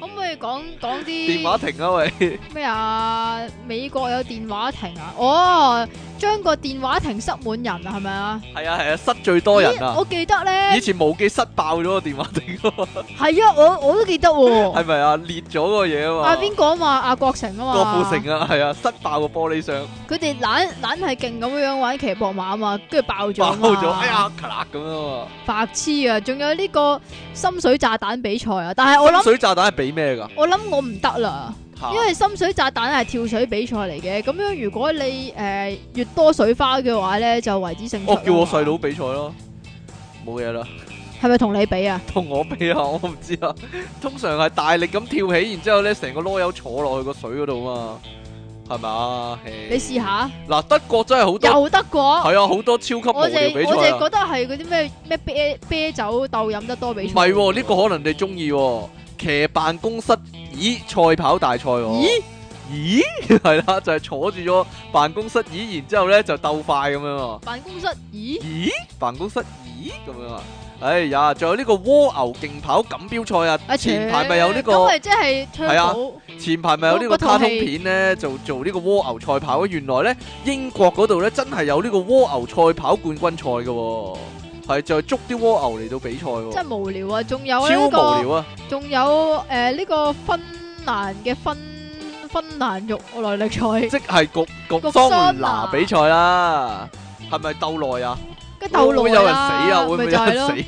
[SPEAKER 2] 可唔可以講講
[SPEAKER 1] 電話
[SPEAKER 2] 啲
[SPEAKER 1] 亭啊喂，
[SPEAKER 2] 咩啊？美國有電話亭啊？哦，將個電話亭塞滿人啊，係咪啊？
[SPEAKER 1] 係啊係啊，塞最多人
[SPEAKER 2] 咦
[SPEAKER 1] 啊！
[SPEAKER 2] 我記得咧
[SPEAKER 1] 以，前無記塞爆咗個電話亭啊 嘛，
[SPEAKER 2] 係啊，我我都記得喎。
[SPEAKER 1] 係咪啊？裂咗個嘢
[SPEAKER 2] 阿
[SPEAKER 1] 啊嘛
[SPEAKER 2] 邊，個啊嘛？阿郭成啊嘛？
[SPEAKER 1] 郭富城啊，係啊，塞爆個玻璃箱，
[SPEAKER 2] 佢哋懶懶係勁咁樣玩騎膊馬啊嘛，跟住爆咗
[SPEAKER 1] 爆
[SPEAKER 2] 啊嘛
[SPEAKER 1] 咗，哎呀，咔啦咁啊
[SPEAKER 2] 白痴啊！仲有呢個深水炸彈比賽啊，但係我
[SPEAKER 1] 嘛，
[SPEAKER 2] 諗
[SPEAKER 1] 水炸彈係俾咩㗎？
[SPEAKER 2] 我諗我唔得啦，
[SPEAKER 1] 嚇
[SPEAKER 2] 因為深水炸彈係跳水比賽嚟嘅，咁樣如果你誒、呃越多水花嘅話咧，就為之勝出
[SPEAKER 1] 我
[SPEAKER 2] 啊嘛。
[SPEAKER 1] 哦叫我細佬比賽咯，冇嘢啦，
[SPEAKER 2] 係咪同你比啊？
[SPEAKER 1] 同我比啊， 我唔知啊。通常係大力咁跳起，然之後咧成個啰柚坐落去個水嗰度嘛，係咪啊？
[SPEAKER 2] 你試下，
[SPEAKER 1] 嗱，德國真係好多
[SPEAKER 2] 又德國，
[SPEAKER 1] 係啊，好多超級無
[SPEAKER 2] 我
[SPEAKER 1] 聊
[SPEAKER 2] 哋
[SPEAKER 1] 比
[SPEAKER 2] 我
[SPEAKER 1] 賽
[SPEAKER 2] 哋
[SPEAKER 1] 啊。
[SPEAKER 2] 覺得係嗰啲咩咩啤啤酒鬥飲得多比
[SPEAKER 1] 唔
[SPEAKER 2] 賽。
[SPEAKER 1] 係喎，呢個可能你中意喎，騎辦公室椅賽跑大賽喎。
[SPEAKER 2] 咦？
[SPEAKER 1] 咦， 係啦，就係坐住咗辦公室椅，然之後咧就鬥快咁樣喎。
[SPEAKER 2] 辦公室咦？
[SPEAKER 1] 咦，辦公室咦咁樣啊！哎呀，仲有呢個蝸牛競跑錦標賽
[SPEAKER 2] 啊
[SPEAKER 1] 啊！前排咪有呢個
[SPEAKER 2] 咁，咪即係
[SPEAKER 1] 係啊
[SPEAKER 2] turbo
[SPEAKER 1] 前排咪有呢個
[SPEAKER 2] 嗰套
[SPEAKER 1] 卡通
[SPEAKER 2] 戲
[SPEAKER 1] 片咧，就做呢個蝸牛賽跑。原來咧英國嗰度咧真係有呢個蝸牛賽跑冠軍賽嘅喎，係就係捉啲蝸牛嚟到比賽喎，
[SPEAKER 2] 真係無聊啊！仲
[SPEAKER 1] 超
[SPEAKER 2] 有呢個
[SPEAKER 1] 無。聊啊！
[SPEAKER 2] 仲有誒呢個芬蘭嘅芬芬蘭肉耐力賽
[SPEAKER 1] 即係焗焗
[SPEAKER 2] 焗
[SPEAKER 1] 桑
[SPEAKER 2] 桑
[SPEAKER 1] 拿
[SPEAKER 2] 拿
[SPEAKER 1] 比賽啦，係咪鬥耐啊？
[SPEAKER 2] 跟住鬥
[SPEAKER 1] 會唔會
[SPEAKER 2] 耐
[SPEAKER 1] 有人死
[SPEAKER 2] 啦
[SPEAKER 1] 啊？會唔會
[SPEAKER 2] 咪
[SPEAKER 1] 有
[SPEAKER 2] 就係咯？
[SPEAKER 1] 人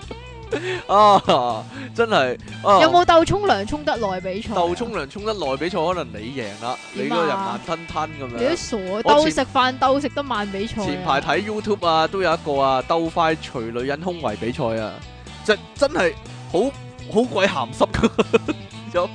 [SPEAKER 1] 死啊？啊，真係啊！
[SPEAKER 2] 有冇鬥沖涼沖得耐比賽啊？
[SPEAKER 1] 鬥沖涼沖得耐比賽，可能你贏啦，
[SPEAKER 2] 點啊
[SPEAKER 1] 你個人慢吞吞咁
[SPEAKER 2] 你都
[SPEAKER 1] 樣。
[SPEAKER 2] 傻，
[SPEAKER 1] 我
[SPEAKER 2] 鬥
[SPEAKER 1] 前
[SPEAKER 2] 食飯鬥食得慢比賽啊。
[SPEAKER 1] 前排睇 YouTube 啊，都有一個啊鬥快除女人胸圍比賽啊，就真係好好鬼鹹濕噶， 有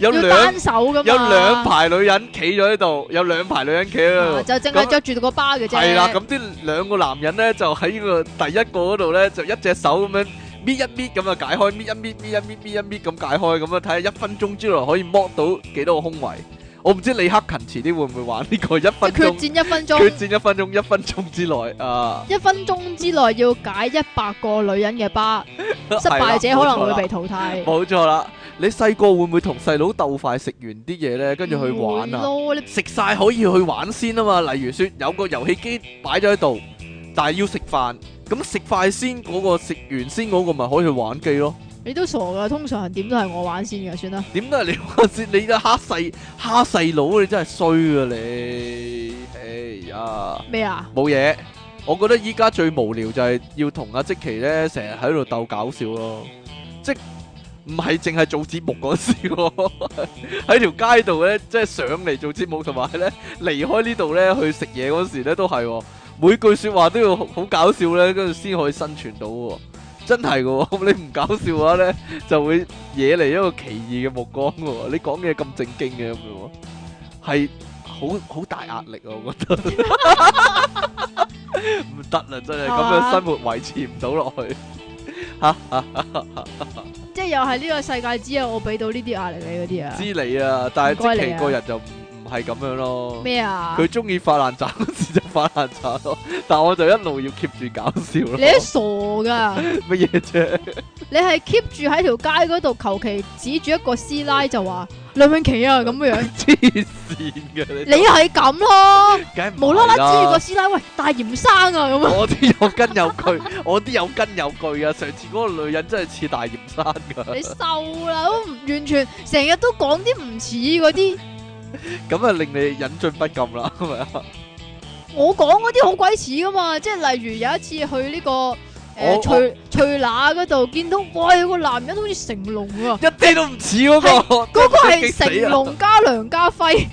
[SPEAKER 1] 有
[SPEAKER 2] 要
[SPEAKER 1] 兩
[SPEAKER 2] 單手㗎嘛，
[SPEAKER 1] 有兩排女人企咗喺度，有兩排女人企喺
[SPEAKER 2] 啊
[SPEAKER 1] 度。
[SPEAKER 2] 就淨係
[SPEAKER 1] 咁
[SPEAKER 2] 着住個巴嘅啫。
[SPEAKER 1] 係啦，咁啊啲兩個男人咧就喺個第一個嗰度咧，就一隻手咁樣搣一搣咁啊解開，搣一搣搣一搣搣一搣咁解開，咁啊睇下一分鐘之內可以剝到幾多個胸圍。我唔知李克勤遲啲會唔會玩呢個一分
[SPEAKER 2] 即係
[SPEAKER 1] 鐘
[SPEAKER 2] 決戰一分
[SPEAKER 1] 決
[SPEAKER 2] 鐘，
[SPEAKER 1] 戰一分鐘，一分鐘之內啊，
[SPEAKER 2] 一分鐘之內要解一百個女人嘅 巴，失
[SPEAKER 1] 係啦
[SPEAKER 2] 敗者可能會
[SPEAKER 1] 冇
[SPEAKER 2] 被
[SPEAKER 1] 錯啦
[SPEAKER 2] 淘汰。
[SPEAKER 1] 冇錯啦。你細個會唔會同細佬鬥快食完啲嘢咧，跟住去玩啊？
[SPEAKER 2] 唔會咯你
[SPEAKER 1] 食晒可以去玩先啊嘛。例如說有個遊戲機擺咗喺度，但係要食飯，咁食快先嗰、個食完先嗰個咪可以去玩機咯。
[SPEAKER 2] 你都傻㗎，通常點都係我玩先嘅，算啦。
[SPEAKER 1] 點都係你玩先，你都蝦細蝦細佬，你真係衰啊你！哎呀，
[SPEAKER 2] 咩啊？
[SPEAKER 1] 冇嘢。我覺得依家最無聊就係要同阿積淇咧，成日喺度鬥搞笑咯，即唔係淨係做節目嗰時喎， 喺條街度咧，即係上嚟做節目，同埋咧離開呢度咧去食嘢嗰時咧都係、喎，每句説話都要好好搞笑咧，跟住先可以生存到喎、真係嘅喎， 你唔搞笑嘅話咧，就會惹嚟一個奇異嘅目光嘅喎。你講嘢咁正經嘅咁樣喎，係好好大壓力啊！我覺得唔得啦，真係咁樣生活維持唔到落去。
[SPEAKER 2] 即係又係呢個世界只有我俾到呢啲壓力你嗰啲啊？
[SPEAKER 1] 知你啊，但係即
[SPEAKER 2] 唔該你
[SPEAKER 1] 其
[SPEAKER 2] 啊
[SPEAKER 1] 個人就唔唔係咁樣咯。
[SPEAKER 2] 咩啊？
[SPEAKER 1] 佢中意發爛渣嗰時就發爛渣咯， 但我就一路要 keep 住搞笑咯
[SPEAKER 2] 你。都傻噶！
[SPEAKER 1] 乜嘢啫？
[SPEAKER 2] 你係 keep 住喺條街嗰度，求其指住一個師奶就話梁咏琪啊 咁樣，
[SPEAKER 1] 黐線嘅
[SPEAKER 2] 你係 咁咯，
[SPEAKER 1] 你，梗係唔係
[SPEAKER 2] 無啦啦指住
[SPEAKER 1] 啦
[SPEAKER 2] 個師奶，喂大鹽生啊咁 啊！
[SPEAKER 1] 我啲有根有據， 我啲有根有據啊！上次嗰個女人真係似大鹽山噶，
[SPEAKER 2] 你瘦啦，都唔完全成日都講啲唔似嗰啲，
[SPEAKER 1] 咁啊令你忍俊不禁啦，係咪啊？
[SPEAKER 2] 我講嗰啲好鬼似噶嘛，即係例如有一次去呢、個
[SPEAKER 1] 我
[SPEAKER 2] 誒翠翠乸嗰度，見到哇有個男人好似成龍啊，
[SPEAKER 1] 一啲都唔似嗰個，
[SPEAKER 2] 嗰個
[SPEAKER 1] 激
[SPEAKER 2] 係
[SPEAKER 1] 死人
[SPEAKER 2] 成龍加梁家輝，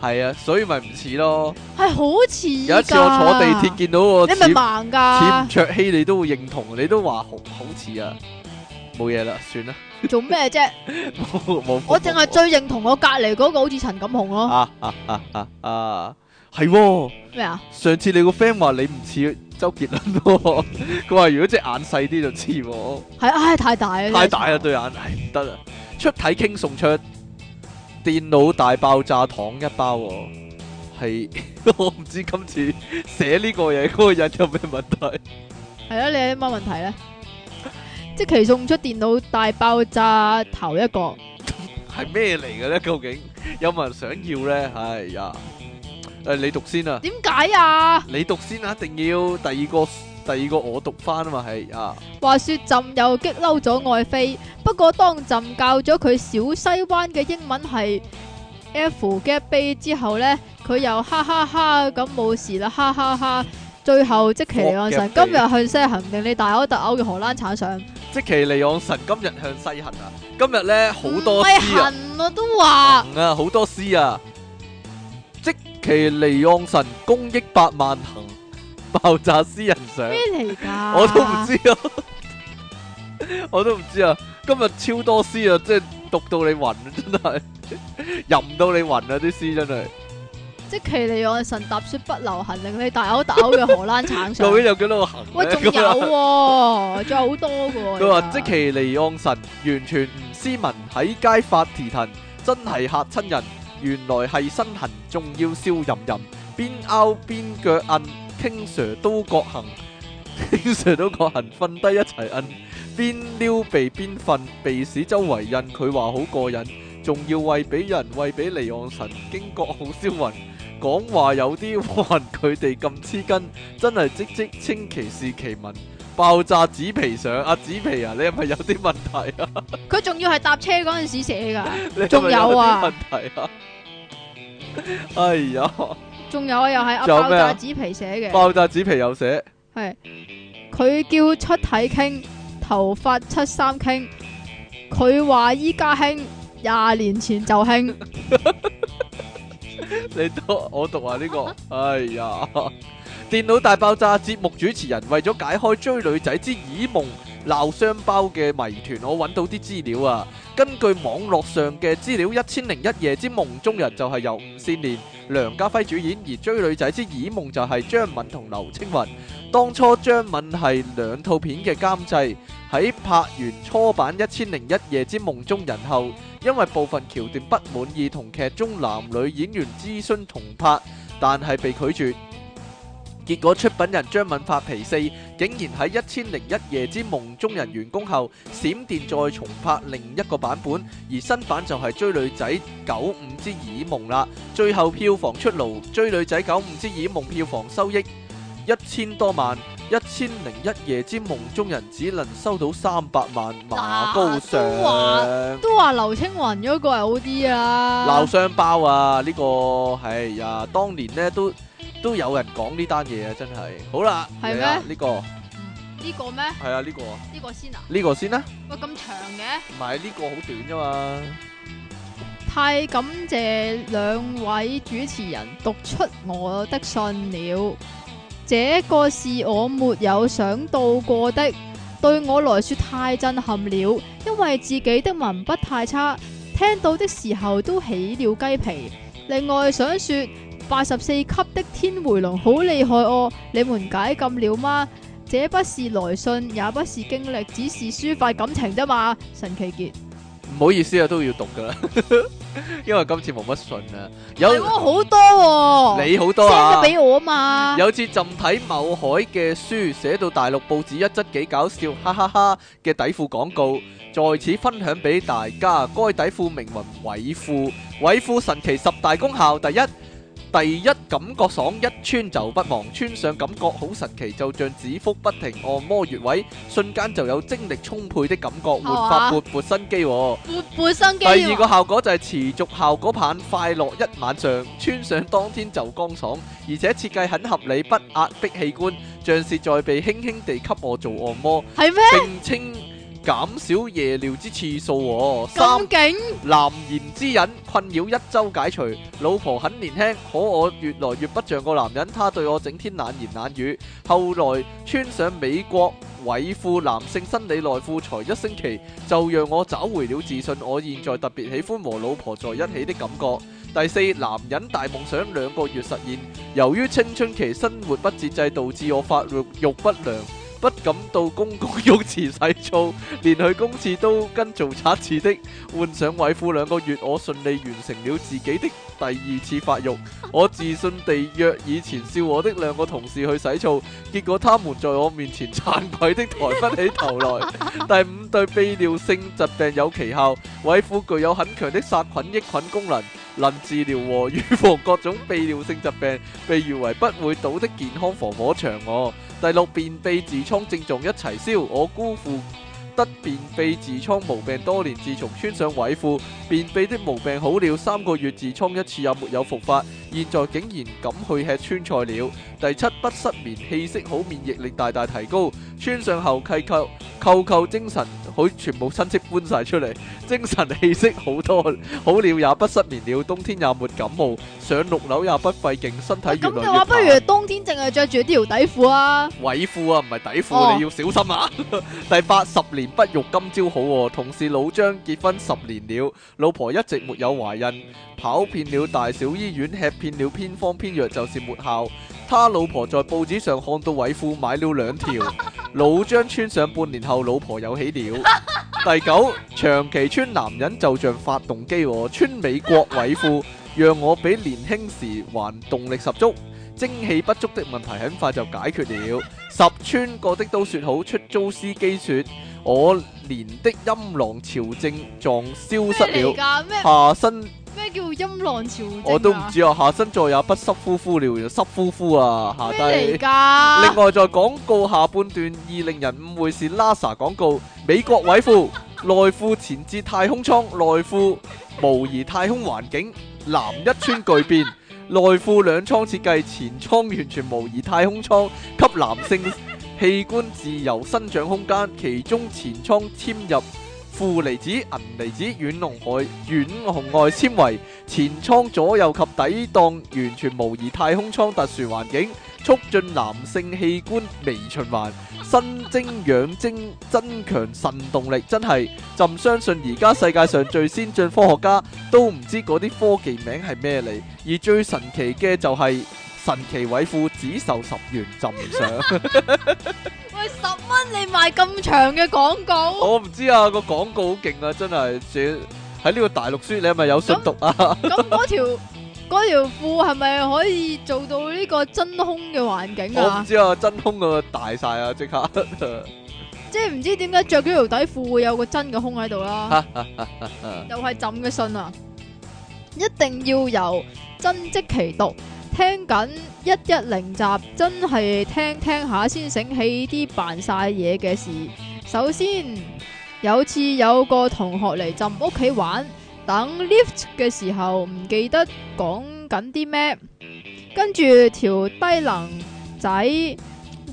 [SPEAKER 1] 係啊，所以咪唔似咯。
[SPEAKER 2] 係好似
[SPEAKER 1] 有一次我坐地鐵，見到個
[SPEAKER 2] 你
[SPEAKER 1] 似
[SPEAKER 2] 咪盲
[SPEAKER 1] 似吳
[SPEAKER 2] 㗎？
[SPEAKER 1] 卓羲，你都會認同，你都話好好似啊。冇嘢啦，算啦，
[SPEAKER 2] 做咩啫？
[SPEAKER 1] 冇冇。
[SPEAKER 2] 我淨係
[SPEAKER 1] 冇
[SPEAKER 2] 最認同我隔離嗰個好似陳錦鴻咯，
[SPEAKER 1] 啊啊啊啊啊，係喎。
[SPEAKER 2] 咩啊？
[SPEAKER 1] 上次你個 friend 話你唔似周杰倫喎，佢話如果隻眼細啲就似喎。
[SPEAKER 2] 係唉太大啊！
[SPEAKER 1] 太大啊對眼，唉唔得啊！出體傾送出電 腦大爆炸糖一包喎、係我唔知今次寫呢個嘢嗰個人有咩問題？
[SPEAKER 2] 係啊，你有啲乜問題咧？即期送出電腦大爆炸頭一個，
[SPEAKER 1] 係咩嚟嘅咧？究竟有冇人想要咧？哎呀，誒、你讀先啊！
[SPEAKER 2] 點解啊？
[SPEAKER 1] 你讀先啊！一定要第二個第二個我讀翻啊嘛，係啊，
[SPEAKER 2] 話說朕又激嬲咗愛妃，不過當朕教咗佢小西灣嘅英文係 F 嘅 B 之後呢，佢又哈哈哈咁冇事啦，哈哈哈。最後即其離岸神
[SPEAKER 1] F 嘅
[SPEAKER 2] 今
[SPEAKER 1] B
[SPEAKER 2] 日向西行，令你大口特口嘅荷蘭產上，
[SPEAKER 1] 即其利昂神今日向西行啊！今日咧好多
[SPEAKER 2] 唔係
[SPEAKER 1] 詩啊！
[SPEAKER 2] 痕我都話
[SPEAKER 1] 行啊，好多詩啊！即其尼昂神公益百萬行，爆炸詩人相
[SPEAKER 2] 咩，嚟㗎？
[SPEAKER 1] 我都唔知啊， 我都唔知啊！今日超多詩啊，即係讀到你暈啊，真係 吟到你暈啊！啲詩真係，
[SPEAKER 2] 即其離岸神踏雪不留痕，令你大口特口嘅荷蘭產 上
[SPEAKER 1] 究。竟有幾多個行
[SPEAKER 2] 喂，
[SPEAKER 1] 咧？
[SPEAKER 2] 仲有
[SPEAKER 1] 咁啊
[SPEAKER 2] 喎，仲有好多嘅喎。
[SPEAKER 1] 佢話
[SPEAKER 2] 而家
[SPEAKER 1] 即其尼昂神完全唔斯文，喺街發蹄騰，真係嚇親人。原來係身痕，仲要笑吟吟，邊拗邊腳摁，King Sir 都覺 痕，King Sir 都覺痕，瞓低一齊摁，邊撩鼻邊瞓，鼻屎周圍印，佢話好過癮，仲要喂俾人喂俾尼昂神，驚覺好銷魂。講話有啲暈，佢哋咁黐筋，真係即即稱其是其文。爆炸紙皮相，阿、啊、紙皮啊，你係咪有啲問題 啊？
[SPEAKER 2] 佢仲要係搭車嗰陣時寫㗎，
[SPEAKER 1] 你係
[SPEAKER 2] 仲
[SPEAKER 1] 咪
[SPEAKER 2] 有啊
[SPEAKER 1] 啲問題啊？哎呀，
[SPEAKER 2] 仲有啊，又係阿
[SPEAKER 1] 仲有
[SPEAKER 2] 爆
[SPEAKER 1] 咩啊
[SPEAKER 2] 炸紙皮寫嘅，
[SPEAKER 1] 爆炸紙皮有寫，
[SPEAKER 2] 係佢叫出體傾，頭髮七三傾，佢話依家興，廿年前就興，
[SPEAKER 1] 你讀我讀啊呢、個，哎呀，電腦大爆炸節目主持人為咗解開追女仔之耳夢鬧雙胞嘅謎團，我揾到啲資料啊。根據網絡上嘅資料，《一千零一夜之夢中人》就係由吳善年、梁家輝主演，而《追女仔之耳夢》就係張敏同劉青雲。當初張敏係兩套片嘅監製，喺拍完初版《一千零一夜之夢中人》後，因為部分橋段不滿意同劇中男女演員諮詢重拍，但係被拒絕。結果出品人張敏發脾氣，竟然喺《一千零一夜之夢中人》完工後，閃電再重拍另一個版本，而新版就係《追女仔九五之耳夢》啦。最後票房出爐，《追女仔九五之耳夢》票房收益一千多萬，《一千零一夜之夢中人》只能收到三百萬馬高上。
[SPEAKER 2] 嗱都話都話劉青雲嗰個係好啲
[SPEAKER 1] 鬧
[SPEAKER 2] 啊。
[SPEAKER 1] 雙包啊！呢、個係呀，當年呢都都有人講呢單嘢啊，真係好啦，
[SPEAKER 2] 係
[SPEAKER 1] 嚟
[SPEAKER 2] 咩
[SPEAKER 1] 啊呢個
[SPEAKER 2] 呢個咩？
[SPEAKER 1] 係啊，呢個啊
[SPEAKER 2] 呢個先啊？
[SPEAKER 1] 呢個先啦，
[SPEAKER 2] 喂，咁長嘅？
[SPEAKER 1] 唔係呢個好短啫嘛，
[SPEAKER 2] 太感謝兩位主持人讀出我的信了，這個是我沒有想到過的，對我來說太震撼了，因為自己的文筆太差，聽到的時候都起了雞皮。另外想說，八十四級的天回龍好厲害哦，你們解禁了嗎？這不是來信，也不是經歷，只是抒發感情啫嘛。神奇傑，
[SPEAKER 1] 唔好意思啊，都要讀噶啦， 因為今次冇乜信啊，有
[SPEAKER 2] 係喎哎好多、喎。
[SPEAKER 1] 你好
[SPEAKER 2] send
[SPEAKER 1] 多啊
[SPEAKER 2] 咗。俾我啊嘛，
[SPEAKER 1] 有次朕睇某海嘅書，寫到大陸報紙一則幾搞笑，哈哈哈嘅底褲廣告，在此分享俾大家。該底褲名為偉褲，偉褲神奇十大功效：第一，第一感覺爽，一穿就不忘。穿上感覺好神奇，就像指腹不停按摩穴位，瞬間就有精力充沛的感覺，活
[SPEAKER 2] 係嘛
[SPEAKER 1] 發活潑生機、喎。
[SPEAKER 2] 活活生
[SPEAKER 1] 第
[SPEAKER 2] 機
[SPEAKER 1] 二個
[SPEAKER 2] 喎，
[SPEAKER 1] 效果就係持續效果棒，快樂一晚上，穿上當天就乾爽，而且設計很合理，不壓迫器官，像是在被輕輕地給我做按摩，
[SPEAKER 2] 係咩？
[SPEAKER 1] 並稱減少夜尿之次數、喎。三
[SPEAKER 2] 咁勁
[SPEAKER 1] 男言之隱困擾一周解除，老婆很年輕，可我越來越不像個男人，她對我整天冷言冷語。後來穿上美國偉褲男性生理內褲才一星期，就讓我找回了自信。我現在特別喜歡和老婆在一起的感覺。第四，男人大夢想兩個月實現。由於青春期生活不節制，導致我發育慾不良，不敢到公 共浴池洗澡，連去公廁都跟做賊似的。換上偉褲兩個月，我順利完成了自己的第二次發育。 我自信地約以前笑我的兩個同事去洗澡，結果他們在我面前慚愧的抬不起頭來。 第五，對泌尿性疾病有奇效，偉褲具有很強的殺菌抑菌功能，能治療和預防各種泌尿性疾病，被譽為不會倒的健康防火牆。我第六，便秘痔瘡症狀一齊消，我辜負。得便秘痔瘡毛病多年，自從穿上偉褲，便秘的毛病好了三個月，痔瘡一次也沒有復發。現在竟然敢去吃川菜了。第七，不失眠，氣色好，免疫力大大提高。穿上後契扣扣扣精神，佢全部親戚搬晒出嚟，精神氣色好多，好了也不失眠了，冬天也沒感冒，上六樓也不費勁，身體
[SPEAKER 2] 咁
[SPEAKER 1] 越
[SPEAKER 2] 嘅
[SPEAKER 1] 來越
[SPEAKER 2] 話，不
[SPEAKER 1] 棒
[SPEAKER 2] 如冬天淨係着住呢條底褲啊！
[SPEAKER 1] 偉褲啊，唔係底褲，
[SPEAKER 2] 哦
[SPEAKER 1] 你要小心啊！ 第八十年不育今朝好、喎，同事老張結婚十年了，老婆一直沒有懷孕，跑遍了大小醫院，吃遍了偏方偏藥，就是沒效。他老婆在報紙上看到偉褲，買了兩 條。老張穿上半年後，老婆有喜了。第九，長期穿男人就像發動機、喎，穿美國偉褲，讓我比年輕時還動力十足。精氣不足的問題很快就解決了。十穿過的都說好，出租司機說我年的陰囊潮症狀消
[SPEAKER 2] 咩
[SPEAKER 1] 失
[SPEAKER 2] 嚟
[SPEAKER 1] 了，
[SPEAKER 2] 㗎？啊咩
[SPEAKER 1] 下身
[SPEAKER 2] 咩叫陰浪潮症啊
[SPEAKER 1] 我都唔知啊，下身再也不濕呼呼了，濕呼呼啊，下
[SPEAKER 2] 咩
[SPEAKER 1] 低
[SPEAKER 2] 嚟。㗎？
[SPEAKER 1] 另外在廣告下半段，易令人誤會是 NASA 廣告，美國偉褲內褲前置太空艙，內褲模擬太空環境，男一穿巨變，內褲兩倉設計，前倉完全模擬太空艙，給男性器官自由生長空間，其中前倉添入。負離子、銀離子、軟紅外、軟紅外纖維，前倉左右及底檔完全模擬太空艙特殊環境，促進男性器官微循環，新精養精，增強腎動力，真係朕相信而家世界上最先進科學家都唔知嗰啲科技名係咩嚟，而最神奇嘅就係神奇偉褲只售十元，朕唔想。
[SPEAKER 2] 喂，十蚊你賣咁長嘅廣 告，
[SPEAKER 1] 我唔知啊，個廣告好勁啊，真係寫喺呢個大陸書，你係咪有信讀啊？
[SPEAKER 2] 咁嗰條嗰條褲係咪可以做到呢個真空嘅環境
[SPEAKER 1] 我唔
[SPEAKER 2] 啊？
[SPEAKER 1] 知啊，真空啊大晒啊，即 刻。
[SPEAKER 2] 即係唔知點解着咗條底褲會有個真嘅胸喺度啦？又係朕嘅信啊！一定要由真迹其讀，聽緊一一零集，真係聽聽下先醒起啲扮晒嘢嘅事。首先有次有個同學嚟朕屋企玩，等 lift 嘅時候唔記得講緊啲咩，跟住條低能仔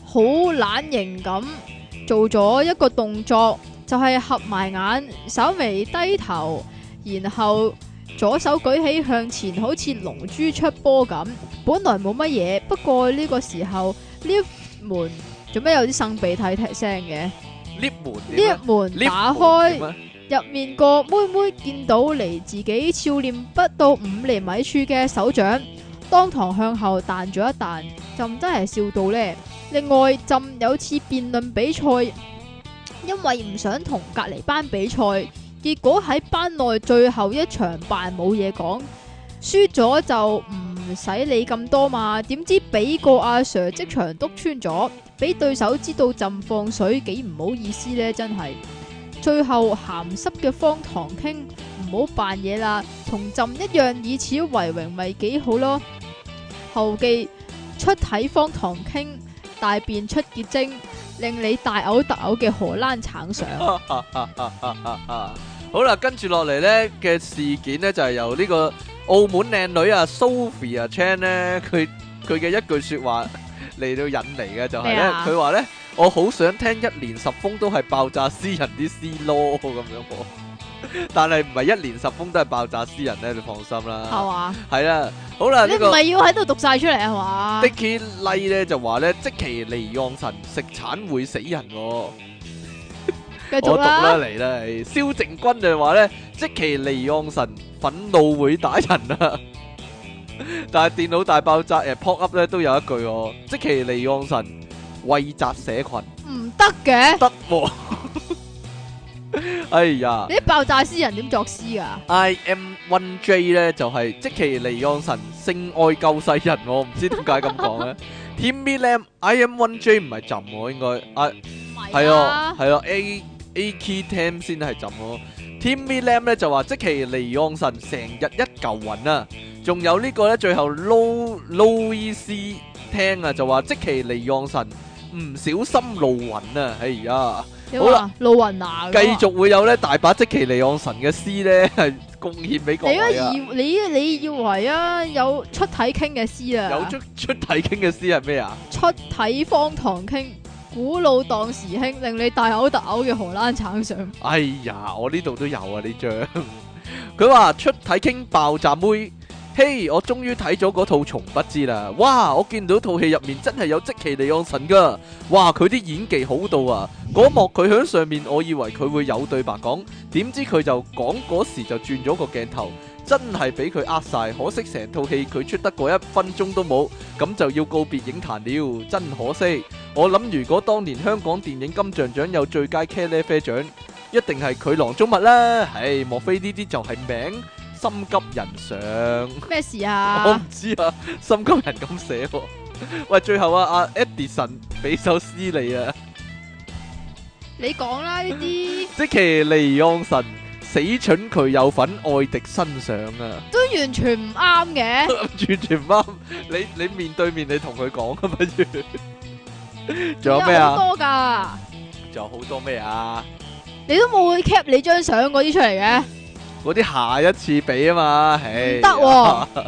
[SPEAKER 2] 好懶型咁做咗一個動作，就係、合埋眼，稍微低頭，然後左手舉起向前，好似龍珠出波咁。本來冇乜嘢，不過呢個時候 lift 門做咩有啲擤鼻涕踢聲嘅？
[SPEAKER 1] lift 門點啊
[SPEAKER 2] lift 門
[SPEAKER 1] lift
[SPEAKER 2] 打
[SPEAKER 1] 門
[SPEAKER 2] 開
[SPEAKER 1] 點。啊
[SPEAKER 2] 入面個妹妹見到離自己俏臉不到五厘米處嘅手掌，當堂向後彈咗一彈，朕真係笑到呢。另外，朕有次辯論比賽，因為唔想同隔離班比賽，結果喺班內最後一場扮冇嘢講，輸咗就唔使理咁多嘛。點知俾個阿 Sir 即場督穿咗，俾對手知道朕放水幾唔好意思呢，真係。最後鹹濕嘅方唐傾，唔好扮嘢啦，同朕一樣以此為榮咪幾好咯。後記出體方糖傾，大便出結晶，令你大嘔特嘔嘅荷蘭 橙上。
[SPEAKER 1] 好啦，跟住落嚟呢嘅事件呢，就係由呢個澳門靚女啊 Sophia Chan 呢，佢佢嘅一句说話嚟到引嚟嘅就係
[SPEAKER 2] 咩
[SPEAKER 1] 呢，
[SPEAKER 2] 啊
[SPEAKER 1] 佢話呢：「我好想聽一年十封都係爆炸私人啲私咯咁樣喎， 但係唔係一年十封都係爆炸私人呢，你放心
[SPEAKER 2] 係
[SPEAKER 1] 啦，
[SPEAKER 2] 嘛？
[SPEAKER 1] 係啦，好啦，
[SPEAKER 2] 你
[SPEAKER 1] 啊呢
[SPEAKER 2] 唔
[SPEAKER 1] 個
[SPEAKER 2] 係要喺度讀晒出嚟係嘛？
[SPEAKER 1] Dicky Lee 咧就話呢，即其離岸神食橙會死人喎。
[SPEAKER 2] 繼續
[SPEAKER 1] 我讀啦
[SPEAKER 2] 啦，
[SPEAKER 1] 嚟啦，係蕭正君就話咧，即其離岸神憤怒會打人 啊！但係電腦大爆炸誒 eh, pop up 咧都有一句喎，即其離岸神惠澤社群
[SPEAKER 2] 唔得嘅。
[SPEAKER 1] 得 喎，哎呀
[SPEAKER 2] 你啲爆炸詩人點作詩啊噶？
[SPEAKER 1] ！I M One J 咧就係、即其離岸神性愛救世人喎，我唔知點解咁講咧。Timmy Lam I M One J 唔係浸喎，應該啊。
[SPEAKER 2] 係
[SPEAKER 1] 係啊，
[SPEAKER 2] 啊，
[SPEAKER 1] 係啊，A A Key Tam 先係浸咯。Timmy Lam 咧就話即其離岸神成日一嚿雲啊，仲有呢個咧最後 Low Louis C 聽啊就話即其離岸神唔小心露雲啊，哎呀，
[SPEAKER 2] 點
[SPEAKER 1] 好
[SPEAKER 2] 啊
[SPEAKER 1] 啦？
[SPEAKER 2] 露雲娜
[SPEAKER 1] 繼
[SPEAKER 2] 咁啊。
[SPEAKER 1] 續會有咧大把即其離岸神嘅詩咧係貢獻俾各
[SPEAKER 2] 你而
[SPEAKER 1] 位
[SPEAKER 2] 家
[SPEAKER 1] 啊
[SPEAKER 2] 以。你你以為啊有出體傾嘅詩啊？
[SPEAKER 1] 有出出體傾嘅詩係咩啊？
[SPEAKER 2] 出體方唐傾，古老當時興，令你大口特嘔嘅荷蘭橙上。
[SPEAKER 1] 哎呀，我呢度都有啊呢張。佢話出體傾爆炸妹，嘿，我終於睇咗嗰套《從不知》啦！哇，我見到套戲入面真係有即其利昂神噶，哇，佢啲演技好到啊！嗰幕佢喺上面，我以為佢會有對白講，點知佢就講嗰時就轉咗個鏡頭。真係俾佢呃晒，可惜成套戲佢出得嗰一分鐘都冇，咁就要告別影壇了，真可惜。我諗如果當年香港電影金像獎有最佳茄喱啡獎，一定係佢囊中物啦。唉，莫非呢啲就係名心急人上？
[SPEAKER 2] 咩事
[SPEAKER 1] 我唔
[SPEAKER 2] 啊？
[SPEAKER 1] 知啊，心急人咁寫喎。喂，最後啊，阿、Edison 俾首詩你啊，
[SPEAKER 2] 你講啦呢啲
[SPEAKER 1] 即其利昂神死蠢佢有份愛迪身上啊！
[SPEAKER 2] 都完全唔啱嘅。
[SPEAKER 1] 完全唔啱。你你面對面你同佢講啊，不如。仲有咩
[SPEAKER 2] 好
[SPEAKER 1] 啊？
[SPEAKER 2] 多㗎，
[SPEAKER 1] 仲有好多咩啊？
[SPEAKER 2] 你都冇 cap 你張相嗰啲出嚟嘅。
[SPEAKER 1] 嗰啲下一次俾啊嘛，唉
[SPEAKER 2] 唔得
[SPEAKER 1] 啊
[SPEAKER 2] 喎。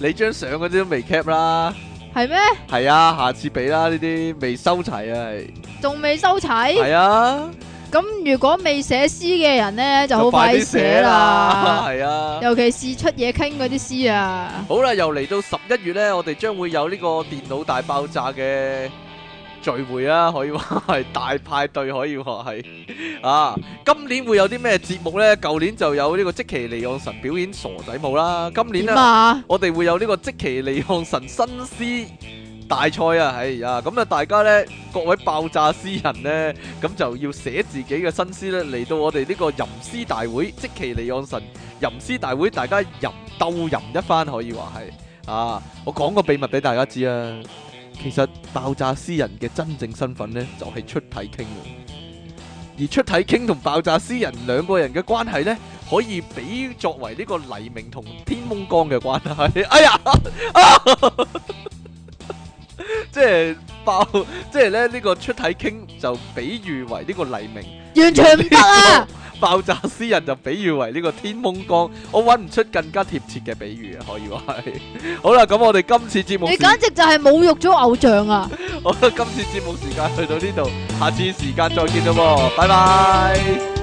[SPEAKER 1] 你張相嗰啲都未 cap 啦，
[SPEAKER 2] 係咩？
[SPEAKER 1] 係啊，下次俾啦，呢啲未收齊啊，係
[SPEAKER 2] 仲未收齊？
[SPEAKER 1] 係啊，
[SPEAKER 2] 咁如果未寫詩嘅人咧，就好
[SPEAKER 1] 就快
[SPEAKER 2] 快
[SPEAKER 1] 啲
[SPEAKER 2] 寫
[SPEAKER 1] 寫啦，
[SPEAKER 2] 啦。
[SPEAKER 1] 係啊。
[SPEAKER 2] 尤其是出嘢傾嗰啲詩啊，
[SPEAKER 1] 好啦，又嚟到十一月咧，我哋將會有呢個電腦大爆炸嘅聚會啊，可以話 係大派對，可以話係啊。今年會有啲咩節目呢？舊年就有呢個即其利昂神表演傻仔舞啦，今年
[SPEAKER 2] 點
[SPEAKER 1] 呢，
[SPEAKER 2] 啊？
[SPEAKER 1] 我哋會有呢個即其利昂神新詩大賽啊，係啊，咁啊大家呢，各位爆炸詩人呢，咁就要寫自己嘅新詩呢，嚟到我哋呢個吟詩大會，即其利昂神吟詩大會，大家吟鬥吟一番，可以話係啊，我講個秘密俾大家知啊，其實爆炸詩人嘅真正身份呢，就係、出體傾啊。而出體傾同爆炸詩人兩個人嘅關係呢，可以比作為呢個黎明同天空光嘅關係。 哎呀，啊即係爆，即係咧呢個出體傾就比喻為呢個黎明，
[SPEAKER 2] 完全唔得啊！
[SPEAKER 1] 爆炸詩人就比喻為呢個天空光。我揾唔出更加貼切嘅比喻啊，可以話係。 好啦，咁我哋今次節目
[SPEAKER 2] 你
[SPEAKER 1] 時，
[SPEAKER 2] 簡直就係侮辱咗偶像啊！
[SPEAKER 1] 好啦，今次節目時間去到呢度，下次時間再見啦喎，拜拜。